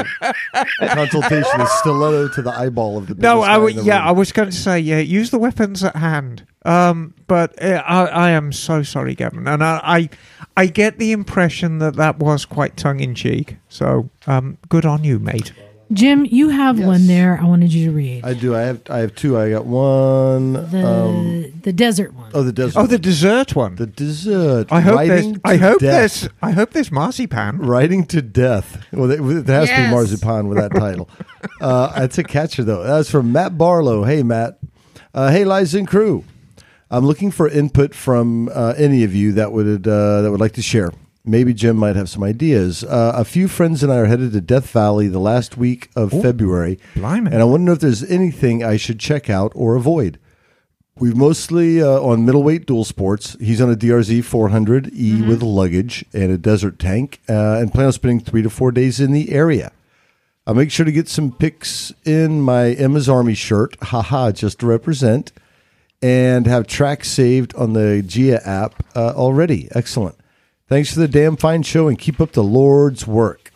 Speaker 6: consultation of stiletto to the eyeball of the
Speaker 3: no, I
Speaker 6: biggest guy
Speaker 3: w-
Speaker 6: in the
Speaker 3: yeah,
Speaker 6: room.
Speaker 3: I was going to say, yeah, use the weapons at hand. Um, but uh, I, I am so sorry, Gavin, and I, I, I get the impression that that was quite tongue in cheek. So, um, good on you, mate.
Speaker 2: Jim, you have one
Speaker 6: Yes.
Speaker 2: there I wanted you to read.
Speaker 6: I do. I have I have two. I got one.
Speaker 2: the,
Speaker 6: um,
Speaker 2: the desert one.
Speaker 6: oh, the desert.
Speaker 3: Oh, the dessert one.
Speaker 6: the dessert.
Speaker 3: I hope
Speaker 6: Riding
Speaker 3: there's. I
Speaker 6: to
Speaker 3: hope
Speaker 6: death.
Speaker 3: there's. I hope there's marzipan.
Speaker 6: Riding to death. Well, that, that has to be
Speaker 7: Yes.
Speaker 6: marzipan with that title. uh, that's a catcher though. That's from Matt Barlow. Hey Matt. Uh, hey Liza and crew. I'm looking for input from uh, any of you that would uh, that would like to share. Maybe Jim might have some ideas. Uh, a few friends and I are headed to Death Valley the last week of February,
Speaker 3: blimey.
Speaker 6: and I want to know if there's anything I should check out or avoid. We've mostly uh, on middleweight dual sports. He's on a DRZ 400E E with luggage and a desert tank, uh, and plan on spending three to four days in the area. I'll make sure to get some pics in my Emma's Army shirt, haha, just to represent, and have tracks saved on the Gia app uh, already. Excellent. Thanks for the damn fine show and keep up the Lord's work.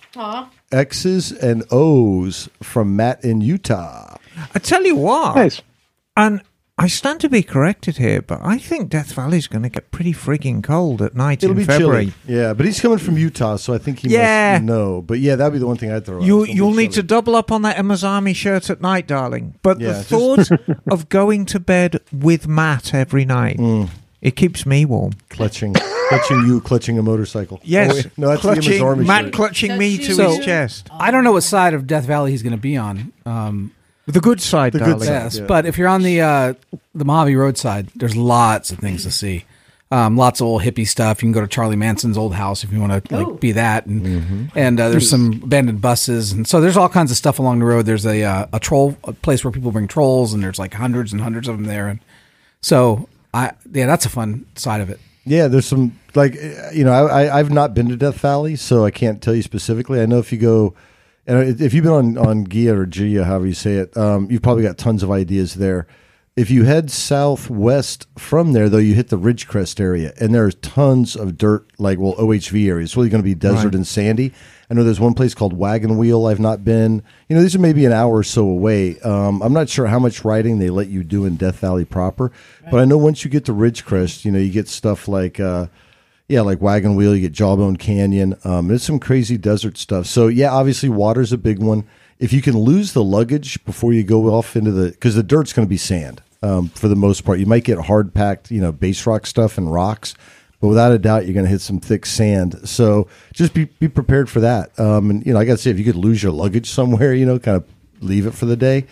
Speaker 6: X's and O's from Matt in Utah.
Speaker 3: I tell you what.
Speaker 4: Nice.
Speaker 3: And I stand to be corrected here, but I think Death Valley's going to get pretty frigging cold at night
Speaker 6: It'll
Speaker 3: in
Speaker 6: be
Speaker 3: February.
Speaker 6: chilly. Yeah, but he's coming from Utah, so I think he
Speaker 3: Yeah.
Speaker 6: must know. But yeah, that'd be the one thing I'd throw out.
Speaker 3: You
Speaker 6: It's gonna be
Speaker 3: you'll need to
Speaker 6: chilly.
Speaker 3: double up on that Emma's Army shirt at night, darling. But
Speaker 6: Yeah,
Speaker 3: the
Speaker 6: just-
Speaker 3: thought of going to bed with Matt every night
Speaker 6: Mm.
Speaker 3: it keeps me warm.
Speaker 6: clutching, clutching you, clutching a motorcycle. Oh,
Speaker 3: Yes,
Speaker 6: wait. no, that's the
Speaker 3: clutching
Speaker 6: Emma's Army
Speaker 3: Matt
Speaker 6: shirt.
Speaker 3: clutching me to
Speaker 5: So-
Speaker 3: his chest.
Speaker 5: I don't know what side of Death Valley he's going to be on. Um,
Speaker 3: The good side,
Speaker 6: The good
Speaker 3: darling.
Speaker 6: side.
Speaker 5: yes,
Speaker 6: yeah.
Speaker 5: but if you're on the uh, the Mojave Road side, there's lots of things to see. Um, lots of old hippie stuff. You can go to Charlie Manson's old house if you want to like, be that, and and uh, there's some abandoned buses, and so there's all kinds of stuff along the road. There's a uh, a troll a place where people bring trolls, and there's like hundreds and hundreds of them there, and so I yeah, that's a fun side of it.
Speaker 6: Yeah, there's some like uh, you know I, I I've not been to Death Valley, so I can't tell you specifically. I know if you go and if you've been on on Gia or Gia, however you say it, um, you've probably got tons of ideas there. If you head southwest from there, though, you hit the Ridgecrest area, and there's tons of dirt, like, well, OHV area. It's really going to be desert
Speaker 9: Right.
Speaker 6: and sandy. I know there's one place called Wagon Wheel I've not been. You know, these are maybe an hour or so away. Um, I'm not sure how much riding they let you do in Death Valley proper, but I know once you get to Ridgecrest, you know, you get stuff like. Uh, yeah, like Wagon Wheel, you get Jawbone Canyon. Um, it's some crazy desert stuff. So yeah, obviously water's a big one. If you can lose the luggage before you go off into the, because the dirt's going to be sand um, for the most part. You might get hard packed, you know, base rock stuff and rocks, but without a doubt, you're going to hit some thick sand. So just be be prepared for that. Um, and you know, I got to say, if you could lose your luggage somewhere, you know, kind of leave it for the day,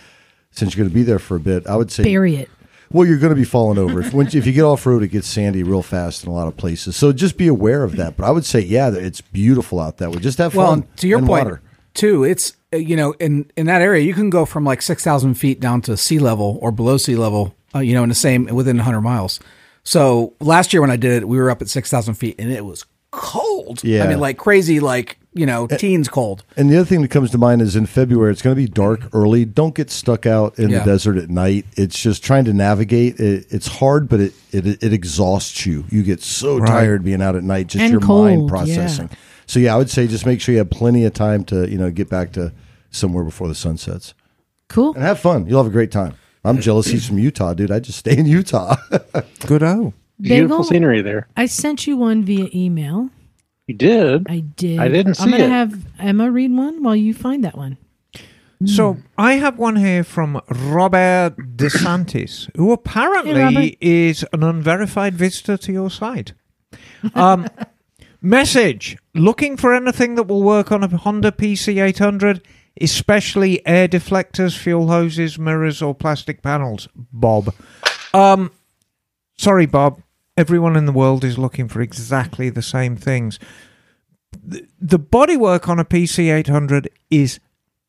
Speaker 6: since you're going to be there for a bit. I would say
Speaker 2: Bury it.
Speaker 6: well, you're going to be falling over. If, once, if you get off road, it gets sandy real fast in a lot of places. So just be aware of that. But I would say, yeah, that it's beautiful out that way. Just have
Speaker 5: well,
Speaker 6: fun.
Speaker 5: and to your
Speaker 6: and
Speaker 5: point,
Speaker 6: water.
Speaker 5: too, it's uh, you know in in that area you can go from like six thousand feet down to sea level or below sea level, uh, you know, in the same within hundred miles. So last year when I did it, we were up at six thousand feet and it was cold. I
Speaker 6: Yeah. Eh.
Speaker 5: mean, like crazy, like you know, teens cold.
Speaker 6: And the other thing that comes to mind is in February, it's going to be dark early. Don't get stuck out in
Speaker 5: Yeah.
Speaker 6: the desert at night. It's just trying to navigate. It, it's hard, but it, it it exhausts you. You get so
Speaker 3: Right.
Speaker 6: tired being out at night, just
Speaker 2: And
Speaker 6: your
Speaker 2: cold,
Speaker 6: mind processing.
Speaker 2: yeah.
Speaker 6: So yeah, I would say just make sure you have plenty of time to you know get back to somewhere before the sun sets
Speaker 2: Cool.
Speaker 6: and have fun. You'll have a great time. I'm jealous he's from Utah, dude. I just stay in Utah.
Speaker 3: Good oh.
Speaker 2: Bagel?
Speaker 4: Beautiful scenery there.
Speaker 2: I sent you one via email.
Speaker 4: You did.
Speaker 2: I did.
Speaker 4: I didn't
Speaker 2: I'm
Speaker 4: see
Speaker 2: gonna
Speaker 4: it.
Speaker 2: have Emma read one while you find that one.
Speaker 3: So I have one here from Robert DeSantis,
Speaker 2: Hey,
Speaker 3: who
Speaker 2: Robert.
Speaker 3: apparently is an unverified visitor to your site. Um, message looking for anything that will work on a Honda PC800, especially air deflectors, fuel hoses, mirrors, or plastic panels. Bob. Um, sorry, Bob. Everyone in the world is looking for exactly the same things. The, the bodywork on a PC800 is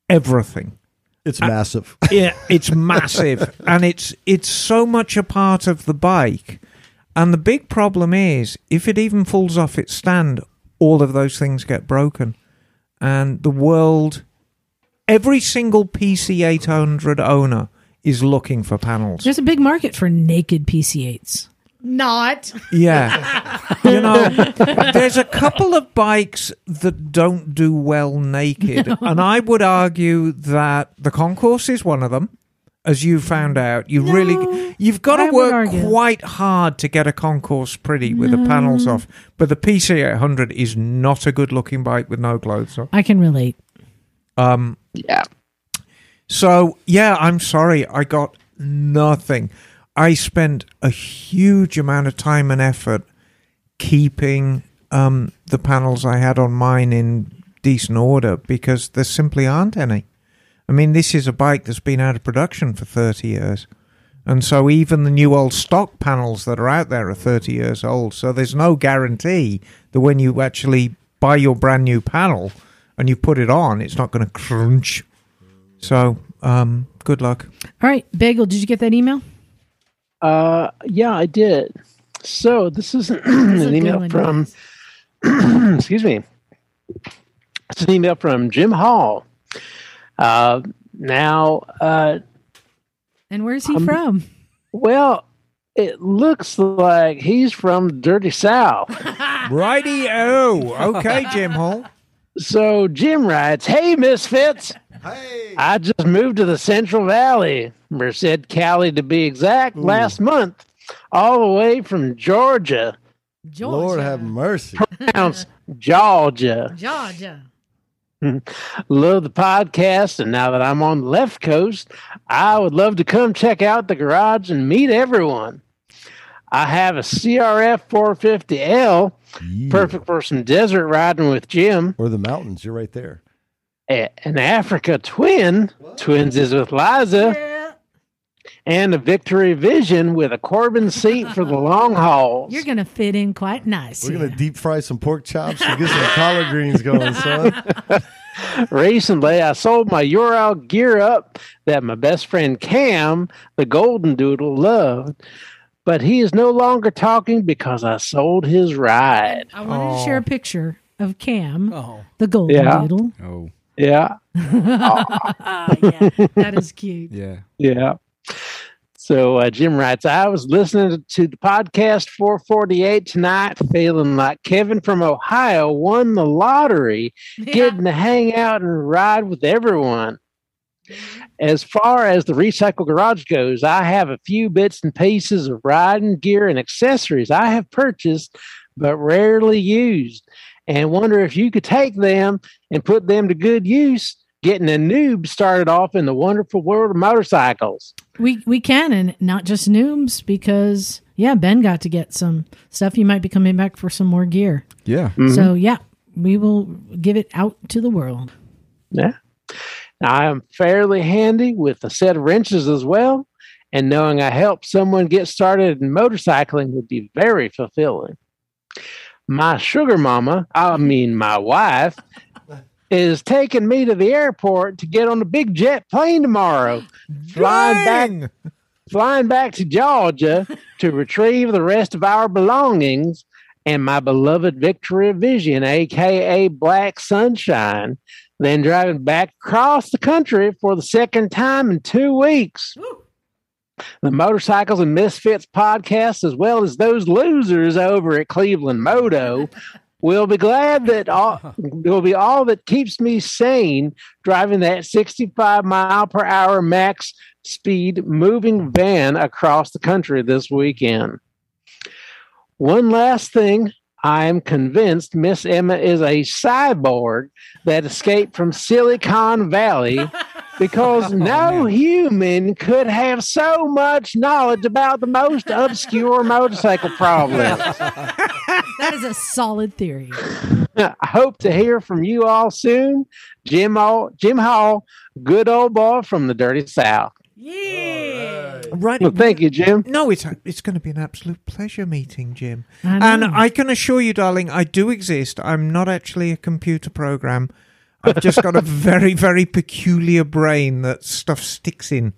Speaker 3: everything
Speaker 6: It's massive.
Speaker 3: yeah, it's massive, and it's it's so much a part of the bike. And the big problem is if it even falls off its stand, all of those things get broken, and the world, every single PC eight hundred owner is looking for panels.
Speaker 2: There's a big market for naked PC8s.
Speaker 8: Not.
Speaker 3: Yeah, you know, there's a couple of bikes that don't do well naked, and I would argue that the concourse is one of them. As you found out, you
Speaker 2: No,
Speaker 3: really you've got
Speaker 2: I
Speaker 3: to
Speaker 2: would
Speaker 3: work
Speaker 2: argue.
Speaker 3: quite hard to get a concourse pretty with the panels off. But the PC800 is not a good looking bike with no clothes on.
Speaker 2: I can relate.
Speaker 3: Um,
Speaker 4: Yeah.
Speaker 3: so yeah, I'm sorry, I got nothing. I spent a huge amount of time and effort keeping um, the panels I had on mine in decent order because there simply aren't any. I mean, this is a bike that's been out of production for 30 years. And so even the new old stock panels that are out there are 30 years old. So there's no guarantee that when you actually buy your brand new panel and you put it on, it's not going to crunch. So, um, good luck.
Speaker 2: All right, Bagel, did you get that email?
Speaker 4: Uh, yeah, I did. So this is
Speaker 2: That's a
Speaker 4: an
Speaker 2: good
Speaker 4: email
Speaker 2: one,
Speaker 4: from.
Speaker 2: guys.
Speaker 4: excuse me. It's an email from Jim Hall. Uh, now, uh,
Speaker 2: And where's he
Speaker 4: Um,
Speaker 2: from?
Speaker 4: well, it looks like he's from Dirty South.
Speaker 3: Righty oh, okay, Jim Hall.
Speaker 4: So Jim writes, Hey, Misfits. Hey. I just moved to the Central Valley, Merced Cali to be exact, last month, all the way from Georgia,
Speaker 2: Georgia.
Speaker 6: Lord have mercy.
Speaker 4: pronounced Georgia.
Speaker 8: Georgia.
Speaker 4: Love the podcast. And now that I'm on the left coast, I would love to come check out the garage and meet everyone. I have a CRF 450L,
Speaker 6: Yeah.
Speaker 4: perfect for some desert riding with Jim.
Speaker 6: Or the mountains. You're right there.
Speaker 4: a- an Africa twin, twins is with Liza, and a Victory Vision with a Corbin seat for the long hauls.
Speaker 2: You're going to fit in quite nice.
Speaker 6: We're gonna
Speaker 2: here.
Speaker 6: deep fry some pork chops and get some collard greens going, son.
Speaker 4: Recently, I sold my Ural gear up that my best friend Cam, the Golden Doodle, loved, but he is no longer talking because I sold his ride.
Speaker 2: I wanted to share a picture of Cam,
Speaker 5: Oh,
Speaker 2: the golden
Speaker 4: Yeah.
Speaker 2: doodle.
Speaker 1: Oh,
Speaker 4: Yeah,
Speaker 2: yeah, that is cute.
Speaker 1: yeah.
Speaker 4: yeah. So uh, Jim writes, I was listening to the podcast 448 tonight, feeling like Kevin from Ohio won the lottery, getting to hang out and ride with everyone. As far as the recycle garage goes, I have a few bits and pieces of riding gear and accessories I have purchased but rarely used, and wonder if you could take them and put them to good use, getting a noob started off in the wonderful world of motorcycles.
Speaker 2: We we can, and not just noobs, because yeah, Ben got to get some stuff. You might be coming back for some more gear.
Speaker 1: Yeah.
Speaker 2: So yeah, we will give it out to the world.
Speaker 4: Yeah. I am fairly handy with a set of wrenches as well, and knowing I helped someone get started in motorcycling would be very fulfilling. My sugar mama, I mean my wife, is taking me to the airport to get on the big jet plane tomorrow, flying back, flying back to Georgia to retrieve the rest of our belongings and my beloved Victoria Vision, aka Black Sunshine, then driving back across the country for the second time in two weeks. The Motorcycles and Misfits podcast, as well as those losers over at Cleveland Moto, will be glad that all will be all that keeps me sane driving that 65 mile per hour max speed moving van across the country this weekend. One last thing. I am convinced Miss Emma is a cyborg that escaped from Silicon Valley because no human could have so much knowledge about the most obscure motorcycle problem.
Speaker 2: That is a solid theory.
Speaker 4: I hope to hear from you all soon. Jim Hall, Jim Hall, good old boy from the Dirty South.
Speaker 3: Right.
Speaker 4: Well, thank you, Jim.
Speaker 3: No, it's it's going to be an absolute pleasure meeting Jim.
Speaker 2: I know.
Speaker 3: and I can assure you, darling, I do exist. I'm not actually a computer program. I've just got a very, very peculiar brain that stuff sticks in.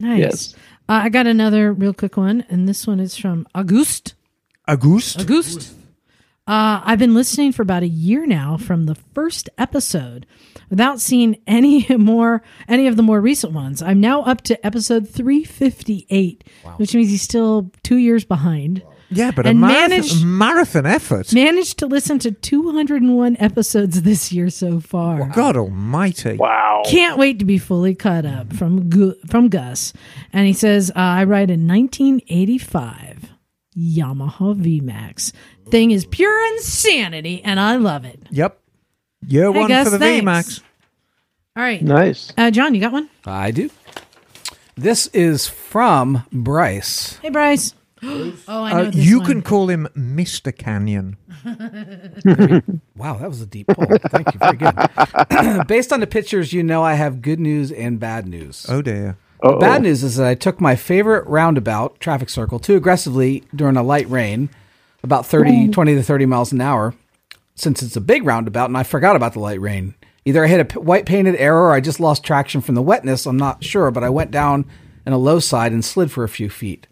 Speaker 2: Nice.
Speaker 4: Yes.
Speaker 2: Uh, I got another real quick one, and this one is from August.
Speaker 3: August?
Speaker 2: August. Uh, I've been listening for about a year now from the first episode without seeing any more any of the more recent ones. I'm now up to episode 358, which means he's still 2 years behind.
Speaker 3: Yeah, but a
Speaker 2: And
Speaker 3: marathon,
Speaker 2: managed-
Speaker 3: marathon effort.
Speaker 2: Managed to listen to 201 episodes this year so far.
Speaker 3: God almighty.
Speaker 4: Wow.
Speaker 2: Can't wait to be fully caught up from Gu- from Gus. And he says, uh, I ride a 1985 Yamaha VMAX. Thing is pure insanity, and I love it.
Speaker 3: Yep. Year one
Speaker 2: Gus,
Speaker 3: for the
Speaker 2: thanks.
Speaker 3: VMAX.
Speaker 2: All right.
Speaker 4: Nice.
Speaker 2: Uh, John, you got one?
Speaker 5: I do. This is from Bryce.
Speaker 2: Hey, Bryce. oh, I know
Speaker 3: Uh,
Speaker 2: this
Speaker 3: you
Speaker 2: one.
Speaker 3: can call him Mr. Canyon.
Speaker 5: Wow, that was a deep pull. Thank you. Very good. Based on the pictures, you know I have good news and bad news.
Speaker 3: Oh dear.
Speaker 5: The Bad news is that I took my favorite roundabout traffic circle too aggressively during a light rain, about 30, 20 to 30 miles an hour, since it's a big roundabout and I forgot about the light rain. Either I hit a p- white painted arrow or I just lost traction from the wetness. I'm not sure, but I went down in a low side and slid for a few feet.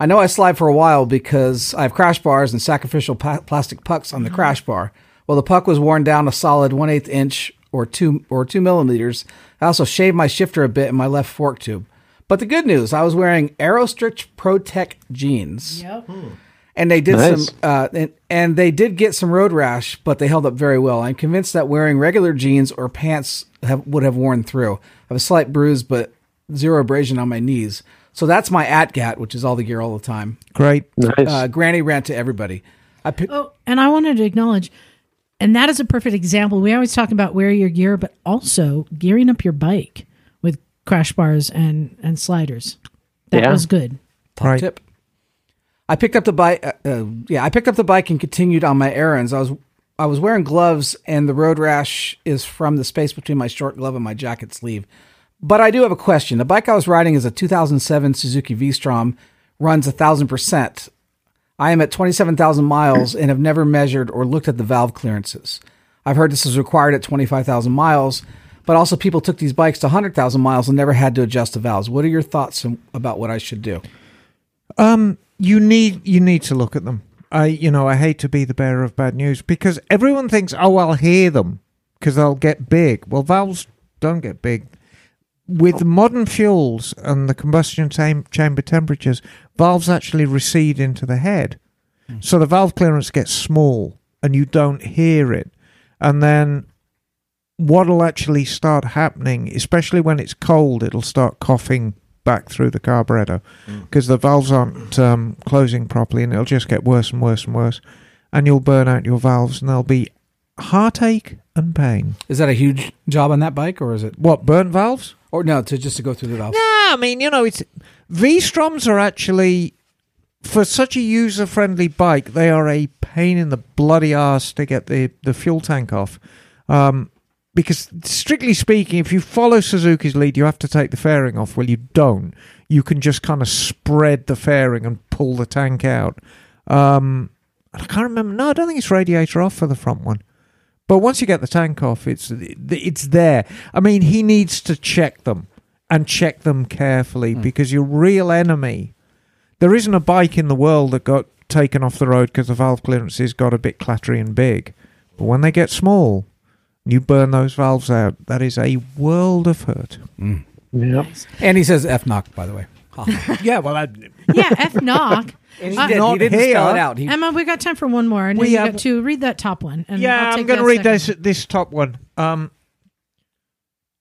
Speaker 5: I know I slide for a while because I have crash bars and sacrificial pa- plastic pucks on the crash bar. Well, the puck was worn down a solid one eighth inch or two or two millimeters. I also shaved my shifter a bit in my left fork tube. But the good news, I was wearing AeroStrix ProTech jeans,
Speaker 2: Yep.
Speaker 5: and they did
Speaker 4: Nice.
Speaker 5: some, uh, and, and they did get some road rash, but they held up very well. I'm convinced that wearing regular jeans or pants have, would have worn through. I have a slight bruise, but zero abrasion on my knees. So that's my ATGAT, which is all the gear all the time
Speaker 3: Great.
Speaker 4: Nice.
Speaker 5: uh, granny rant to everybody. I pick,
Speaker 2: Oh, and I wanted to acknowledge, and that is a perfect example. We always talk about wear your gear, but also gearing up your bike with crash bars and, and sliders. That
Speaker 4: Yeah.
Speaker 2: was good.
Speaker 5: top
Speaker 3: Right.
Speaker 5: tip. I picked up the bike. Uh, uh, yeah, I picked up the bike and continued on my errands. I was I was wearing gloves, and the road rash is from the space between my short glove and my jacket sleeve. But I do have a question. The bike I was riding is a 2007 Suzuki V-Strom, runs a thousand percent. I am at 27,000 miles and have never measured or looked at the valve clearances. I've heard this is required at 25,000 miles, but also people took these bikes to 100,000 miles and never had to adjust the valves. What are your thoughts on- about what I should do?
Speaker 3: Um, you need you need to look at them. I you know I hate to be the bearer of bad news because everyone thinks oh I'll hear them because they'll get big. Well, valves don't get big. with modern fuels and the combustion tam- chamber temperatures, valves actually recede into the head. So the valve clearance gets small and you don't hear it. And then what'll actually start happening, especially when it's cold, it'll start coughing back through the carburetor because the valves aren't um, closing properly and it'll just get worse and worse and worse. And you'll burn out your valves and there'll be heartache and pain.
Speaker 5: Is that a huge job on that bike, or is it?
Speaker 3: What, burn valves?
Speaker 5: Or no, to just to go through the valve.
Speaker 3: Nah, I mean, you know, it's V Stroms are actually for such a user friendly bike, they are a pain in the bloody ass to get the, the fuel tank off. Um, because strictly speaking, if you follow Suzuki's lead, you have to take the fairing off. Well, you don't. You can just kind of spread the fairing and pull the tank out. Um, and I can't remember. No, I don't think it's radiator off for the front one. But once you get the tank off, it's it's there. I mean, he needs to check them and check them carefully because your real enemy. There isn't a bike in the world that got taken off the road because the valve clearances got a bit clattery and big. But when they get small, you burn those valves out. That is a world of hurt.
Speaker 4: Yep.
Speaker 5: And he says F knock, by the way. Ha.
Speaker 3: Yeah, well, I,
Speaker 2: Yeah, F knock.
Speaker 5: And he,
Speaker 2: Uh,
Speaker 5: did,
Speaker 3: not
Speaker 5: he didn't spell
Speaker 3: here.
Speaker 5: it out. He,
Speaker 4: Hmm.
Speaker 2: Emma, we got time for one more. I know
Speaker 3: We
Speaker 2: you
Speaker 3: have-
Speaker 2: got two. Read that top one. And
Speaker 3: yeah,
Speaker 2: I'll
Speaker 3: I'm
Speaker 2: take
Speaker 3: going to
Speaker 2: that
Speaker 3: read
Speaker 2: second.
Speaker 3: this this top one. Um,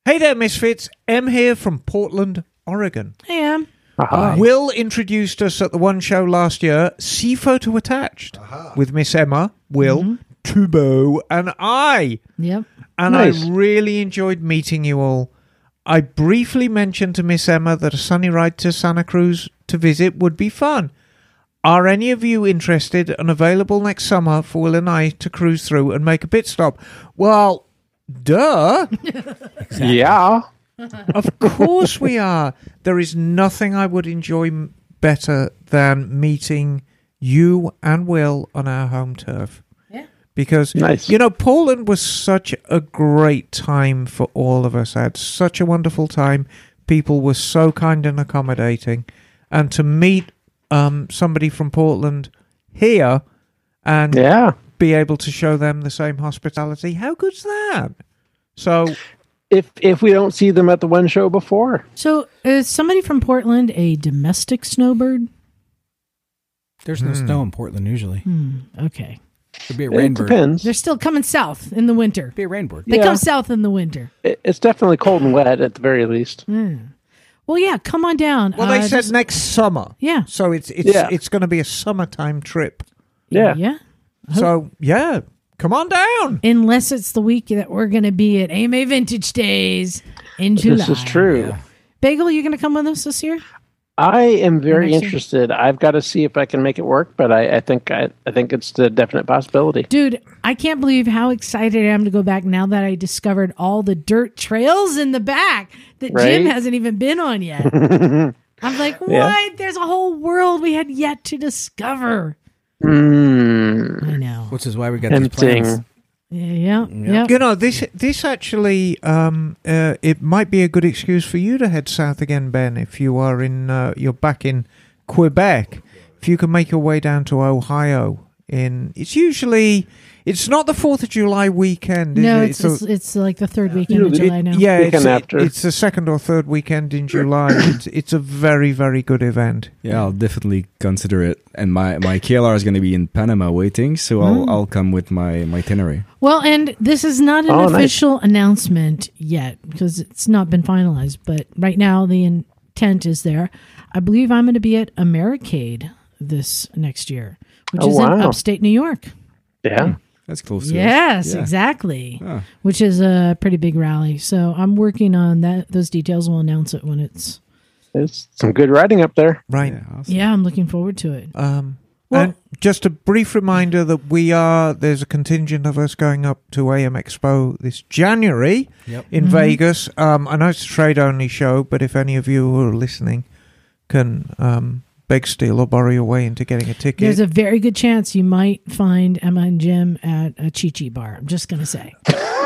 Speaker 3: hey there, misfits. M here from Portland, Oregon.
Speaker 2: Hey, Em.
Speaker 4: Aha.
Speaker 3: Will introduced us at the one show last year. See photo attached with Miss Emma, Will, Tubo, and I.
Speaker 2: Yep.
Speaker 3: and
Speaker 4: Nice.
Speaker 3: I really enjoyed meeting you all. I briefly mentioned to Miss Emma that a sunny ride to Santa Cruz to visit would be fun. Are any of you interested and available next summer for Will and I to cruise through and make a pit stop? Well, duh.
Speaker 4: Yeah.
Speaker 3: Of course we are. There is nothing I would enjoy m- better than meeting you and Will on our home turf.
Speaker 8: Yeah.
Speaker 3: Because
Speaker 4: Nice.
Speaker 3: you know, Poland was such a great time for all of us. I had such a wonderful time. People were so kind and accommodating, and to meet um, somebody from Portland here and
Speaker 4: Yeah.
Speaker 3: be able to show them the same hospitality, how good's that? So
Speaker 4: If if we don't see them at the one show before,
Speaker 2: So, is somebody from Portland a domestic snowbird?
Speaker 5: there's no snow in Portland usually.
Speaker 2: Okay.
Speaker 5: It'd be a
Speaker 4: Hmm. it
Speaker 5: rainbird.
Speaker 4: depends.
Speaker 2: They're still coming south in the winter.
Speaker 5: Be a rainbird.
Speaker 2: They
Speaker 4: Yeah.
Speaker 2: come south in the winter. Hmm.
Speaker 4: It- It's definitely cold and wet at the very least.
Speaker 2: Mm, Well, yeah, come on down.
Speaker 3: Well,
Speaker 2: Uh,
Speaker 3: they said
Speaker 2: just-
Speaker 3: next summer.
Speaker 2: Yeah.
Speaker 3: So it's it's
Speaker 4: Yeah.
Speaker 3: it's going to be a summertime trip.
Speaker 4: Yeah.
Speaker 2: Yeah. Uh-huh.
Speaker 3: So yeah, come on down.
Speaker 2: Unless it's the week that we're going to be at AMA Vintage Days in July.
Speaker 4: This is true.
Speaker 2: Bagel, you going to come with us this year?
Speaker 4: I am very
Speaker 2: Next year.
Speaker 4: interested. I've got to see if I can make it work, but I, I think I, I think it's the definite possibility.
Speaker 2: Dude, I can't believe how excited I am to go back now that I discovered all the dirt trails in the back that Jim
Speaker 4: Right?
Speaker 2: hasn't even been on yet. I'm like, what?
Speaker 4: Yeah.
Speaker 2: There's a whole world we had yet to discover.
Speaker 4: Mm,
Speaker 2: I know.
Speaker 5: Which is why we got these plans.
Speaker 4: tempting.
Speaker 2: Yeah, yeah, yeah.
Speaker 3: You know this this actually um, uh, it might be a good excuse for you to head south again, Ben. If you are in uh, you're back in Quebec, if you can make your way down to Ohio, in it's usually it's not the Fourth of July weekend. Is
Speaker 2: No,
Speaker 3: it?
Speaker 2: it's, it's,
Speaker 3: a-
Speaker 2: it's like the third weekend of
Speaker 4: it-
Speaker 2: July now.
Speaker 3: yeah, it's,
Speaker 4: Weekend after.
Speaker 3: it's the second or third weekend in July. it's, it's a very, very good event.
Speaker 1: Yeah, I'll definitely consider it. And my my KLR is going to be in Panama waiting, so
Speaker 2: Mm.
Speaker 1: I'll I'll come with my my itinerary.
Speaker 2: Well, and this is not an
Speaker 4: Oh, nice.
Speaker 2: official announcement yet because it's not been finalized. But right now, the intent is there. I believe I'm going to be at Americade this next year, which
Speaker 4: Oh,
Speaker 2: is in
Speaker 4: wow.
Speaker 2: upstate New York. Mm.
Speaker 4: Yeah.
Speaker 1: That's close. To
Speaker 2: Yes,
Speaker 1: us. Yeah.
Speaker 2: exactly.
Speaker 1: Ah.
Speaker 2: Which is a pretty big rally. So I'm working on that. Those details. We'll announce it when it's.
Speaker 4: There's some good writing up there.
Speaker 3: Right.
Speaker 1: Yeah, awesome.
Speaker 2: Yeah, I'm looking forward to it.
Speaker 3: Um,
Speaker 2: Well-
Speaker 3: and just a brief reminder that we are there's a contingent of us going up to AM Expo this January
Speaker 5: Yep.
Speaker 3: in
Speaker 2: Mm-hmm.
Speaker 3: Vegas. Um, I know it's a trade only show, but if any of you who are listening can um, beg, steal, or borrow your way into getting a ticket,
Speaker 2: There's a very good chance you might find Emma and Jim at a Chi Chi bar. I'm just going to say.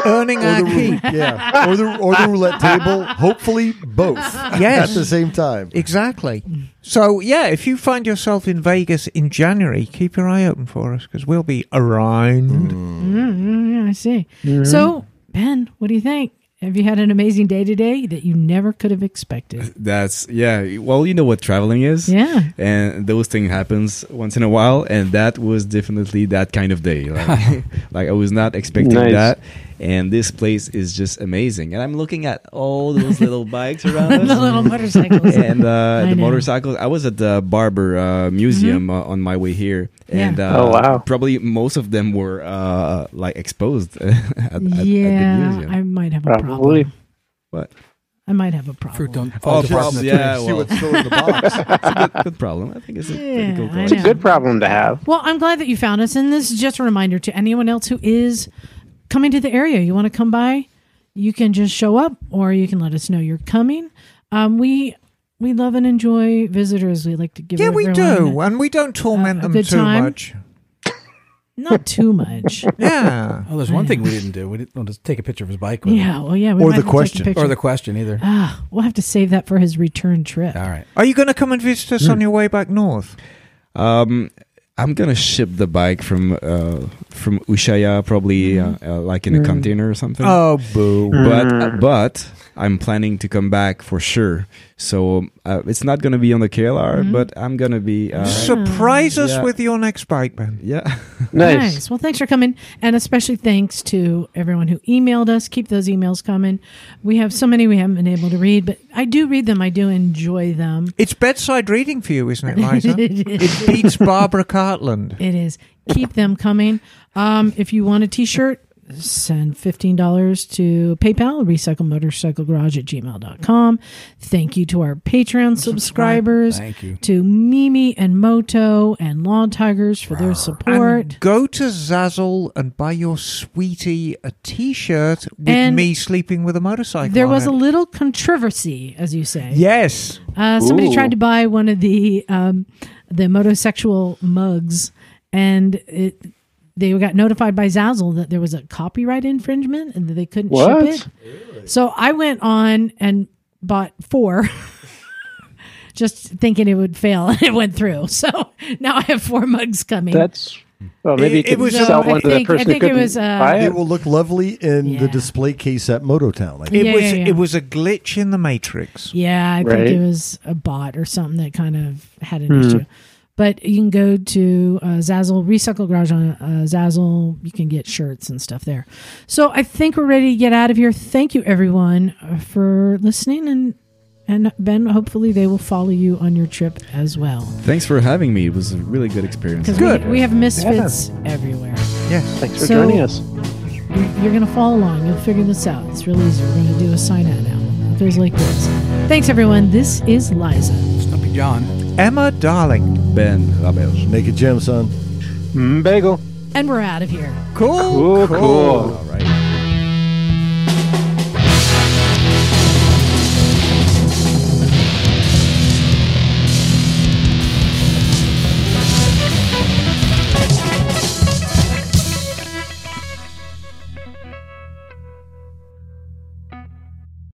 Speaker 3: earning
Speaker 6: Or
Speaker 3: our
Speaker 6: the,
Speaker 3: keep.
Speaker 6: rou- yeah, or the or the roulette table. Hopefully, both
Speaker 3: Yes.
Speaker 6: at the same time.
Speaker 3: Exactly.
Speaker 2: Mm.
Speaker 3: So yeah, if you find yourself in Vegas in January, keep your eye open for us because we'll be around.
Speaker 2: Mm, mm, yeah, I see. So, Ben, what do you think? Uh, Have you had an amazing day today that you never could have expected?
Speaker 1: That's yeah. Well, you know what traveling is.
Speaker 2: Yeah.
Speaker 1: And those things happens once in a while, and that was definitely that kind of day. Like, like I was not expecting
Speaker 4: Nice.
Speaker 1: that, and this place is just amazing. And I'm looking at all those little bikes around
Speaker 2: the
Speaker 1: us.
Speaker 2: little motorcycles.
Speaker 1: and uh, the
Speaker 2: I know. Mm-hmm.
Speaker 1: motorcycles. I was at the barber uh, museum uh, on my way here,
Speaker 2: Yeah.
Speaker 1: and uh,
Speaker 4: Oh, wow.
Speaker 1: probably most of them were uh, like exposed at, at, at the
Speaker 2: yeah,
Speaker 1: museum.
Speaker 2: I might have a
Speaker 4: Probably.
Speaker 2: problem.
Speaker 1: What?
Speaker 2: I might have a problem.
Speaker 5: Fruit don't
Speaker 1: Oh,
Speaker 5: fall
Speaker 1: the
Speaker 5: far
Speaker 1: problem,
Speaker 5: from the
Speaker 1: yeah,
Speaker 5: tree.
Speaker 1: well.
Speaker 6: still in the box.
Speaker 1: Good problem. I think it's a
Speaker 2: Yeah,
Speaker 1: pretty cool
Speaker 2: I
Speaker 1: problem.
Speaker 4: It's a
Speaker 2: know.
Speaker 4: good problem to have.
Speaker 2: Well, I'm glad that you found us, and this is just a reminder to anyone else who is coming to the area. You want to come by, you can just show up, or you can let us know you're coming. Um, we we love and enjoy visitors. We like to give
Speaker 3: Yeah, we
Speaker 2: everyone
Speaker 3: do, and we don't torment
Speaker 2: a
Speaker 3: them
Speaker 2: good
Speaker 3: too
Speaker 2: time.
Speaker 3: much.
Speaker 2: not too much.
Speaker 3: Yeah,
Speaker 5: Oh, there's one thing we didn't do. We didn't well, just take a picture of his bike. With
Speaker 2: yeah, well, yeah. We
Speaker 6: Or
Speaker 2: might have to
Speaker 6: the
Speaker 2: take a
Speaker 6: question.
Speaker 2: picture.
Speaker 5: Or the question either.
Speaker 2: ah, we'll have to save that for his return trip.
Speaker 5: All right.
Speaker 3: are you going to come and visit us on your way back north?
Speaker 1: Um, I'm gonna ship the bike from uh, from Ushaya probably
Speaker 2: Mm-hmm.
Speaker 1: uh, uh, like in
Speaker 4: Mm.
Speaker 1: a container or something.
Speaker 3: Oh, boo!
Speaker 1: But but I'm planning to come back for sure. So uh, it's not gonna be on the KLR,
Speaker 2: Mm-hmm.
Speaker 1: but I'm gonna be. Uh,
Speaker 3: Surprise us
Speaker 1: Yeah.
Speaker 3: with your next bike, Ben.
Speaker 1: yeah.
Speaker 4: Nice.
Speaker 2: Well, thanks for coming. And especially thanks to everyone who emailed us. Keep those emails coming. We have so many we haven't been able to read, but I do read them. I do enjoy them.
Speaker 3: It's bedside reading for you, isn't it, Liza?
Speaker 2: it
Speaker 3: it beats Barbara Cartland.
Speaker 2: is. Keep them coming. Um, if you want a t shirt, send $15 to PayPal, recyclemotorcyclegarage at gmail.com. Thank you to our Patreon subscribers,
Speaker 5: Thank you.
Speaker 2: to Mimi and Moto and Lawn Tigers for their support.
Speaker 3: And go to Zazzle and buy your sweetie a T-shirt with
Speaker 2: And
Speaker 3: me sleeping with a motorcycle.
Speaker 2: there
Speaker 3: on
Speaker 2: was
Speaker 3: it.
Speaker 2: a little controversy, as you say.
Speaker 3: yes.
Speaker 2: Uh, somebody
Speaker 4: Ooh.
Speaker 2: tried to buy one of the um, the motosexual mugs, and it, they got notified by Zazzle that there was a copyright infringement and that they couldn't
Speaker 4: What?
Speaker 2: ship it. So I went on and bought four, just thinking it would fail, and it went through. So now I have four mugs coming.
Speaker 4: That's well, maybe
Speaker 3: It-
Speaker 4: you
Speaker 3: it
Speaker 4: could
Speaker 3: was,
Speaker 4: sell
Speaker 3: uh, I
Speaker 4: one to
Speaker 2: think-
Speaker 4: the person
Speaker 2: I
Speaker 4: who
Speaker 2: think it
Speaker 4: couldn't
Speaker 2: was, uh,
Speaker 4: buy
Speaker 6: it
Speaker 4: it.
Speaker 6: will look lovely in
Speaker 2: Yeah.
Speaker 6: the display case at Mototown. I think.
Speaker 3: It
Speaker 2: Yeah,
Speaker 3: was
Speaker 2: yeah, yeah.
Speaker 3: it was a glitch in the matrix.
Speaker 2: Yeah, I
Speaker 4: Right.
Speaker 2: think it was a bot or something that kind of had an issue. But you can go to uh, Zazzle Recycle Garage on uh, Zazzle. You can get shirts and stuff there. So I think we're ready to get out of here. Thank you everyone uh, for listening and and Ben. Hopefully they will follow you on your trip as well.
Speaker 1: Thanks for having me. It was a really good experience.
Speaker 2: Because we, we have misfits everywhere.
Speaker 3: Yes.
Speaker 4: Thanks for
Speaker 2: So-
Speaker 4: joining us.
Speaker 2: You're- You're gonna follow along. You'll figure this out. It's real easy. We're gonna do a sign out now. It goes like this. Thanks everyone. This is Liza.
Speaker 5: Stumpy John.
Speaker 3: Emma, darling.
Speaker 1: Ben Rabel.
Speaker 6: Naked Gem, son.
Speaker 4: Mm, bagel.
Speaker 2: and we're out of here.
Speaker 3: Cool.
Speaker 4: cool. cool.
Speaker 1: All right.